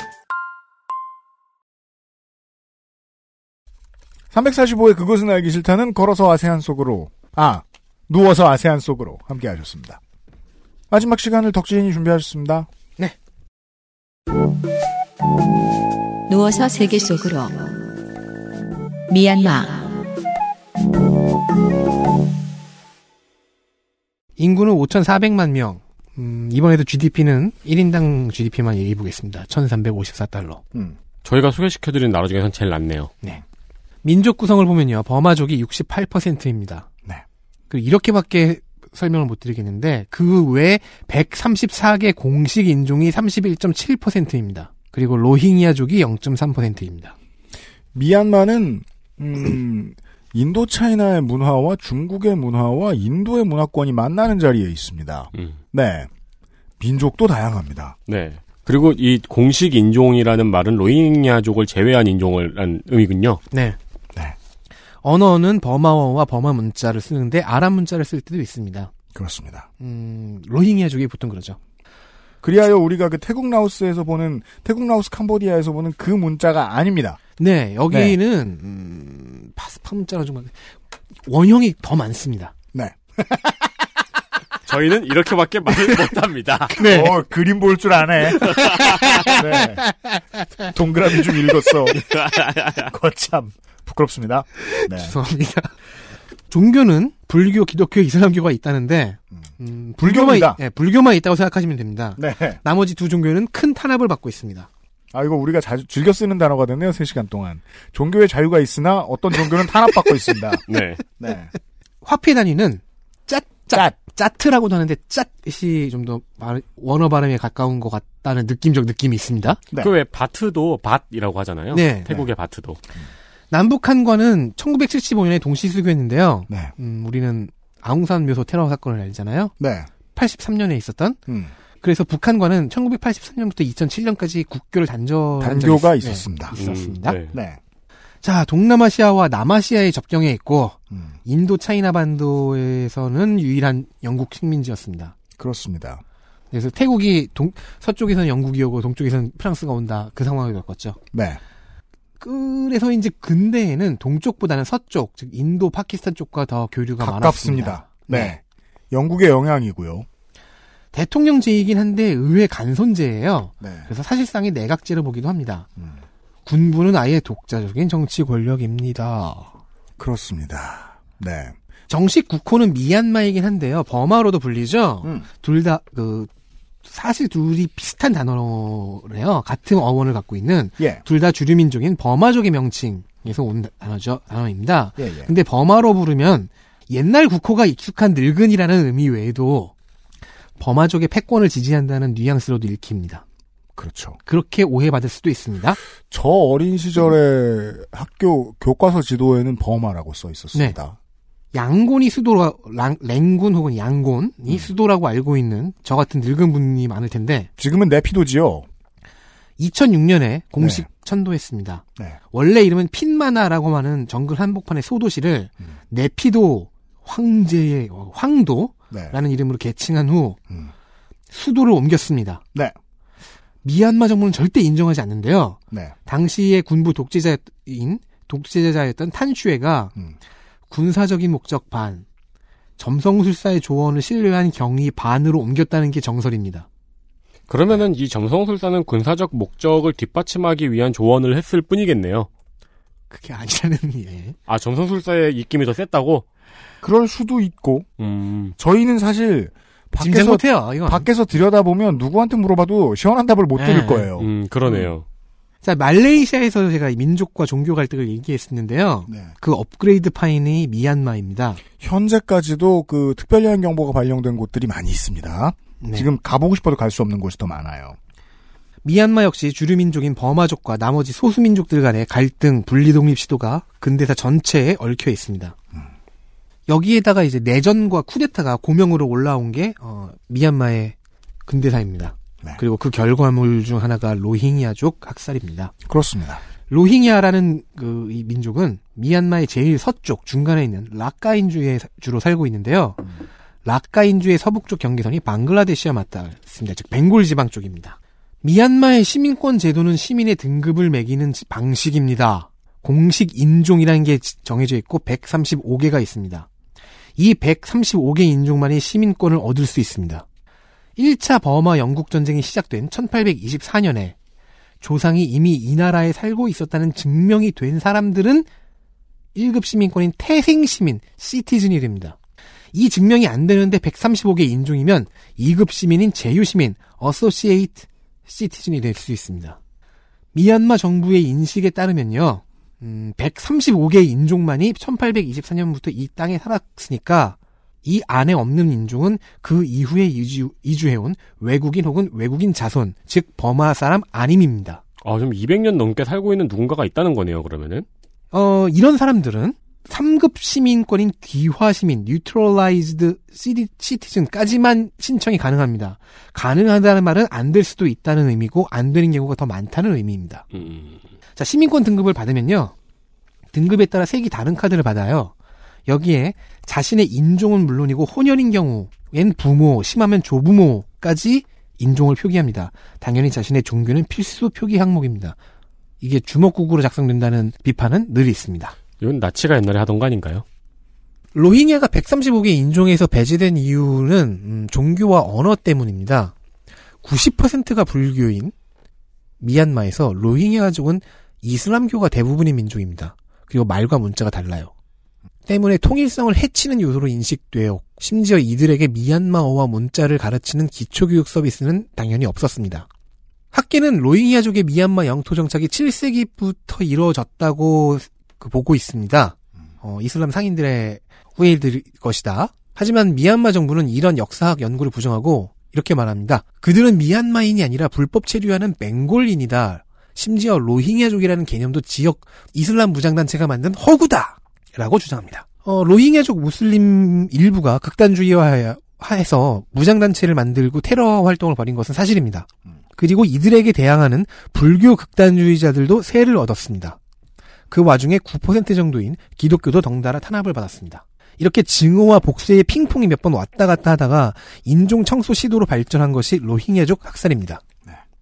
Speaker 4: 345의 그것은 알기 싫다는 걸어서 아세안 속으로, 아, 누워서 아세안 속으로 함께 하셨습니다. 마지막 시간을 덕진이 준비하셨습니다.
Speaker 1: 누워서 세계 속으로. 미얀마.
Speaker 3: 인구는 5,400만 명. 음, 이번에도 GDP는 1인당 GDP만 얘기해 보겠습니다. 1,354달러.
Speaker 4: 음.
Speaker 2: 저희가 소개시켜드린 나라 중에선 제일 낫네요.
Speaker 3: 민족 구성을 보면요. 버마족이 68%입니다.
Speaker 4: 네.
Speaker 3: 그 이렇게밖에 설명을 못 드리겠는데 그 외에 134개 공식 인종이 31.7%입니다. 그리고 로힝야족이 0.3%입니다.
Speaker 4: 미얀마는, 음, <clears throat> 인도 차이나의 문화와 중국의 문화와 인도의 문화권이 만나는 자리에 있습니다.
Speaker 2: 음.
Speaker 4: 네. 민족도 다양합니다.
Speaker 2: 네. 그리고 이 공식 인종이라는 말은 로힝야족을 제외한 인종을 한 의미군요.
Speaker 3: 네.
Speaker 4: 네.
Speaker 3: 언어는 버마어와 버마 문자를 쓰는데 아랍 문자를 쓸 때도 있습니다.
Speaker 4: 그렇습니다.
Speaker 3: 음, 로힝야족이 보통 그러죠.
Speaker 4: 그리하여 우리가 그 태국 라오스에서 보는 태국 라오스 캄보디아에서 보는 그 문자가 아닙니다.
Speaker 3: 네, 여기는 음, 파스파 문자랑 좀 원형이 더 많습니다.
Speaker 4: 네.
Speaker 2: 저희는 이렇게밖에 말을 못합니다.
Speaker 4: 어, 그림 볼 줄 아네. 네. 동그라미 좀 읽었어. <laughs> 거참 부끄럽습니다. 네.
Speaker 3: 죄송합니다. <laughs> 종교는 불교, 기독교, 이슬람교가 있다는데 음, 불교만
Speaker 4: 불교입니다.
Speaker 3: 있- 네, 불교만 있다고 생각하시면 됩니다.
Speaker 4: 네.
Speaker 3: 나머지 두 종교는 큰 탄압을 받고 있습니다.
Speaker 4: 아 이거 우리가 자주 즐겨 쓰는 단어가 됐네요. 3시간 동안. 종교의 자유가 있으나 <laughs> 어떤 종교는 탄압받고 있습니다.
Speaker 2: 네.
Speaker 4: 네.
Speaker 3: 화폐 단위는 짜짜
Speaker 4: 짠.
Speaker 3: 짜트라고도 하는데 짠이 좀 더 원어 발음에 가까운 것 같다는 느낌적 느낌이 있습니다.
Speaker 2: 그 왜 바트도 밭이라고 하잖아요.
Speaker 3: 네.
Speaker 2: 태국의 바트도. 음,
Speaker 3: 남북한과는 1975년에 동시 수교했는데요.
Speaker 4: 네.
Speaker 3: 음, 우리는 아웅산 묘소 테러 사건을 알잖아요. 83년에 있었던.
Speaker 4: 네. 음.
Speaker 3: 그래서 북한과는 1983년부터 2007년까지 국교를 단절한 적이
Speaker 4: 단교가
Speaker 3: 있- 네,
Speaker 4: 있었습니다.
Speaker 3: 있었습니다.
Speaker 4: 음, 네. 네.
Speaker 3: 자, 동남아시아와 남아시아의 접경에 있고
Speaker 4: 음.
Speaker 3: 인도 차이나 반도에서는 유일한 영국 식민지였습니다.
Speaker 4: 그렇습니다.
Speaker 3: 그래서 태국이 동, 서쪽에서는 영국이 오고 동쪽에서는 프랑스가 온다 그 상황이 됐었죠.
Speaker 4: 네.
Speaker 3: 그래서 이제 근대에는 동쪽보다는 서쪽, 즉 인도, 파키스탄 쪽과 더 교류가
Speaker 4: 가깝습니다.
Speaker 3: 많았습니다.
Speaker 4: 네. 영국의 영향이고요.
Speaker 3: 대통령제이긴 한데 의회 간선제예요.
Speaker 4: 네. 음.
Speaker 3: 그래서 사실상의 내각제로 보기도 합니다. 군부는 아예 독자적인 정치 권력입니다.
Speaker 4: 그렇습니다. 네.
Speaker 3: 정식 국호는 미얀마이긴 한데요. 버마로도 불리죠.
Speaker 4: 음.
Speaker 3: 둘 다 그 사실 둘이 비슷한 단어래요. 같은 어원을 갖고 있는
Speaker 4: 예.
Speaker 3: 둘 다 주류 민족인 버마족의 명칭에서 온 단어죠. 단어입니다.
Speaker 4: 예, 예.
Speaker 3: 근데 버마로 부르면 옛날 국호가 익숙한 늙은이라는 의미 외에도 버마족의 패권을 지지한다는 뉘앙스로도 읽힙니다.
Speaker 4: 그렇죠.
Speaker 3: 그렇게 오해받을 수도 있습니다.
Speaker 4: 저 어린 시절에 학교 교과서 지도에는 버마라고 써 있었습니다.
Speaker 3: 양곤이 수도라 랑- 랭군 혹은 양곤이 수도라고 알고 있는 저 같은 늙은 분이 많을 텐데
Speaker 4: 지금은 내피도지요.
Speaker 3: 2006년에 공식
Speaker 4: 네.
Speaker 3: 천도했습니다.
Speaker 4: 네.
Speaker 3: 원래 이름은 핀마나라고 하는 정글 한복판의 소도시를 네피도 황제의 어,
Speaker 4: 네.
Speaker 3: 황도라는 이름으로 개칭한 후 수도를 옮겼습니다.
Speaker 4: 음. 네.
Speaker 3: 미얀마 정부는 절대 인정하지 않는데요.
Speaker 4: 네.
Speaker 3: 당시의 군부 독재자인 독재자였던 탄슈에가
Speaker 4: 음.
Speaker 3: 군사적인 목적 반, 점성술사의 조언을 신뢰한 경위 반으로 옮겼다는 게 정설입니다.
Speaker 2: 그러면은 이 점성술사는 군사적 목적을 뒷받침하기 위한 조언을 했을 뿐이겠네요.
Speaker 3: 그게 아니라는 예.
Speaker 2: 아 점성술사의 입김이 더 셌다고?
Speaker 4: 그럴 수도 있고.
Speaker 2: 음.
Speaker 4: 저희는 사실
Speaker 3: 짐작
Speaker 4: 밖에서
Speaker 3: 못해요. 이건.
Speaker 4: 밖에서 들여다보면 누구한테 물어봐도 시원한 답을 못 들을
Speaker 3: 어. 네.
Speaker 4: 거예요.
Speaker 2: 음 그러네요.
Speaker 3: 자, 말레이시아에서 제가 민족과 종교 갈등을 얘기했었는데요.
Speaker 4: 네.
Speaker 3: 그 업그레이드 파인이 미얀마입니다.
Speaker 4: 현재까지도 그 특별여행 경보가 발령된 곳들이 많이 있습니다. 지금 가보고 싶어도 갈 수 없는 곳이 더 많아요.
Speaker 3: 미얀마 역시 주류민족인 버마족과 나머지 소수민족들 간의 갈등, 분리독립 시도가 근대사 전체에 얽혀 있습니다. 여기에다가 이제 내전과 쿠데타가 고명으로 올라온 게 어, 미얀마의 근대사입니다. 그리고 그 결과물 중 하나가 로힝야족 학살입니다.
Speaker 4: 그렇습니다.
Speaker 3: 로힝야라는 그 이 민족은 미얀마의 제일 서쪽 중간에 있는 라카인주에 사- 주로 살고 있는데요. 라카인주의 서북쪽 경계선이 방글라데시와 맞닿아 있습니다. 즉 벵골 지방 쪽입니다. 미얀마의 시민권 제도는 시민의 등급을 매기는 지- 방식입니다. 공식 인종이라는 게 지- 정해져 있고 135개가 있습니다. 이 135개 인종만이 시민권을 얻을 수 있습니다. 1차 버마 영국 전쟁이 시작된 1824년에 조상이 이미 이 나라에 살고 있었다는 증명이 된 사람들은 1급 시민권인 태생 시민, 시티즌이 됩니다. 이 증명이 안 되는데 135개 인종이면 2급 시민인 제휴 시민, 어소시에이트 시티즌이 될 수 있습니다. 미얀마 정부의 인식에 따르면요. 135개의 인종만이 1824년부터 이 땅에 살았으니까 이 안에 없는 인종은 그 이후에 이주, 이주해온 외국인 혹은 외국인 자손, 즉 버마 사람 아님입니다.
Speaker 2: 아 좀 200년 넘게 살고 있는 누군가가 있다는 거네요. 그러면은
Speaker 3: 어, 이런 사람들은 3급 시민권인 귀화 시민, 뉴트럴라이즈드 시티즌까지만 신청이 가능합니다. 가능하다는 말은 안 될 수도 있다는 의미고 안 되는 경우가 더 많다는 의미입니다.
Speaker 2: 음,
Speaker 3: 자, 시민권 등급을 받으면요. 등급에 따라 색이 다른 카드를 받아요. 여기에 자신의 인종은 물론이고 혼혈인 경우엔 부모, 심하면 조부모까지 인종을 표기합니다. 당연히 자신의 종교는 필수 표기 항목입니다. 이게 주먹국으로 작성된다는 비판은 늘 있습니다.
Speaker 2: 이건 나치가 옛날에 하던 거 아닌가요?
Speaker 3: 로힝야가 135개 인종에서 배제된 이유는 음, 종교와 언어 때문입니다. 90%가 불교인 미얀마에서 로힝야족은 이슬람교가 대부분의 민족입니다. 그리고 말과 문자가 달라요. 때문에 통일성을 해치는 요소로 인식되어 심지어 이들에게 미얀마어와 문자를 가르치는 기초교육 서비스는 당연히 없었습니다. 학계는 로힝야족의 미얀마 영토 정착이 7세기부터 이루어졌다고 그 보고 있습니다. 어, 이슬람 상인들의 후예들 것이다. 하지만 미얀마 정부는 이런 역사학 연구를 부정하고 이렇게 말합니다. 그들은 미얀마인이 아니라 불법 체류하는 맹골인이다. 심지어 로힝야족이라는 개념도 지역 이슬람 무장단체가 만든 허구다! 라고 주장합니다. 어, 로힝야족 무슬림 일부가 극단주의화해서 무장단체를 만들고 테러 활동을 벌인 것은 사실입니다. 그리고 이들에게 대항하는 불교 극단주의자들도 세를 얻었습니다. 그 와중에 9% 정도인 기독교도 덩달아 탄압을 받았습니다. 이렇게 증오와 복수의 핑퐁이 몇 번 왔다 갔다 하다가 인종 청소 시도로 발전한 것이 로힝야족 학살입니다.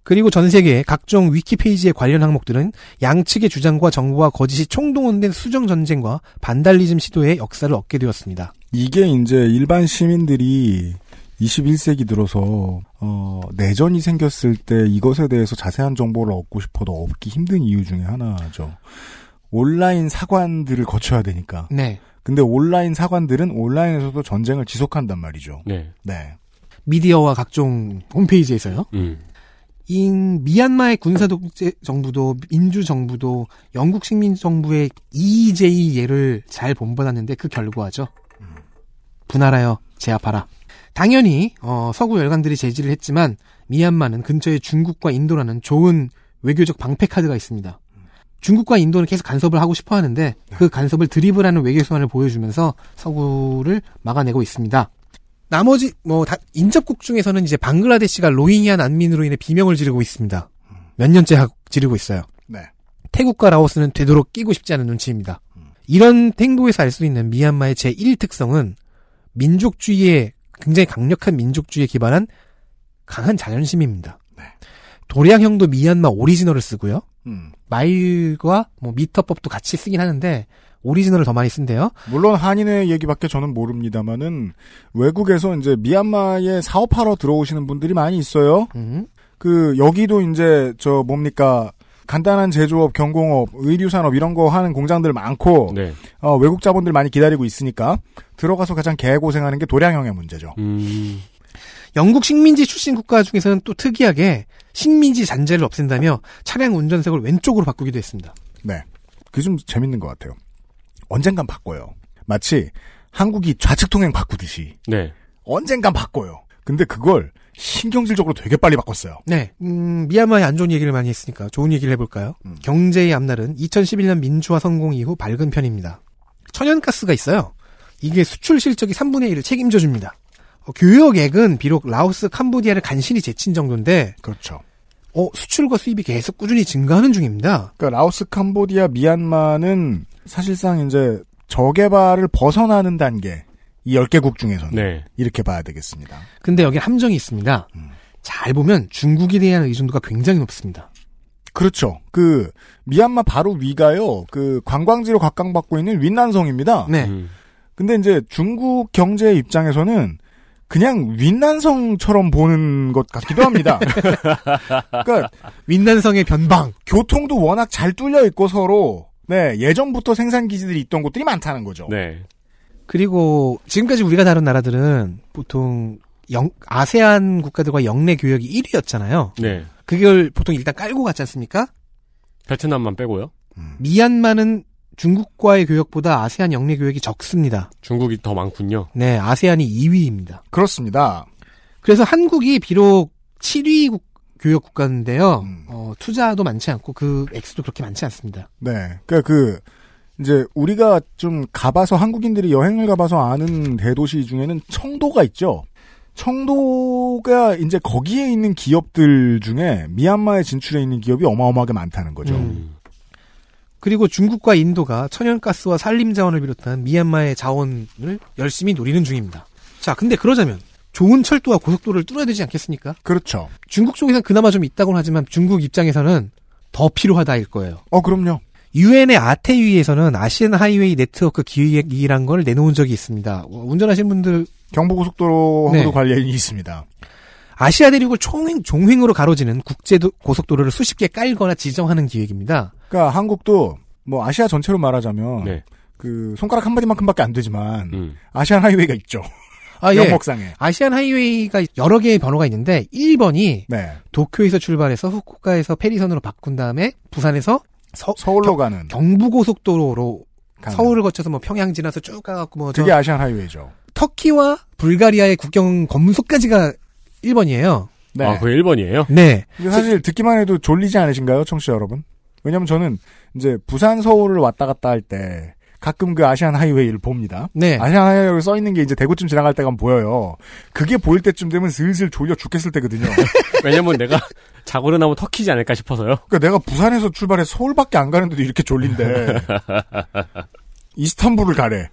Speaker 3: 그리고 전 세계의 각종 위키페이지에 관련 항목들은 양측의 주장과 정부와 거짓이 총동원된 수정 전쟁과 반달리즘 시도의 역사를 얻게 되었습니다.
Speaker 4: 이게 이제 일반 시민들이 21세기 들어서 어, 내전이 생겼을 때 이것에 대해서 자세한 정보를 얻고 싶어도 얻기 힘든 이유 중에 하나죠. 온라인 사관들을 거쳐야 되니까.
Speaker 3: 네.
Speaker 4: 근데 온라인 사관들은 온라인에서도 전쟁을 지속한단 말이죠.
Speaker 2: 네.
Speaker 4: 네.
Speaker 3: 미디어와 각종 홈페이지에서요.
Speaker 2: 음,
Speaker 3: 인 미얀마의 군사 독재 정부도 민주 정부도 영국 식민 정부의 EJ 예를 잘 본받았는데 그 결과죠. 분할하여 제압하라. 당연히 어, 서구 열강들이 제지를 했지만 미얀마는 근처에 중국과 인도라는 좋은 외교적 방패 카드가 있습니다. 중국과 인도는 계속 간섭을 하고 싶어 하는데 그 간섭을 드리블하는 외교 수완을 보여주면서 서구를 막아내고 있습니다. 나머지 뭐 다- 인접국 중에서는 이제 방글라데시가 로힝야 난민으로 인해 비명을 지르고 있습니다. 몇 년째 하- 지르고 있어요.
Speaker 4: 네.
Speaker 3: 태국과 라오스는 되도록 끼고 싶지 않은 눈치입니다. 이런 행보에서 알 수 있는 미얀마의 제1 특성은 민족주의에 굉장히 강력한 민족주의에 기반한 강한 자존심입니다. 도량형도 미얀마 오리지널을 쓰고요.
Speaker 4: 음.
Speaker 3: 마일과 뭐 미터법도 같이 쓰긴 하는데 오리지널을 더 많이 쓴대요.
Speaker 4: 물론 한인의 얘기밖에 저는 모릅니다만은 외국에서 이제 미얀마에 사업하러 들어오시는 분들이 많이 있어요. 그 여기도 이제 저 뭡니까 간단한 제조업, 경공업, 의류산업 이런 거 하는 공장들 많고
Speaker 2: 네.
Speaker 4: 어, 외국 자본들 많이 기다리고 있으니까 들어가서 가장 개고생하는 게 도량형의 문제죠.
Speaker 2: 음,
Speaker 3: 영국 식민지 출신 국가 중에서는 또 특이하게 식민지 잔재를 없앤다며 차량 운전석을 왼쪽으로 바꾸기도 했습니다.
Speaker 4: 네. 그게 좀 재밌는 것 같아요. 언젠간 바꿔요. 마치 한국이 좌측 통행 바꾸듯이
Speaker 2: 네.
Speaker 4: 언젠간 바꿔요. 근데 그걸 신경질적으로 되게 빨리 바꿨어요.
Speaker 3: 네, 음, 미얀마의 안 좋은 얘기를 많이 했으니까 좋은 얘기를 해볼까요? 경제의 앞날은 2011년 민주화 성공 이후 밝은 편입니다. 천연가스가 있어요. 이게 수출 실적이 3분의 1을 책임져 줍니다. 어, 교역액은 비록 라오스, 캄보디아를 간신히 제친 정도인데,
Speaker 4: 그렇죠.
Speaker 3: 어, 수출과 수입이 계속 꾸준히 증가하는 중입니다.
Speaker 4: 그러니까 라오스, 캄보디아, 미얀마는 사실상 이제 저개발을 벗어나는 단계 이
Speaker 2: 네.
Speaker 4: 10개국 중에서는 이렇게 봐야 되겠습니다.
Speaker 3: 근데 여기 함정이 있습니다. 잘 보면 중국에 대한 의존도가 굉장히 높습니다.
Speaker 4: 그렇죠. 그 미얀마 바로 위가요. 그 관광지로 각광받고 있는 윈난성입니다.
Speaker 2: 그
Speaker 3: 네.
Speaker 2: 음,
Speaker 4: 근데 이제 중국 경제의 입장에서는 그냥 윈난성처럼 보는 것 같기도 합니다. 그러니까
Speaker 3: 윈난성의 변방.
Speaker 4: 교통도 워낙 잘 뚫려 있고 서로 네, 예전부터 생산 기지들이 있던 곳들이 많다는 거죠.
Speaker 2: 네.
Speaker 3: 그리고 지금까지 우리가 다룬 나라들은 보통 영- 아세안 국가들과 영내 교역이 1위였잖아요.
Speaker 2: 네.
Speaker 3: 그걸 보통 일단 깔고 갔지 않습니까?
Speaker 2: 베트남만 빼고요.
Speaker 3: 미얀마는 중국과의 교역보다 아세안 영내 교역이 적습니다.
Speaker 2: 중국이 더 많군요.
Speaker 3: 네, 아세안이 2위입니다.
Speaker 4: 그렇습니다.
Speaker 3: 그래서 한국이 비록 7위 국- 교역 국가인데요. 어, 투자도 많지 않고 그 액수도 그렇게 많지 않습니다.
Speaker 4: 네. 그러니까 그 이제 우리가 좀 가봐서 한국인들이 여행을 가봐서 아는 대도시 중에는 청도가 있죠. 청도가 이제 거기에 있는 기업들 중에 미얀마에 진출해 있는 기업이 어마어마하게 많다는 거죠.
Speaker 3: 음. 그리고 중국과 인도가 천연가스와 산림자원을 비롯한 미얀마의 자원을 열심히 노리는 중입니다. 자, 근데 그러자면 좋은 철도와 고속도로를 뚫어야 되지 않겠습니까?
Speaker 4: 그렇죠.
Speaker 3: 중국 쪽에선 그나마 좀 있다고는 하지만 중국 입장에서는 더 필요하다일 거예요.
Speaker 4: 어, 그럼요.
Speaker 3: 유엔의 아태위에서는 아시안 하이웨이 네트워크 기획이란 걸 내놓은 적이 있습니다. 어, 운전하시는 분들
Speaker 4: 경부고속도로하고도
Speaker 3: 네.
Speaker 4: 관련이 있습니다.
Speaker 3: 아시아 대륙을 총행, 종횡으로 가로지는 국제 도- 고속도로를 수십 개 깔거나 지정하는 기획입니다.
Speaker 4: 그러니까 한국도 뭐 아시아 전체로
Speaker 3: 어.
Speaker 4: 말하자면
Speaker 3: 네.
Speaker 2: 네.
Speaker 4: 그 손가락 한 마디만큼밖에 안 되지만
Speaker 3: 음.
Speaker 2: 음.
Speaker 4: 아시안 하이웨이가 있죠.
Speaker 3: 아, 예.
Speaker 4: 영목상에.
Speaker 3: 아시안 하이웨이가 여러 개의 번호가 있는데 1번이
Speaker 4: 네.
Speaker 3: 도쿄에서 출발해서 후쿠오카에서 페리선으로 바꾼 다음에 부산에서 서,
Speaker 4: 울로 가는
Speaker 3: 경부고속도로로
Speaker 4: 가는. 아-
Speaker 3: 서울을 거쳐서 뭐 평양 지나서 쭉 가갖고 뭐 저
Speaker 4: 그게 아시안 하이웨이죠.
Speaker 3: 터키와 불가리아의 국경 검소까지가 1번이에요.
Speaker 4: 네.
Speaker 2: 아, 그게 1번이에요?
Speaker 3: 네.
Speaker 4: 근데 사실 듣기만 해도 졸리지 않으신가요, 청취자 여러분? 왜냐면 저는 이제 부산 서울을 왔다 갔다 할 때 가끔 그 아시안 하이웨이를 봅니다.
Speaker 3: 네.
Speaker 4: 아시안 하이웨이 써 있는 게 이제 대구쯤 지나갈 때가 보여요. 그게 보일 때쯤 되면 슬슬 졸려 죽겠을 <laughs> 때거든요.
Speaker 2: 왜냐면 내가 <laughs> 자고 일어나면 터키지 않을까 싶어서요.
Speaker 4: 그러니까 내가 부산에서 출발해 서울밖에 안 가는데도 이렇게 졸린데 <laughs> 이스탄불을 가래.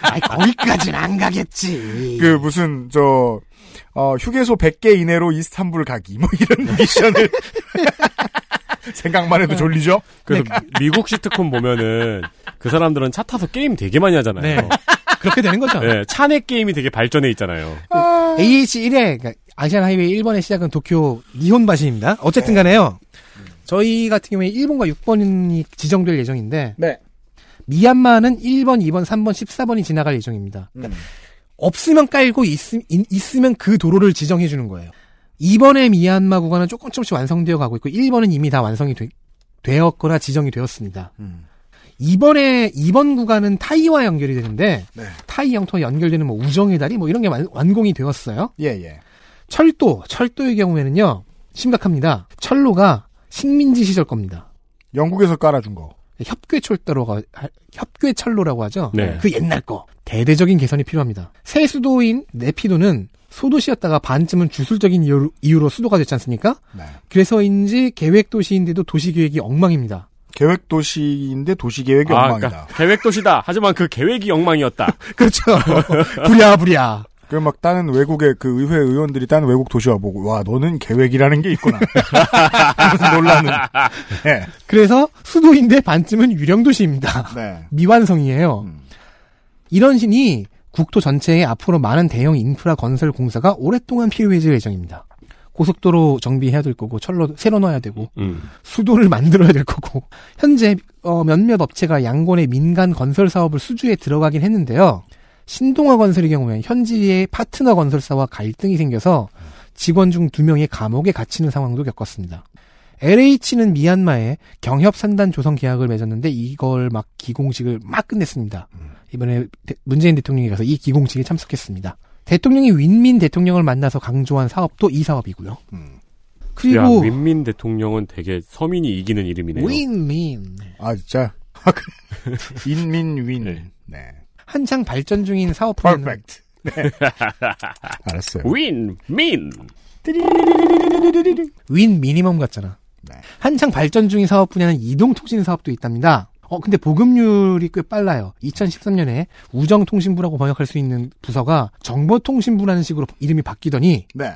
Speaker 3: 아이, 거기까진 안 가겠지.
Speaker 4: 그 무슨 저 어, 휴게소 100개 이내로 이스탄불 가기 뭐 이런 <laughs> 미션을 생각만 해도 졸리죠.
Speaker 2: 그래서 미국 시트콤 보면은 그 사람들은 차 타서 게임 되게 많이 하잖아요.
Speaker 3: 네. 그렇게 되는 거죠.
Speaker 2: 네, 차내 게임이 되게 발전해 있잖아요.
Speaker 3: AH1의 그러니까 아시안 하이웨이 1번의 시작은 도쿄 니혼바시입니다. 어쨌든
Speaker 4: 네.
Speaker 3: 간에요.
Speaker 4: 음.
Speaker 3: 저희 같은 경우에 1번과 6번이 지정될 예정인데
Speaker 4: 네.
Speaker 3: 미얀마는 1번, 2번, 3번, 14번이 지나갈 예정입니다.
Speaker 4: 음.
Speaker 3: 그러니까 없으면 깔고 있, 으면그 도로를 지정해 주는 거예요. 2번의 미얀마 구간은 조금 조금씩 완성되어 가고 있고 1번은 이미 다 완성이 되, 되었거나 지정이 되었습니다.
Speaker 4: 음.
Speaker 3: 2번의 2번 구간은 타이와 연결이 되는데
Speaker 4: 네.
Speaker 3: 타이 영토와 연결되는 뭐 우정의 다리 뭐 이런 게 완, 완공이 되었어요.
Speaker 4: 예, 예.
Speaker 3: 철도, 철도의 경우에는요, 심각합니다. 철로가 식민지 시절 겁니다.
Speaker 4: 영국에서 깔아준 거.
Speaker 3: 협궤 철도라고, 하- 협궤 철로라고 하죠?
Speaker 4: 네.
Speaker 3: 그 옛날 거. 대대적인 개선이 필요합니다. 새 수도인 네피도는 소도시였다가 반쯤은 주술적인 이유로, 이유로 수도가 됐지 않습니까?
Speaker 4: 네.
Speaker 3: 그래서인지 계획도시인데도 도시계획이 엉망입니다. <laughs>
Speaker 4: 계획 도시인데 도시 계획이
Speaker 2: 아,
Speaker 4: 엉망이다.
Speaker 2: 그러니까 계획 도시다. 하지만 그 계획이 엉망이었다.
Speaker 3: 그렇죠. <laughs> 부랴부랴.
Speaker 4: 그 막 다른 외국의 그 의회 의원들이 다른 외국 도시와 보고 와 너는 계획이라는 게 있구나. <laughs> 하면서 놀라는. 예.
Speaker 3: 그래서 수도인데 반쯤은 유령도시입니다.
Speaker 4: 네.
Speaker 3: 미완성이에요. 이런 신이 국토 전체에 앞으로 많은 대형 인프라 건설 공사가 오랫동안 필요해질 예정입니다. 고속도로 정비해야 될 거고 철로 새로 넣어야 되고
Speaker 2: 음.
Speaker 3: 수도를 <laughs> 만들어야 될 거고 현재 어, 몇몇 업체가 양곤의 민간 건설 사업을 수주에 들어가긴 했는데요. 신동아 건설의 경우에 현지의 파트너 건설사와 갈등이 생겨서 직원 중 두 명이 감옥에 갇히는 상황도 겪었습니다. LH는 미얀마에 경협 산단 조성 계약을 맺었는데 이걸 막 기공식을 막 끝냈습니다. 이번에 대- 문재인 대통령이 가서 이 기공식에 참석했습니다. 대통령이 윈민 대통령을 만나서 강조한 사업도 이 사업이고요.
Speaker 2: 음. 야,
Speaker 3: 그리고
Speaker 2: 윈민 대통령은 되게 서민이 이기는 이름이네요.
Speaker 3: 윈민
Speaker 4: 아 진짜. <laughs> 인민 윈. 네.
Speaker 3: 한창 발전 중인 사업 분야는
Speaker 4: 퍼펙트. 네. 알았어요.
Speaker 2: 윈민.
Speaker 3: 윈 미니멈 같잖아.
Speaker 4: 네.
Speaker 3: 한창 발전 중인 사업 분야는 이동통신 사업도 있답니다. 어, 근데 보급률이 꽤 빨라요. 2013년에 우정통신부라고 번역할 수 있는 부서가 정보통신부라는 식으로 이름이 바뀌더니
Speaker 4: 네.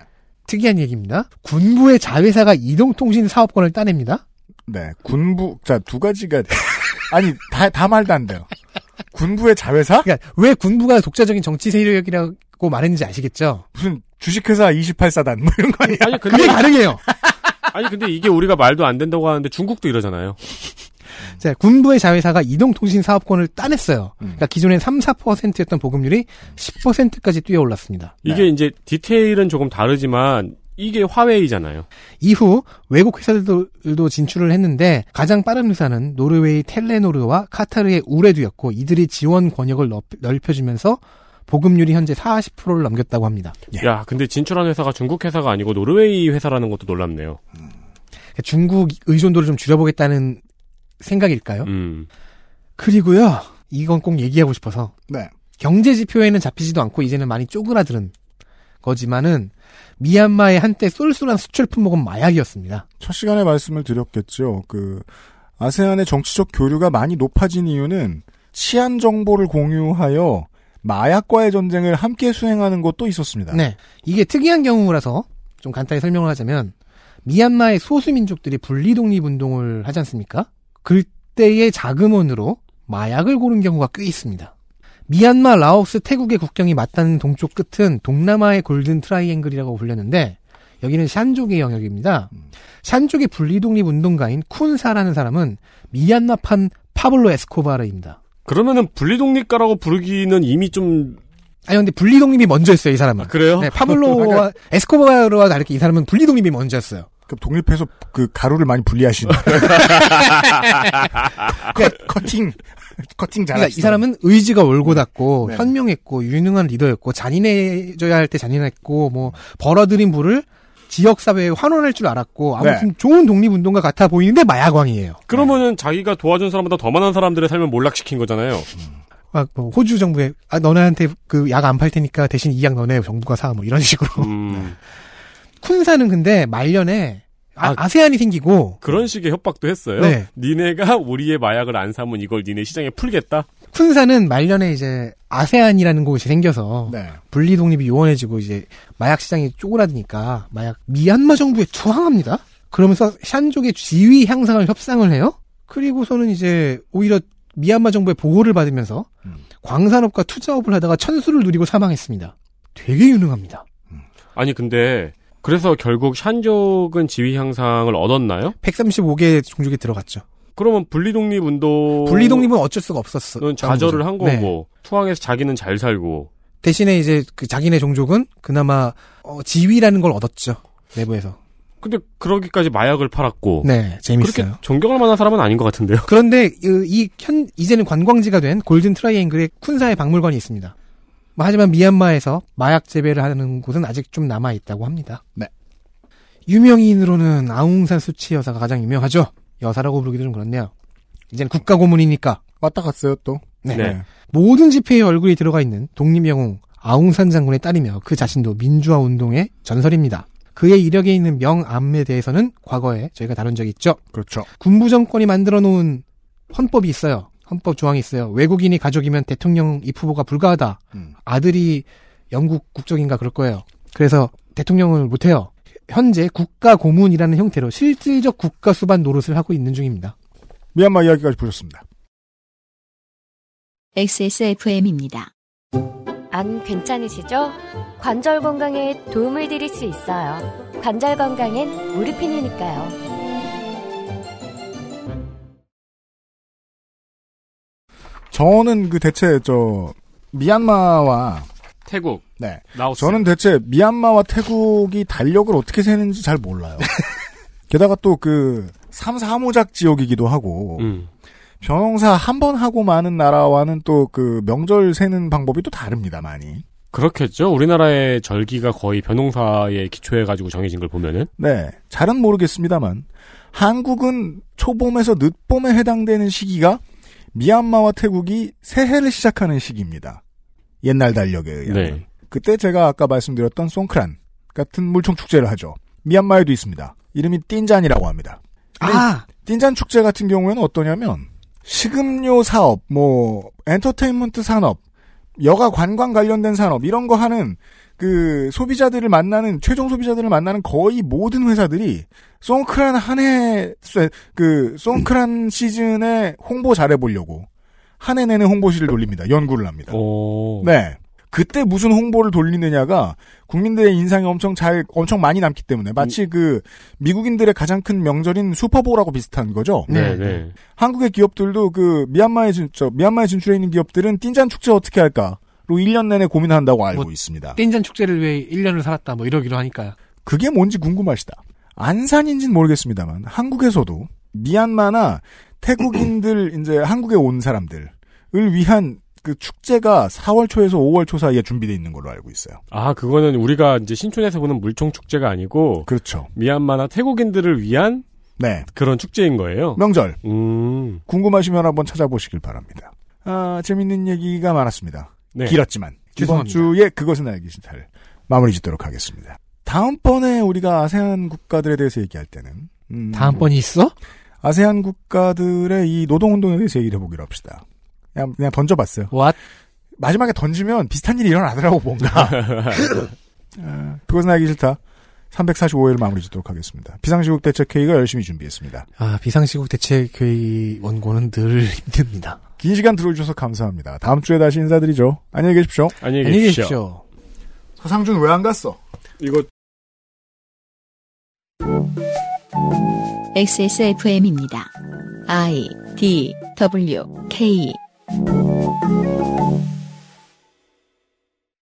Speaker 3: 특이한 얘기입니다. 군부의 자회사가 이동통신 사업권을 따냅니다.
Speaker 4: 네. 군부 자 두 가지가 아니 다 다 말도 안 돼요. 군부의 자회사?
Speaker 3: 그러니까 왜 군부가 독자적인 정치 세력이라고 말했는지 아시겠죠?
Speaker 4: 무슨 주식회사 28사단 뭐 이런 거 아니야?
Speaker 2: 아니 근데
Speaker 3: 그게 가능해요.
Speaker 2: 아니 근데 이게 우리가 말도 안 된다고 하는데 중국도 이러잖아요.
Speaker 3: 자, 군부의 자회사가 이동통신 사업권을 따냈어요. 그러니까 기존의 3, 4%였던 보급률이 10%까지 뛰어올랐습니다.
Speaker 2: 이게 이제 디테일은 조금 다르지만 이게 화웨이잖아요.
Speaker 3: 이후 외국 회사들도 진출을 했는데 가장 빠른 회사는 노르웨이 텔레노르와 카타르의 우레두였고 이들이 지원 권역을 넓- 넓혀주면서 보급률이 현재 40%를 넘겼다고 합니다.
Speaker 2: 야, 근데 진출한 회사가 중국 회사가 아니고 노르웨이 회사라는 것도 놀랍네요.
Speaker 3: 그러니까 중국 의존도를 좀 줄여보겠다는 생각일까요?
Speaker 2: 음.
Speaker 3: 그리고요, 이건 꼭 얘기하고 싶어서
Speaker 4: 네.
Speaker 3: 경제 지표에는 잡히지도 않고 이제는 많이 쪼그라드는 거지만은 미얀마의 한때 쏠쏠한 수출 품목은 마약이었습니다.
Speaker 4: 첫 시간에 말씀을 드렸겠죠. 그 아세안의 정치적 교류가 많이 높아진 이유는 치안 정보를 공유하여 마약과의 전쟁을 함께 수행하는 것도 있었습니다.
Speaker 3: 네. 이게 특이한 경우라서 좀 간단히 설명을 하자면 미얀마의 소수민족들이 분리 독립 운동을 하지 않습니까? 그때의 자금원으로 마약을 고른 경우가 꽤 있습니다. 미얀마, 라오스, 태국의 국경이 맞닿는 동쪽 끝은 동남아의 골든 트라이앵글이라고 불렸는데 여기는 샨족의 영역입니다. 샨족의 분리 독립 운동가인 쿤사라는 사람은 미얀마판 파블로 에스코바르입니다.
Speaker 2: 그러면은 분리독립가라고 부르기는 이미 좀
Speaker 3: 아니 근데 분리 독립이 먼저였어요, 이 사람은.
Speaker 2: 그래요?
Speaker 3: 네, 파블로와 에스코바르와 다르게 이 사람은 분리 독립이 먼저였어요.
Speaker 4: 그 독립해서
Speaker 3: <laughs>
Speaker 4: 그 가루를 많이 분리하시는 컷, 커팅 커팅 잘하
Speaker 3: 그러니까 이 사람은 의지가 올고 닿고 현명했고 유능한 리더였고 잔인해져야 할 때 잔인했고 뭐 벌어들인 부를 지역 사회에 환원할 줄 알았고 아무튼
Speaker 2: 네.
Speaker 3: 좋은 독립운동가 같아 보이는데 마약왕이에요.
Speaker 2: 그러면은 자기가 도와준 사람보다 더 많은 사람들의 삶을 몰락시킨 거잖아요.
Speaker 3: 막뭐 호주 정부에 아 너네한테 그 약 안 팔 테니까 대신 이 약 너네 정부가 사 뭐 이런 <laughs> 식으로.
Speaker 2: 음,
Speaker 3: 쿤사는 근데 말년에 아, 아세안이 생기고
Speaker 2: 그런 식의 협박도 했어요.
Speaker 3: 네.
Speaker 2: 니네가 우리의 마약을 안 사면 이걸 니네 시장에 풀겠다.
Speaker 3: 쿤사는 말년에 이제 아세안이라는 곳이 생겨서
Speaker 4: 네.
Speaker 3: 분리 독립이 요원해지고 이제 마약 시장이 쪼그라드니까 마약 미얀마 정부에 투항합니다. 그러면서 샨족의 지위 향상을 협상을 해요. 그리고서는 이제 오히려 미얀마 정부의 보호를 받으면서
Speaker 2: 음.
Speaker 3: 광산업과 투자업을 하다가 천수를 누리고 사망했습니다. 되게 유능합니다.
Speaker 2: 아니 근데 그래서 결국 샨족은 지위 향상을 얻었나요?
Speaker 3: 135개 종족이 들어갔죠.
Speaker 2: 그러면 분리독립 운동
Speaker 3: 분리독립은 어쩔 수가 없었어.
Speaker 2: 좌절을 한
Speaker 3: 네.
Speaker 2: 거고 투항해서 자기는 잘 살고
Speaker 3: 대신에 이제 그 자기네 종족은 그나마 어, 지위라는 걸 얻었죠. 내부에서.
Speaker 2: 근데 그러기까지 마약을 팔았고
Speaker 3: 네, 재밌어요.
Speaker 2: 그렇게 존경할 만한 사람은 아닌 것 같은데요.
Speaker 3: 그런데 이- 이 현, 이제는 관광지가 된 골든 트라이앵글의 쿤사의 박물관이 있습니다. 뭐, 하지만 미얀마에서 마약 재배를 하는 곳은 아직 좀 남아 있다고 합니다.
Speaker 4: 네.
Speaker 3: 유명인으로는 아웅산 수치 여사가 가장 유명하죠. 여사라고 부르기도 좀 그렇네요. 이제는 국가 고문이니까
Speaker 4: 왔다 갔어요 또.
Speaker 3: 네. 모든 집회에 얼굴이 들어가 있는 독립영웅 아웅산 장군의 딸이며 그 자신도 민주화 운동의 전설입니다. 그의 이력에 있는 명암에 대해서는 과거에 저희가 다룬 적이 있죠.
Speaker 4: 그렇죠.
Speaker 3: 군부 정권이 만들어 놓은 헌법이 있어요. 헌법 조항이 있어요. 외국인이 가족이면 대통령 입후보가 불가하다.
Speaker 4: 음.
Speaker 3: 아들이 영국 국적인가 그럴 거예요. 그래서 대통령을 못해요. 현재 국가 고문이라는 형태로 실질적 국가 수반 노릇을 하고 있는 중입니다.
Speaker 4: 미얀마 이야기까지 보셨습니다.
Speaker 1: XSFM입니다.
Speaker 10: 안 괜찮으시죠? 관절 건강에 도움을 드릴 수 있어요. 관절 건강엔 무릎핀이니까요.
Speaker 4: 저는 그 대체 저 미얀마와
Speaker 2: 태국
Speaker 4: 네
Speaker 2: 라오스
Speaker 4: 저는 대체 미얀마와 태국이 달력을 어떻게 세는지 잘 몰라요. 게다가 또 그 삼사무작 지역이기도 하고
Speaker 2: 음.
Speaker 4: 변형사 한 번 하고 마는 나라와는 또 그 명절 세는 방법이 또 다릅니다 많이.
Speaker 2: 그렇겠죠. 우리나라의 절기가 거의 변홍사에 기초해 가지고 정해진 걸 보면은
Speaker 4: 네, 잘은 모르겠습니다만 한국은 초봄에서 늦봄에 해당되는 시기가 미얀마와 태국이 새해를 시작하는 시기입니다. 옛날 달력에
Speaker 2: 예,
Speaker 4: 의하면
Speaker 2: 네.
Speaker 4: 그때 제가 아까 말씀드렸던 송크란 같은 물총 축제를 하죠. 미얀마에도 있습니다. 이름이 띵잔이라고 합니다.
Speaker 3: 아,
Speaker 4: 띵잔 축제 같은 경우에는 어떠냐면 식음료 사업, 뭐 엔터테인먼트 산업, 여가 관광 관련된 산업 이런 거 하는 그 소비자들을 만나는 최종 소비자들을 만나는 거의 모든 회사들이 송크란 한해그 송크란 시즌에 홍보 잘해 보려고 한 해 내내 홍보실을 돌립니다. 연구를 합니다. 네. 그때 무슨 홍보를 돌리느냐가 국민들의 인상이 엄청 잘 엄청 많이 남기 때문에 마치 그 미국인들의 가장 큰 명절인 슈퍼볼하고 비슷한 거죠.
Speaker 2: 네, 네.
Speaker 4: 한국의 기업들도 그 미얀마에 진, 저 미얀마에 진출해 있는 기업들은 띵잔 축제 어떻게 할까로 1년 내내 고민한다고 알고 있습니다.
Speaker 3: 뗀잔 축제를 위해 1년을 살았다 뭐 이러기로 하니까요.
Speaker 4: 그게 뭔지 궁금하시다. 안산인지는 모르겠습니다만 한국에서도 미얀마나 태국인들 <clears throat> 이제 한국에 온 사람들을 위한 그 축제가 4월 초에서 5월 초 사이에 준비돼 있는 걸로 알고 있어요.
Speaker 2: 아 그거는 우리가 이제 신촌에서 보는 물총 축제가 아니고
Speaker 4: 그렇죠.
Speaker 2: 미얀마나 태국인들을 위한
Speaker 4: 네.
Speaker 2: 그런 축제인 거예요.
Speaker 4: 명절.
Speaker 2: 음.
Speaker 4: 궁금하시면 한번 찾아보시길 바랍니다. 아, 재밌는 얘기가 많았습니다.
Speaker 2: 네.
Speaker 4: 길었지만 이번
Speaker 2: 죄송합니다.
Speaker 4: 주에 그것은 알기 싫다를 마무리 짓도록 하겠습니다. 다음번에 우리가 아세안 국가들에 대해서 얘기할 때는 음,
Speaker 3: 다음번이 있어?
Speaker 4: 아세안 국가들의 이 노동운동에 대해서 얘기를 해보기로 합시다. 그냥, 그냥 던져봤어요.
Speaker 3: What?
Speaker 4: 마지막에 던지면 비슷한 일이 일어나더라고
Speaker 2: <laughs>
Speaker 4: 뭔가. 아, 그것은 알기 싫다. 345일 마무리 짓도록 하겠습니다. 비상시국 대책회의가 열심히 준비했습니다.
Speaker 3: 아, 비상시국 대책회의 원고는 늘 <laughs> 힘듭니다.
Speaker 4: 긴 시간 들어주셔서 감사합니다. 다음 주에 다시 인사드리죠. 안녕히 계십시오.
Speaker 2: 안녕히 안녕히 계십시오.
Speaker 4: 서상준 왜 안 갔어?
Speaker 2: 이거
Speaker 1: XSFM입니다. I D W K